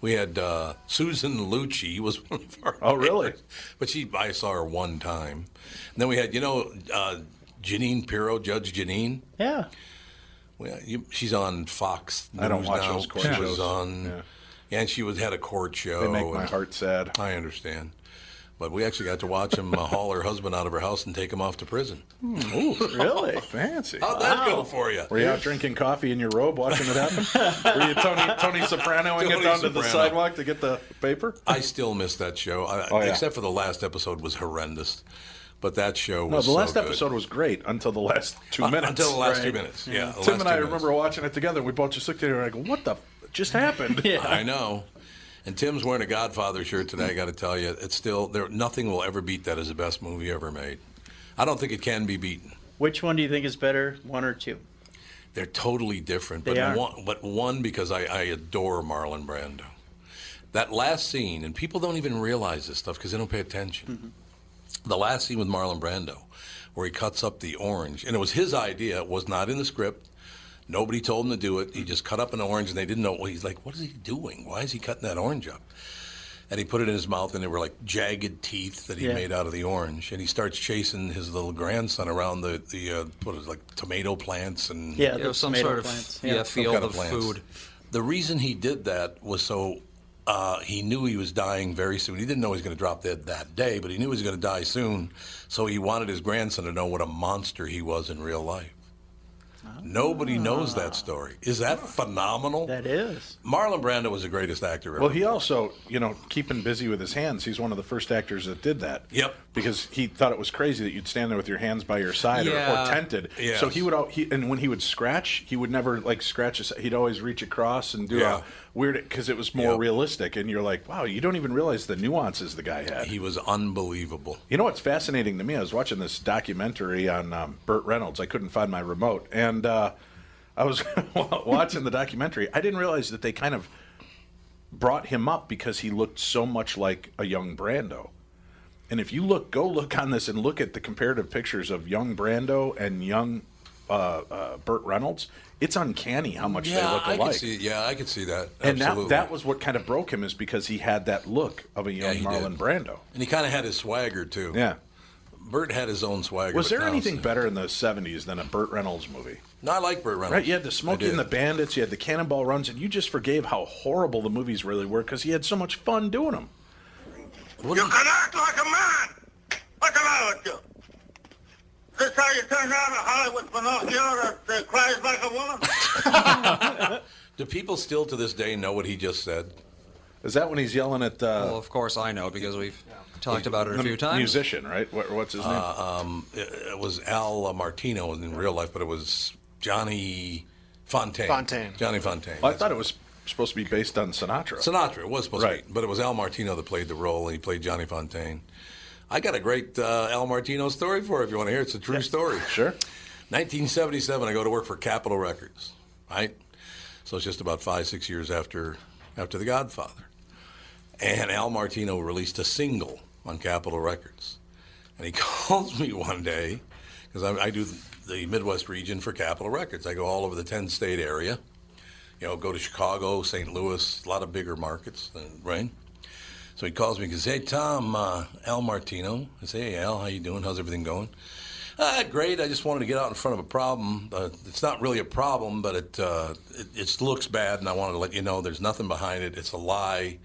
Speaker 1: We had uh, Susan Lucci was (laughs) one of our.
Speaker 21: Oh, really?
Speaker 1: neighbors, but she I saw her one time. And then we had you know uh, Janine Pirro, Judge Janine.
Speaker 22: Yeah.
Speaker 1: Well, you, she's on Fox. News
Speaker 21: I don't watch
Speaker 1: now.
Speaker 21: those court
Speaker 1: she
Speaker 21: shows.
Speaker 1: was on,
Speaker 21: Yeah.
Speaker 1: and she was had a court show.
Speaker 21: They make my
Speaker 1: and-
Speaker 21: heart sad.
Speaker 1: I understand, but we actually got to watch him uh, haul her husband out of her house and take him off to prison.
Speaker 21: Hmm. Ooh, really (laughs) fancy.
Speaker 1: How'd that go for you?
Speaker 21: Were you out drinking coffee in your robe watching it happen?
Speaker 1: (laughs)
Speaker 21: Were you Tony Tony Soprano and get
Speaker 1: Tony
Speaker 21: down to the
Speaker 1: Soprano.
Speaker 21: sidewalk to get the paper?
Speaker 1: I still miss that show, I,
Speaker 21: Oh, yeah.
Speaker 1: except for the last episode was horrendous. But that show
Speaker 21: No,
Speaker 1: was
Speaker 21: the last
Speaker 1: so good.
Speaker 21: episode was great until the last two
Speaker 1: Uh,
Speaker 21: minutes.
Speaker 1: until the last two minutes. Yeah, the last
Speaker 21: Tim and
Speaker 1: two
Speaker 21: I
Speaker 1: minutes.
Speaker 21: remember watching it together. and We both just looked at each other and I go, "What the f-
Speaker 1: (laughs)
Speaker 21: just happened?"
Speaker 1: I know. And Tim's wearing a Godfather shirt today. I got to tell you, it's still there. Nothing will ever beat that as the best movie ever made. I don't think it can be beaten.
Speaker 22: Which one do you think is better, one or two?
Speaker 1: They're totally different,
Speaker 22: They
Speaker 1: but
Speaker 22: are.
Speaker 1: one, but one because I, I adore Marlon Brando. That last scene, and people don't even realize this stuff because they don't pay attention.
Speaker 22: Mm-hmm.
Speaker 1: The last scene with Marlon Brando, where he cuts up the orange, and it was his idea. It was not in the script. Nobody told him to do it. He just cut up an orange, and they didn't know. Well, he's like, "What is he doing? Why is he cutting that orange up?" And he put it in his mouth, and they were like jagged teeth that he
Speaker 22: Yeah.
Speaker 1: made out of the orange. And he starts chasing his little grandson around the the uh, what is it, like tomato plants and
Speaker 22: Yeah,
Speaker 2: It
Speaker 22: the
Speaker 2: was some
Speaker 22: tomato
Speaker 2: sort of
Speaker 22: plants.
Speaker 2: yeah,
Speaker 1: some
Speaker 2: field
Speaker 1: kind
Speaker 2: of
Speaker 1: plants.
Speaker 2: food.
Speaker 1: The reason he did that was so uh, he knew he was dying very soon. He didn't know he was going to drop dead that day, but he knew he was going to die soon. So he wanted his grandson to know what a monster he was in real life. Nobody
Speaker 21: Ah.
Speaker 1: knows that story. Is that phenomenal? That
Speaker 22: is.
Speaker 1: Marlon Brando was the greatest actor ever.
Speaker 21: Well, he also, you know, keeping busy with his hands. He's one of the first actors that did that.
Speaker 1: Yep.
Speaker 21: Because he thought it was crazy that you'd stand there with your hands by your side or- or,
Speaker 1: Yeah.
Speaker 21: tented.
Speaker 1: Yes.
Speaker 21: So he would, al- he, and when he would scratch, he would never like scratch. His, he'd always reach across and do
Speaker 1: Yeah.
Speaker 21: a weird because it was more realistic. And you're like, wow, you don't even realize the nuances the guy had.
Speaker 1: He was unbelievable.
Speaker 21: You know what's fascinating to me? I was watching this documentary on um, Burt Reynolds. I couldn't find my remote, and uh, I was (laughs) watching the documentary. I didn't realize that they kind of brought him up because he looked so much like a young Brando. And if you look, go look on this and look at the comparative pictures of young Brando and young uh, uh, Burt Reynolds. It's uncanny how much
Speaker 1: yeah,
Speaker 21: they look
Speaker 1: I
Speaker 21: alike.
Speaker 1: could see. Yeah, I could see that.
Speaker 21: and
Speaker 1: Absolutely.
Speaker 21: that, that was what kind of broke him is because he had that look of a young
Speaker 1: he
Speaker 21: Marlon
Speaker 1: did.
Speaker 21: Brando.
Speaker 1: And he kind of had his swagger too.
Speaker 21: Yeah.
Speaker 1: Burt had his own swagger.
Speaker 21: Was
Speaker 1: but
Speaker 21: there
Speaker 1: now it's-
Speaker 21: anything better in the '70s than a Burt Reynolds movie?
Speaker 1: No, I like Burt Reynolds.
Speaker 21: Right, you had the Smokey
Speaker 1: I
Speaker 21: and the
Speaker 1: did.
Speaker 21: Bandits, you had the Cannonball Runs, and you just forgave how horrible the movies really were because he had so much fun doing them.
Speaker 10: You can act like a man. What's the matter with you? This how you turn down a Hollywood Pinocchio that uh, cries like a
Speaker 21: (laughs)
Speaker 10: woman?
Speaker 1: Do people still to this day know what he just said?
Speaker 21: Is that when he's yelling at? Uh,
Speaker 1: well,
Speaker 2: of course I know because we've talked about it a
Speaker 1: The
Speaker 2: few times.
Speaker 21: musician, right? What, what's his name?
Speaker 1: Uh, um, it, it was Al Martino in real life, but it was Johnny Fontaine.
Speaker 21: Fontaine.
Speaker 1: Johnny Fontaine.
Speaker 21: Well, I thought it was supposed to be based on Sinatra.
Speaker 1: Sinatra. It was supposed
Speaker 21: Right.
Speaker 1: to be, but it was Al Martino that played the role, and he played Johnny Fontaine. I got a great uh, Al Martino story for you if you want to hear. it. It's a true story.
Speaker 21: Sure.
Speaker 1: 1977, I go to work for Capitol Records, right? So it's just about five, six years after after The Godfather, and Al Martino released a single on Capitol Records, and he (laughs) calls me one day because I, I do the Midwest region for Capitol Records. I go all over the 10 state area you know, go to Chicago, St. Louis, a lot of bigger markets, and- right? So he calls me and goes, "Hey Tom, uh, Al Martino." I say, "Hey Al, how you doing? How's everything going?" Ah, great. I just wanted to get out in front of a problem. Uh, it's not really a problem, but it, uh, it it looks bad, and I wanted to let you know there's nothing behind it. It's a lie.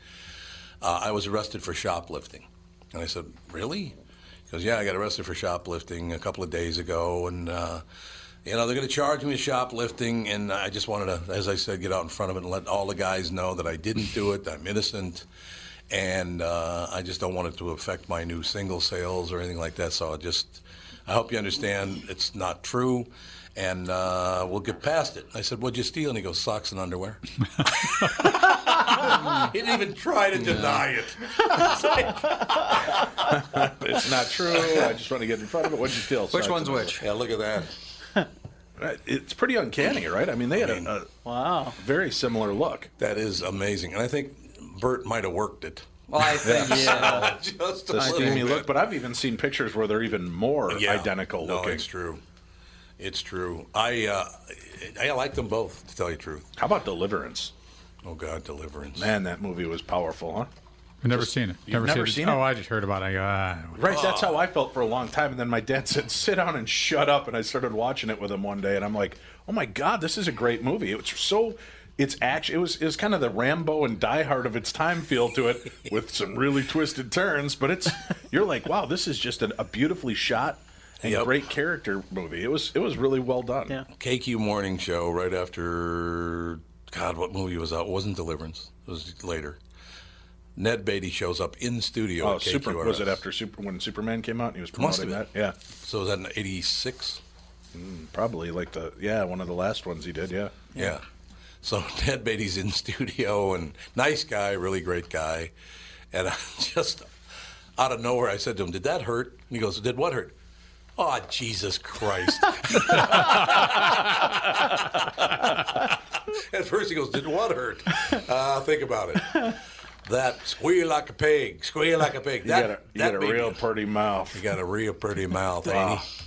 Speaker 1: Uh, I was arrested for shoplifting, and I said, "Really?" He goes, "Yeah, I got arrested for shoplifting a couple of days ago, and." Uh, you know, they're going to charge me with shoplifting, and I just wanted to, as I said, get out in front of it and let all the guys know that I didn't do it, I'm innocent, and uh, I just don't want it to affect my new single sales or anything like that. So I just, I hope you understand it's not true, and uh, we'll get past it. I said, What'd you steal? And he goes, Socks
Speaker 2: (laughs)
Speaker 1: and underwear. (laughs) he didn't even try to deny it.
Speaker 21: it's not true. I just want to get in front of it. What'd you steal?
Speaker 2: Which one's
Speaker 21: which?
Speaker 1: Yeah, look at that.
Speaker 21: Right, It's pretty uncanny, right? I mean, they had a, a
Speaker 22: wow,
Speaker 21: very similar look.
Speaker 1: That is amazing, and I think Bert might have worked it.
Speaker 2: Well,
Speaker 1: (laughs)
Speaker 2: I think, yeah.
Speaker 1: just a
Speaker 21: the
Speaker 1: little
Speaker 21: steamy
Speaker 1: bit.
Speaker 21: look. But I've even seen pictures where they're even more
Speaker 1: Yeah.
Speaker 21: identical
Speaker 1: No,
Speaker 21: looking.
Speaker 1: it's true. It's true. I uh, I I like them both, to tell you the truth.
Speaker 21: How about Deliverance?
Speaker 1: Oh God, Deliverance!
Speaker 21: Man, that movie was powerful, huh?
Speaker 20: I've never seen it.
Speaker 21: You've never seen it?
Speaker 20: Oh, I just heard about it. I go, ah,
Speaker 21: Right, that's
Speaker 2: Oh.
Speaker 1: Oh.
Speaker 21: how I felt for a long time. And then my dad (laughs) said, sit down and shut up. And I started watching it with him one day. And I'm like, oh my God, this is a great movie. It was so, it's action. It was, it was kind of the Rambo and Die Hard of its time feel to
Speaker 1: (laughs)
Speaker 21: it with some really twisted turns. But it's, you're like, wow, this is just an, a beautifully shot and great character movie. It was, it was really well done. Yeah.
Speaker 1: KQ morning show right after God, what movie was out? It wasn't Deliverance. It was later. Ned Beatty shows up in studio.
Speaker 21: Oh,
Speaker 1: at
Speaker 21: super,
Speaker 1: KQRS.
Speaker 21: was it after super, when Superman came out and he was
Speaker 1: Must
Speaker 21: promoting
Speaker 1: have
Speaker 21: that? Yeah. Mm,
Speaker 1: So was that in '86?
Speaker 21: probably like the, yeah, one of the last ones he did. Yeah.
Speaker 1: Yeah. So (laughs) Ted Beatty's in studio and nice guy, really great guy. And (laughs) I just out of nowhere, I said to him, Did that hurt? And he goes, Did what hurt? Oh, Jesus Christ. (laughs) At first, he goes, Did what hurt? Uh, think about it. That squeal like a pig, squeal like a pig.
Speaker 21: You
Speaker 1: That,
Speaker 21: got a, you
Speaker 1: that
Speaker 21: got a
Speaker 1: made me-
Speaker 21: real pretty mouth. Ah.
Speaker 1: you got a real pretty mouth, ain't he?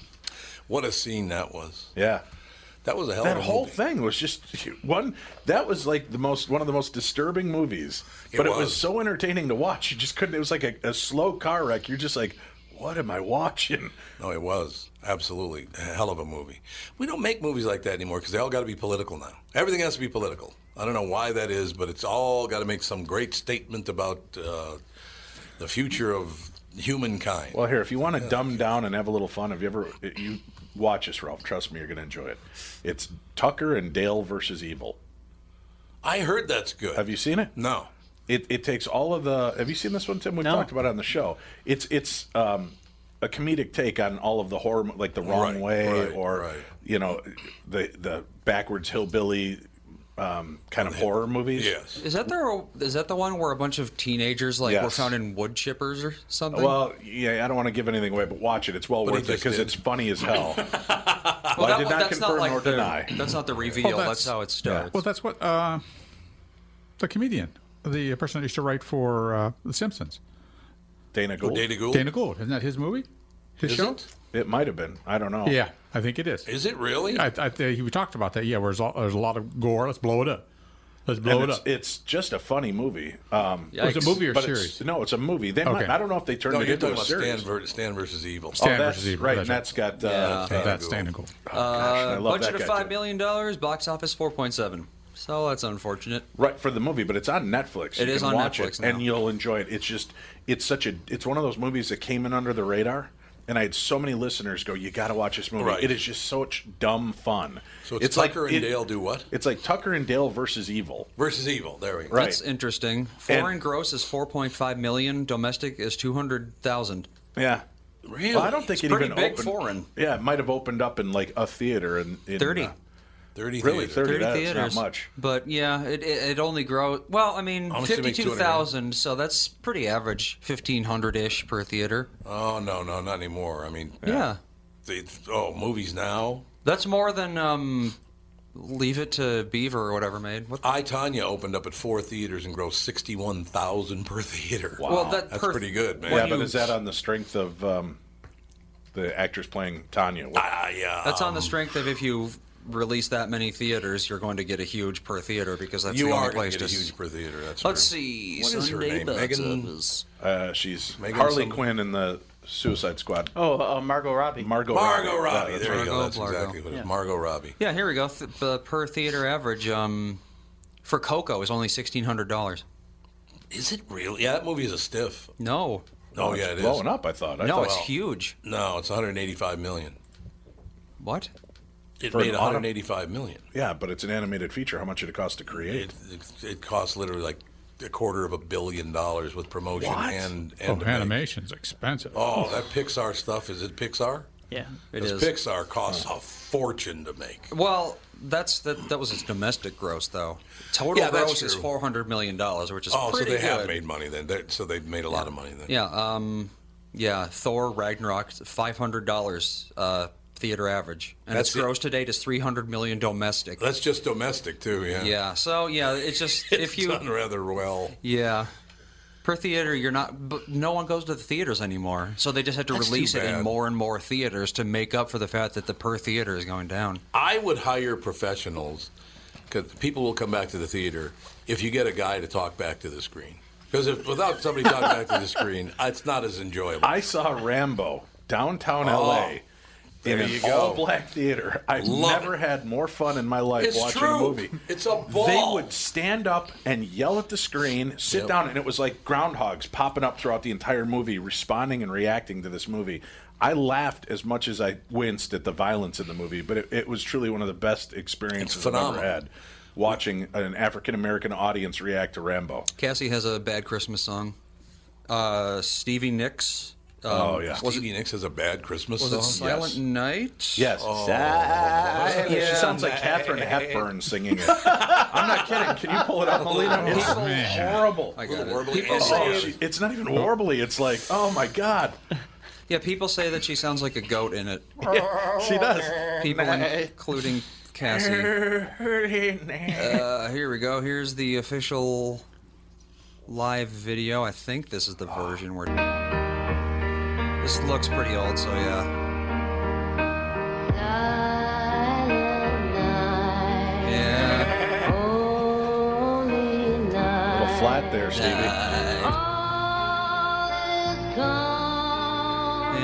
Speaker 1: What a scene that was.
Speaker 21: Yeah.
Speaker 1: That was a hell
Speaker 21: that
Speaker 1: of a
Speaker 21: whole
Speaker 1: movie.
Speaker 21: thing was just one. That was like the most one of the most disturbing movies,
Speaker 1: It
Speaker 21: but it was
Speaker 1: was.
Speaker 21: so entertaining to watch. You just couldn't. It was like a, a slow car wreck. You're just like, what am I watching?
Speaker 1: No, it was absolutely a hell of a movie. We don't make movies like that anymore because they all got to be political now. Everything has to be political. I don't know why that is, but it's all got to make some great statement about uh, the future of
Speaker 26: humankind.
Speaker 21: Well, here, if you want to dumb down and have a little fun, have you ever you watch this, Ralph? Trust me, you're going to enjoy it. It's Tucker and Dale versus Evil.
Speaker 1: I heard that's good.
Speaker 21: Have you seen it?
Speaker 1: No.
Speaker 21: It, it takes all of the. Have you seen this one, Tim? We've
Speaker 22: No.
Speaker 21: talked about it on the show. It's it's um, a comedic take on all of the horror, mo- like the wrong
Speaker 1: Right,
Speaker 21: way,
Speaker 1: right,
Speaker 21: or
Speaker 1: right.
Speaker 21: you know, the the backwards hillbilly um, kind of horror movies.
Speaker 2: Is that there? Is that the one where a bunch of teenagers like were
Speaker 21: Yes.
Speaker 2: found in wood chippers or something?
Speaker 21: Well, yeah, I don't want to give anything away, but watch it. It's well
Speaker 2: But he
Speaker 21: worth it
Speaker 2: just
Speaker 21: because
Speaker 2: did.
Speaker 21: it's funny as hell.
Speaker 2: Well,
Speaker 21: I did
Speaker 2: one-
Speaker 21: not
Speaker 2: that's
Speaker 21: confirm
Speaker 2: like
Speaker 21: nor
Speaker 2: the-
Speaker 21: deny.
Speaker 2: That's not the reveal.
Speaker 20: Well,
Speaker 2: that's,
Speaker 20: that's-
Speaker 2: how it starts.
Speaker 20: Well, that's what uh, the comedian, the person that used to write for uh, The Simpsons.
Speaker 21: Dana Oh, Gould.
Speaker 20: Oh, Dana Gould? Dana Gould. Isn't that his movie? His
Speaker 21: Is
Speaker 20: show?
Speaker 21: it? It might have been. I don't know.
Speaker 20: Yeah, I think it is.
Speaker 21: Oh. Is it really?
Speaker 20: I, I, think we talked about that. Yeah, where there's, all, there's a lot of gore. Let's blow it up. Let's blow
Speaker 21: And
Speaker 20: it
Speaker 21: it's,
Speaker 20: up.
Speaker 21: It's just a funny movie. Um,
Speaker 20: Yikes. It's a movie or
Speaker 21: but it's-
Speaker 20: series?
Speaker 21: no, it's a movie. They might,
Speaker 20: Okay.
Speaker 21: I don't know if they turned
Speaker 1: no,
Speaker 21: it
Speaker 1: you're
Speaker 21: into
Speaker 1: talking
Speaker 21: a
Speaker 1: about
Speaker 21: series.
Speaker 1: Stan, ver- Stan versus Evil.
Speaker 21: Stan Oh, versus that's Evil, right, that's and right. that's got, uh, Yeah.
Speaker 20: that's
Speaker 21: Gould.
Speaker 20: Dana Gould.
Speaker 21: gosh, I
Speaker 2: uh,
Speaker 21: love that
Speaker 2: budget of
Speaker 21: guy,
Speaker 2: five million dollars, box office four point seven. So that's unfortunate.
Speaker 21: Right for the movie, but it's on Netflix.
Speaker 2: It
Speaker 21: You
Speaker 2: is
Speaker 21: can
Speaker 2: on
Speaker 21: watch
Speaker 2: Netflix
Speaker 21: it,
Speaker 2: now.
Speaker 21: and you'll enjoy it. It's just it's such a it's one of those movies that came in under the radar, and I had so many listeners go, "You got to watch this movie."
Speaker 1: Right.
Speaker 21: It is just such dumb fun.
Speaker 1: So it's Tucker and Dale do what?
Speaker 21: It's like Tucker and Dale versus Evil.
Speaker 1: Versus Evil. There we go.
Speaker 21: Right.
Speaker 2: That's interesting.
Speaker 21: And-
Speaker 2: Foreign gross is four point five million. Domestic is two hundred thousand.
Speaker 21: Yeah.
Speaker 2: Really?
Speaker 21: Well, I don't think
Speaker 2: It's
Speaker 21: it
Speaker 2: pretty
Speaker 21: even
Speaker 2: big
Speaker 21: opened.
Speaker 2: foreign.
Speaker 21: Yeah, it might have opened up in like a theater and in,
Speaker 2: 30.
Speaker 21: uh, Really, thirty. that's not much.
Speaker 2: But yeah, it it, it only grows. Well, I mean,
Speaker 21: Honestly, it makes
Speaker 2: fifty-two thousand. So that's pretty average, fifteen hundred ish per theater.
Speaker 1: Oh no, no, not anymore. I mean,
Speaker 2: Yeah.
Speaker 1: They, oh, movies now.
Speaker 2: That's more than um, Leave It to Beaver or whatever made. What?
Speaker 1: I Tanya opened up at four theaters and grossed sixty-one thousand per theater. that's pretty good, man.
Speaker 21: Yeah, but is that on the strength of um, the actress playing Tanya?
Speaker 1: Ah, yeah.
Speaker 2: That's on the strength of if you release that many theaters, you're going to get a huge per theater because that's
Speaker 1: you
Speaker 2: the
Speaker 1: are
Speaker 2: only
Speaker 1: gonna
Speaker 2: place
Speaker 1: get a
Speaker 2: to.
Speaker 1: huge per theater. That's
Speaker 2: Let's
Speaker 1: true.
Speaker 2: see,
Speaker 1: What is her
Speaker 2: Sunday
Speaker 1: name?
Speaker 2: box
Speaker 1: Megan.
Speaker 2: office.
Speaker 21: Uh, she's
Speaker 1: Megan
Speaker 21: Harley
Speaker 1: some-
Speaker 21: Quinn in the Suicide Squad.
Speaker 22: Oh, uh, Margot Robbie.
Speaker 21: Margot.
Speaker 1: Margot
Speaker 21: Robbie.
Speaker 1: Robbie.
Speaker 21: Yeah, that's
Speaker 1: there you
Speaker 21: Margot
Speaker 1: go. That's
Speaker 21: Robbie.
Speaker 1: exactly what it is.
Speaker 21: Yeah.
Speaker 1: Margot Robbie.
Speaker 2: Yeah, here we go. Th- the per theater average um, for Coco is only sixteen hundred dollars.
Speaker 1: Is it really? Yeah, that movie is a stiff.
Speaker 2: No.
Speaker 1: Oh,
Speaker 21: Oh,
Speaker 1: yeah,
Speaker 21: it's
Speaker 1: it is
Speaker 21: blowing up, I thought. I
Speaker 2: no,
Speaker 21: thought-
Speaker 2: it's
Speaker 21: Well,
Speaker 2: huge.
Speaker 1: No, it's 185 million.
Speaker 2: What?
Speaker 1: It
Speaker 21: For an
Speaker 1: made
Speaker 21: auto-
Speaker 1: 185 million.
Speaker 21: Yeah, but it's an animated feature. How much did it cost to create?
Speaker 1: It, it, it costs literally like a quarter of a billion dollars with promotion
Speaker 20: What?
Speaker 1: and
Speaker 20: oh,
Speaker 1: and debate.
Speaker 20: animation's expensive.
Speaker 1: Oh, that Pixar stuff is it Pixar?
Speaker 22: Yeah,
Speaker 2: it
Speaker 1: 'Cause
Speaker 2: is.
Speaker 1: Pixar costs a fortune to make.
Speaker 2: Well, that's that. That was its domestic gross, though. Total
Speaker 1: Yeah, that's
Speaker 2: gross is
Speaker 1: true.
Speaker 2: four hundred million dollars, which is
Speaker 1: oh, so
Speaker 2: pretty
Speaker 1: they have
Speaker 2: good.
Speaker 1: made money then. They're, so they've made a lot of money then.
Speaker 2: Yeah. Um. Yeah. Thor Ragnarok, five hundred dollars. Uh, theater average, and
Speaker 1: That's
Speaker 2: its
Speaker 1: it.
Speaker 2: gross to date is three hundred million domestic.
Speaker 1: That's just domestic too. Yeah.
Speaker 2: Yeah. So yeah, it's just
Speaker 1: (laughs) It's
Speaker 2: if you
Speaker 1: done rather well.
Speaker 2: yeah. Per theater, you're not. But no one goes to the theaters anymore, so they just have to
Speaker 1: That's too
Speaker 2: release it in
Speaker 1: bad.
Speaker 2: more and more theaters to make up for the fact that the per theater is going down.
Speaker 1: I would hire professionals because people will come back to the theater if you get a guy to talk back to the screen. Because if without somebody talking back to the screen, it's not as enjoyable.
Speaker 21: I saw Rambo downtown
Speaker 1: Oh,
Speaker 21: L.A. in
Speaker 1: there
Speaker 21: an
Speaker 1: you go.
Speaker 21: all-black theater. I've
Speaker 1: Love
Speaker 21: never had more fun in my life
Speaker 1: It's
Speaker 21: watching
Speaker 1: true.
Speaker 21: a movie.
Speaker 1: It's a
Speaker 21: They
Speaker 1: ball.
Speaker 21: would stand up and yell at the screen, sit
Speaker 1: Yep.
Speaker 21: down, and it was like groundhogs popping up throughout the entire movie, responding and reacting to this movie. I laughed as much as I winced at the violence in the movie, but it, it was truly one of the best experiences I've ever
Speaker 1: phenomenal.
Speaker 21: had watching an African American audience react to Rambo.
Speaker 2: Cassie has a bad Christmas song. Uh, Stevie Nicks. Um,
Speaker 21: Oh, yeah.
Speaker 2: was it-
Speaker 1: Stevie Nicks has a bad Christmas
Speaker 2: Was
Speaker 1: song.
Speaker 2: it Silent Night?
Speaker 21: Yes.
Speaker 2: Oh.
Speaker 21: Silent
Speaker 2: Yeah.
Speaker 21: She sounds like Catherine Hepburn singing it. I'm not kidding. Can you (laughs) pull it up, Oh, Melina? It's
Speaker 2: People-
Speaker 21: horrible.
Speaker 2: I got it.
Speaker 21: Warbly
Speaker 2: People
Speaker 21: Andy.
Speaker 2: say
Speaker 21: Oh,
Speaker 2: it-
Speaker 21: she- it's not even warbly. It's like, oh my god.
Speaker 2: Yeah, people say that she sounds like a goat in it.
Speaker 21: she does. (laughs)
Speaker 2: People, including Cassie. Uh, here we go. Here's the official live video. I think this is the version where. This looks pretty old, so yeah.
Speaker 21: A little flat there, Stevie.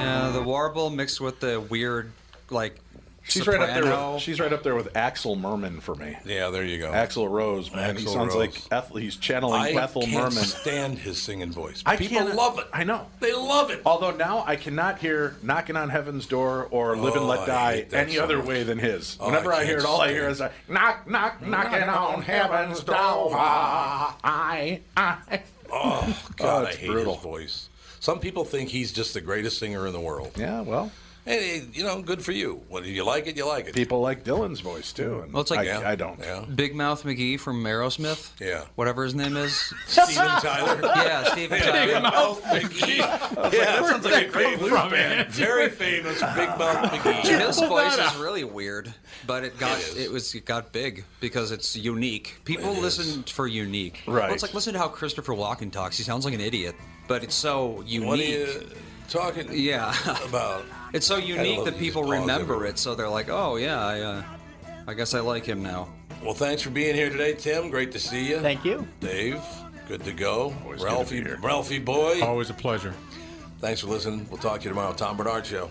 Speaker 2: Yeah, the warble mixed with the weird, like,
Speaker 21: She's right up there.
Speaker 2: Soprano.
Speaker 21: With, she's right up there with Axel Merman for me.
Speaker 1: Yeah, there you go.
Speaker 21: Axel Rose, man, he
Speaker 1: Axl
Speaker 21: sounds
Speaker 1: Rose.
Speaker 21: like Ethel. He's channeling
Speaker 1: I
Speaker 21: Ethel
Speaker 1: can't
Speaker 21: Merman.
Speaker 1: stand his singing voice.
Speaker 21: I
Speaker 1: People
Speaker 21: can't-
Speaker 1: love it.
Speaker 21: I know
Speaker 1: they love it.
Speaker 21: Although now I cannot hear "Knocking on Heaven's Door" or "Live and
Speaker 1: Oh,
Speaker 21: Let
Speaker 1: I
Speaker 21: Die"
Speaker 1: hate that
Speaker 21: any
Speaker 1: so
Speaker 21: other
Speaker 1: much.
Speaker 21: way than his.
Speaker 1: Oh,
Speaker 21: Whenever
Speaker 1: I
Speaker 21: I, hear it,
Speaker 1: can't
Speaker 21: all I hear
Speaker 1: stand
Speaker 21: is uh, a knock, knock, knocking on heaven's door. Ah, I, I.
Speaker 1: Oh God,
Speaker 21: Oh,
Speaker 1: I
Speaker 21: it's
Speaker 1: hate
Speaker 21: brutal.
Speaker 1: his voice. Some people think he's just the greatest singer in the world.
Speaker 21: Yeah, well,
Speaker 1: Hey, you know, good for you. What you like it, you like it.
Speaker 21: people like Dylan's voice too, and
Speaker 2: Well, it's like-
Speaker 21: I,
Speaker 2: Yeah.
Speaker 21: I don't.
Speaker 2: Big Mouth McGee from Aerosmith.
Speaker 1: Yeah.
Speaker 2: Whatever his name is.
Speaker 1: (laughs) Steven Tyler.
Speaker 2: (laughs) Yeah, Steven
Speaker 1: Big
Speaker 2: Tyler. Oh,
Speaker 1: Mouth McGee. (laughs) Yeah, that sounds like a great blues band. Very famous Big Mouth
Speaker 2: (laughs)
Speaker 1: McGee.
Speaker 2: His voice is really weird, but it got it, was it got big because it's unique. People listen for unique.
Speaker 1: Right.
Speaker 2: Well, it's like listen to how Christopher Walken talks. He sounds like an idiot, but it's so unique.
Speaker 1: E. What are you talking
Speaker 2: yeah.
Speaker 1: about?
Speaker 2: It's so unique
Speaker 1: love
Speaker 2: that
Speaker 1: these
Speaker 2: people
Speaker 1: pause
Speaker 2: remember
Speaker 1: everywhere.
Speaker 2: it, so they're like, "Oh yeah, I, uh, I guess I like him now."
Speaker 1: Well, thanks for being here today, Tim. Great to see you. Thank
Speaker 22: you,
Speaker 1: Dave. Good to go,
Speaker 21: Always good to
Speaker 1: Ralphie.
Speaker 21: be here.
Speaker 1: Ralphie boy.
Speaker 20: Always a pleasure.
Speaker 1: Thanks for listening. We'll talk to you tomorrow. Tom Bernard Show.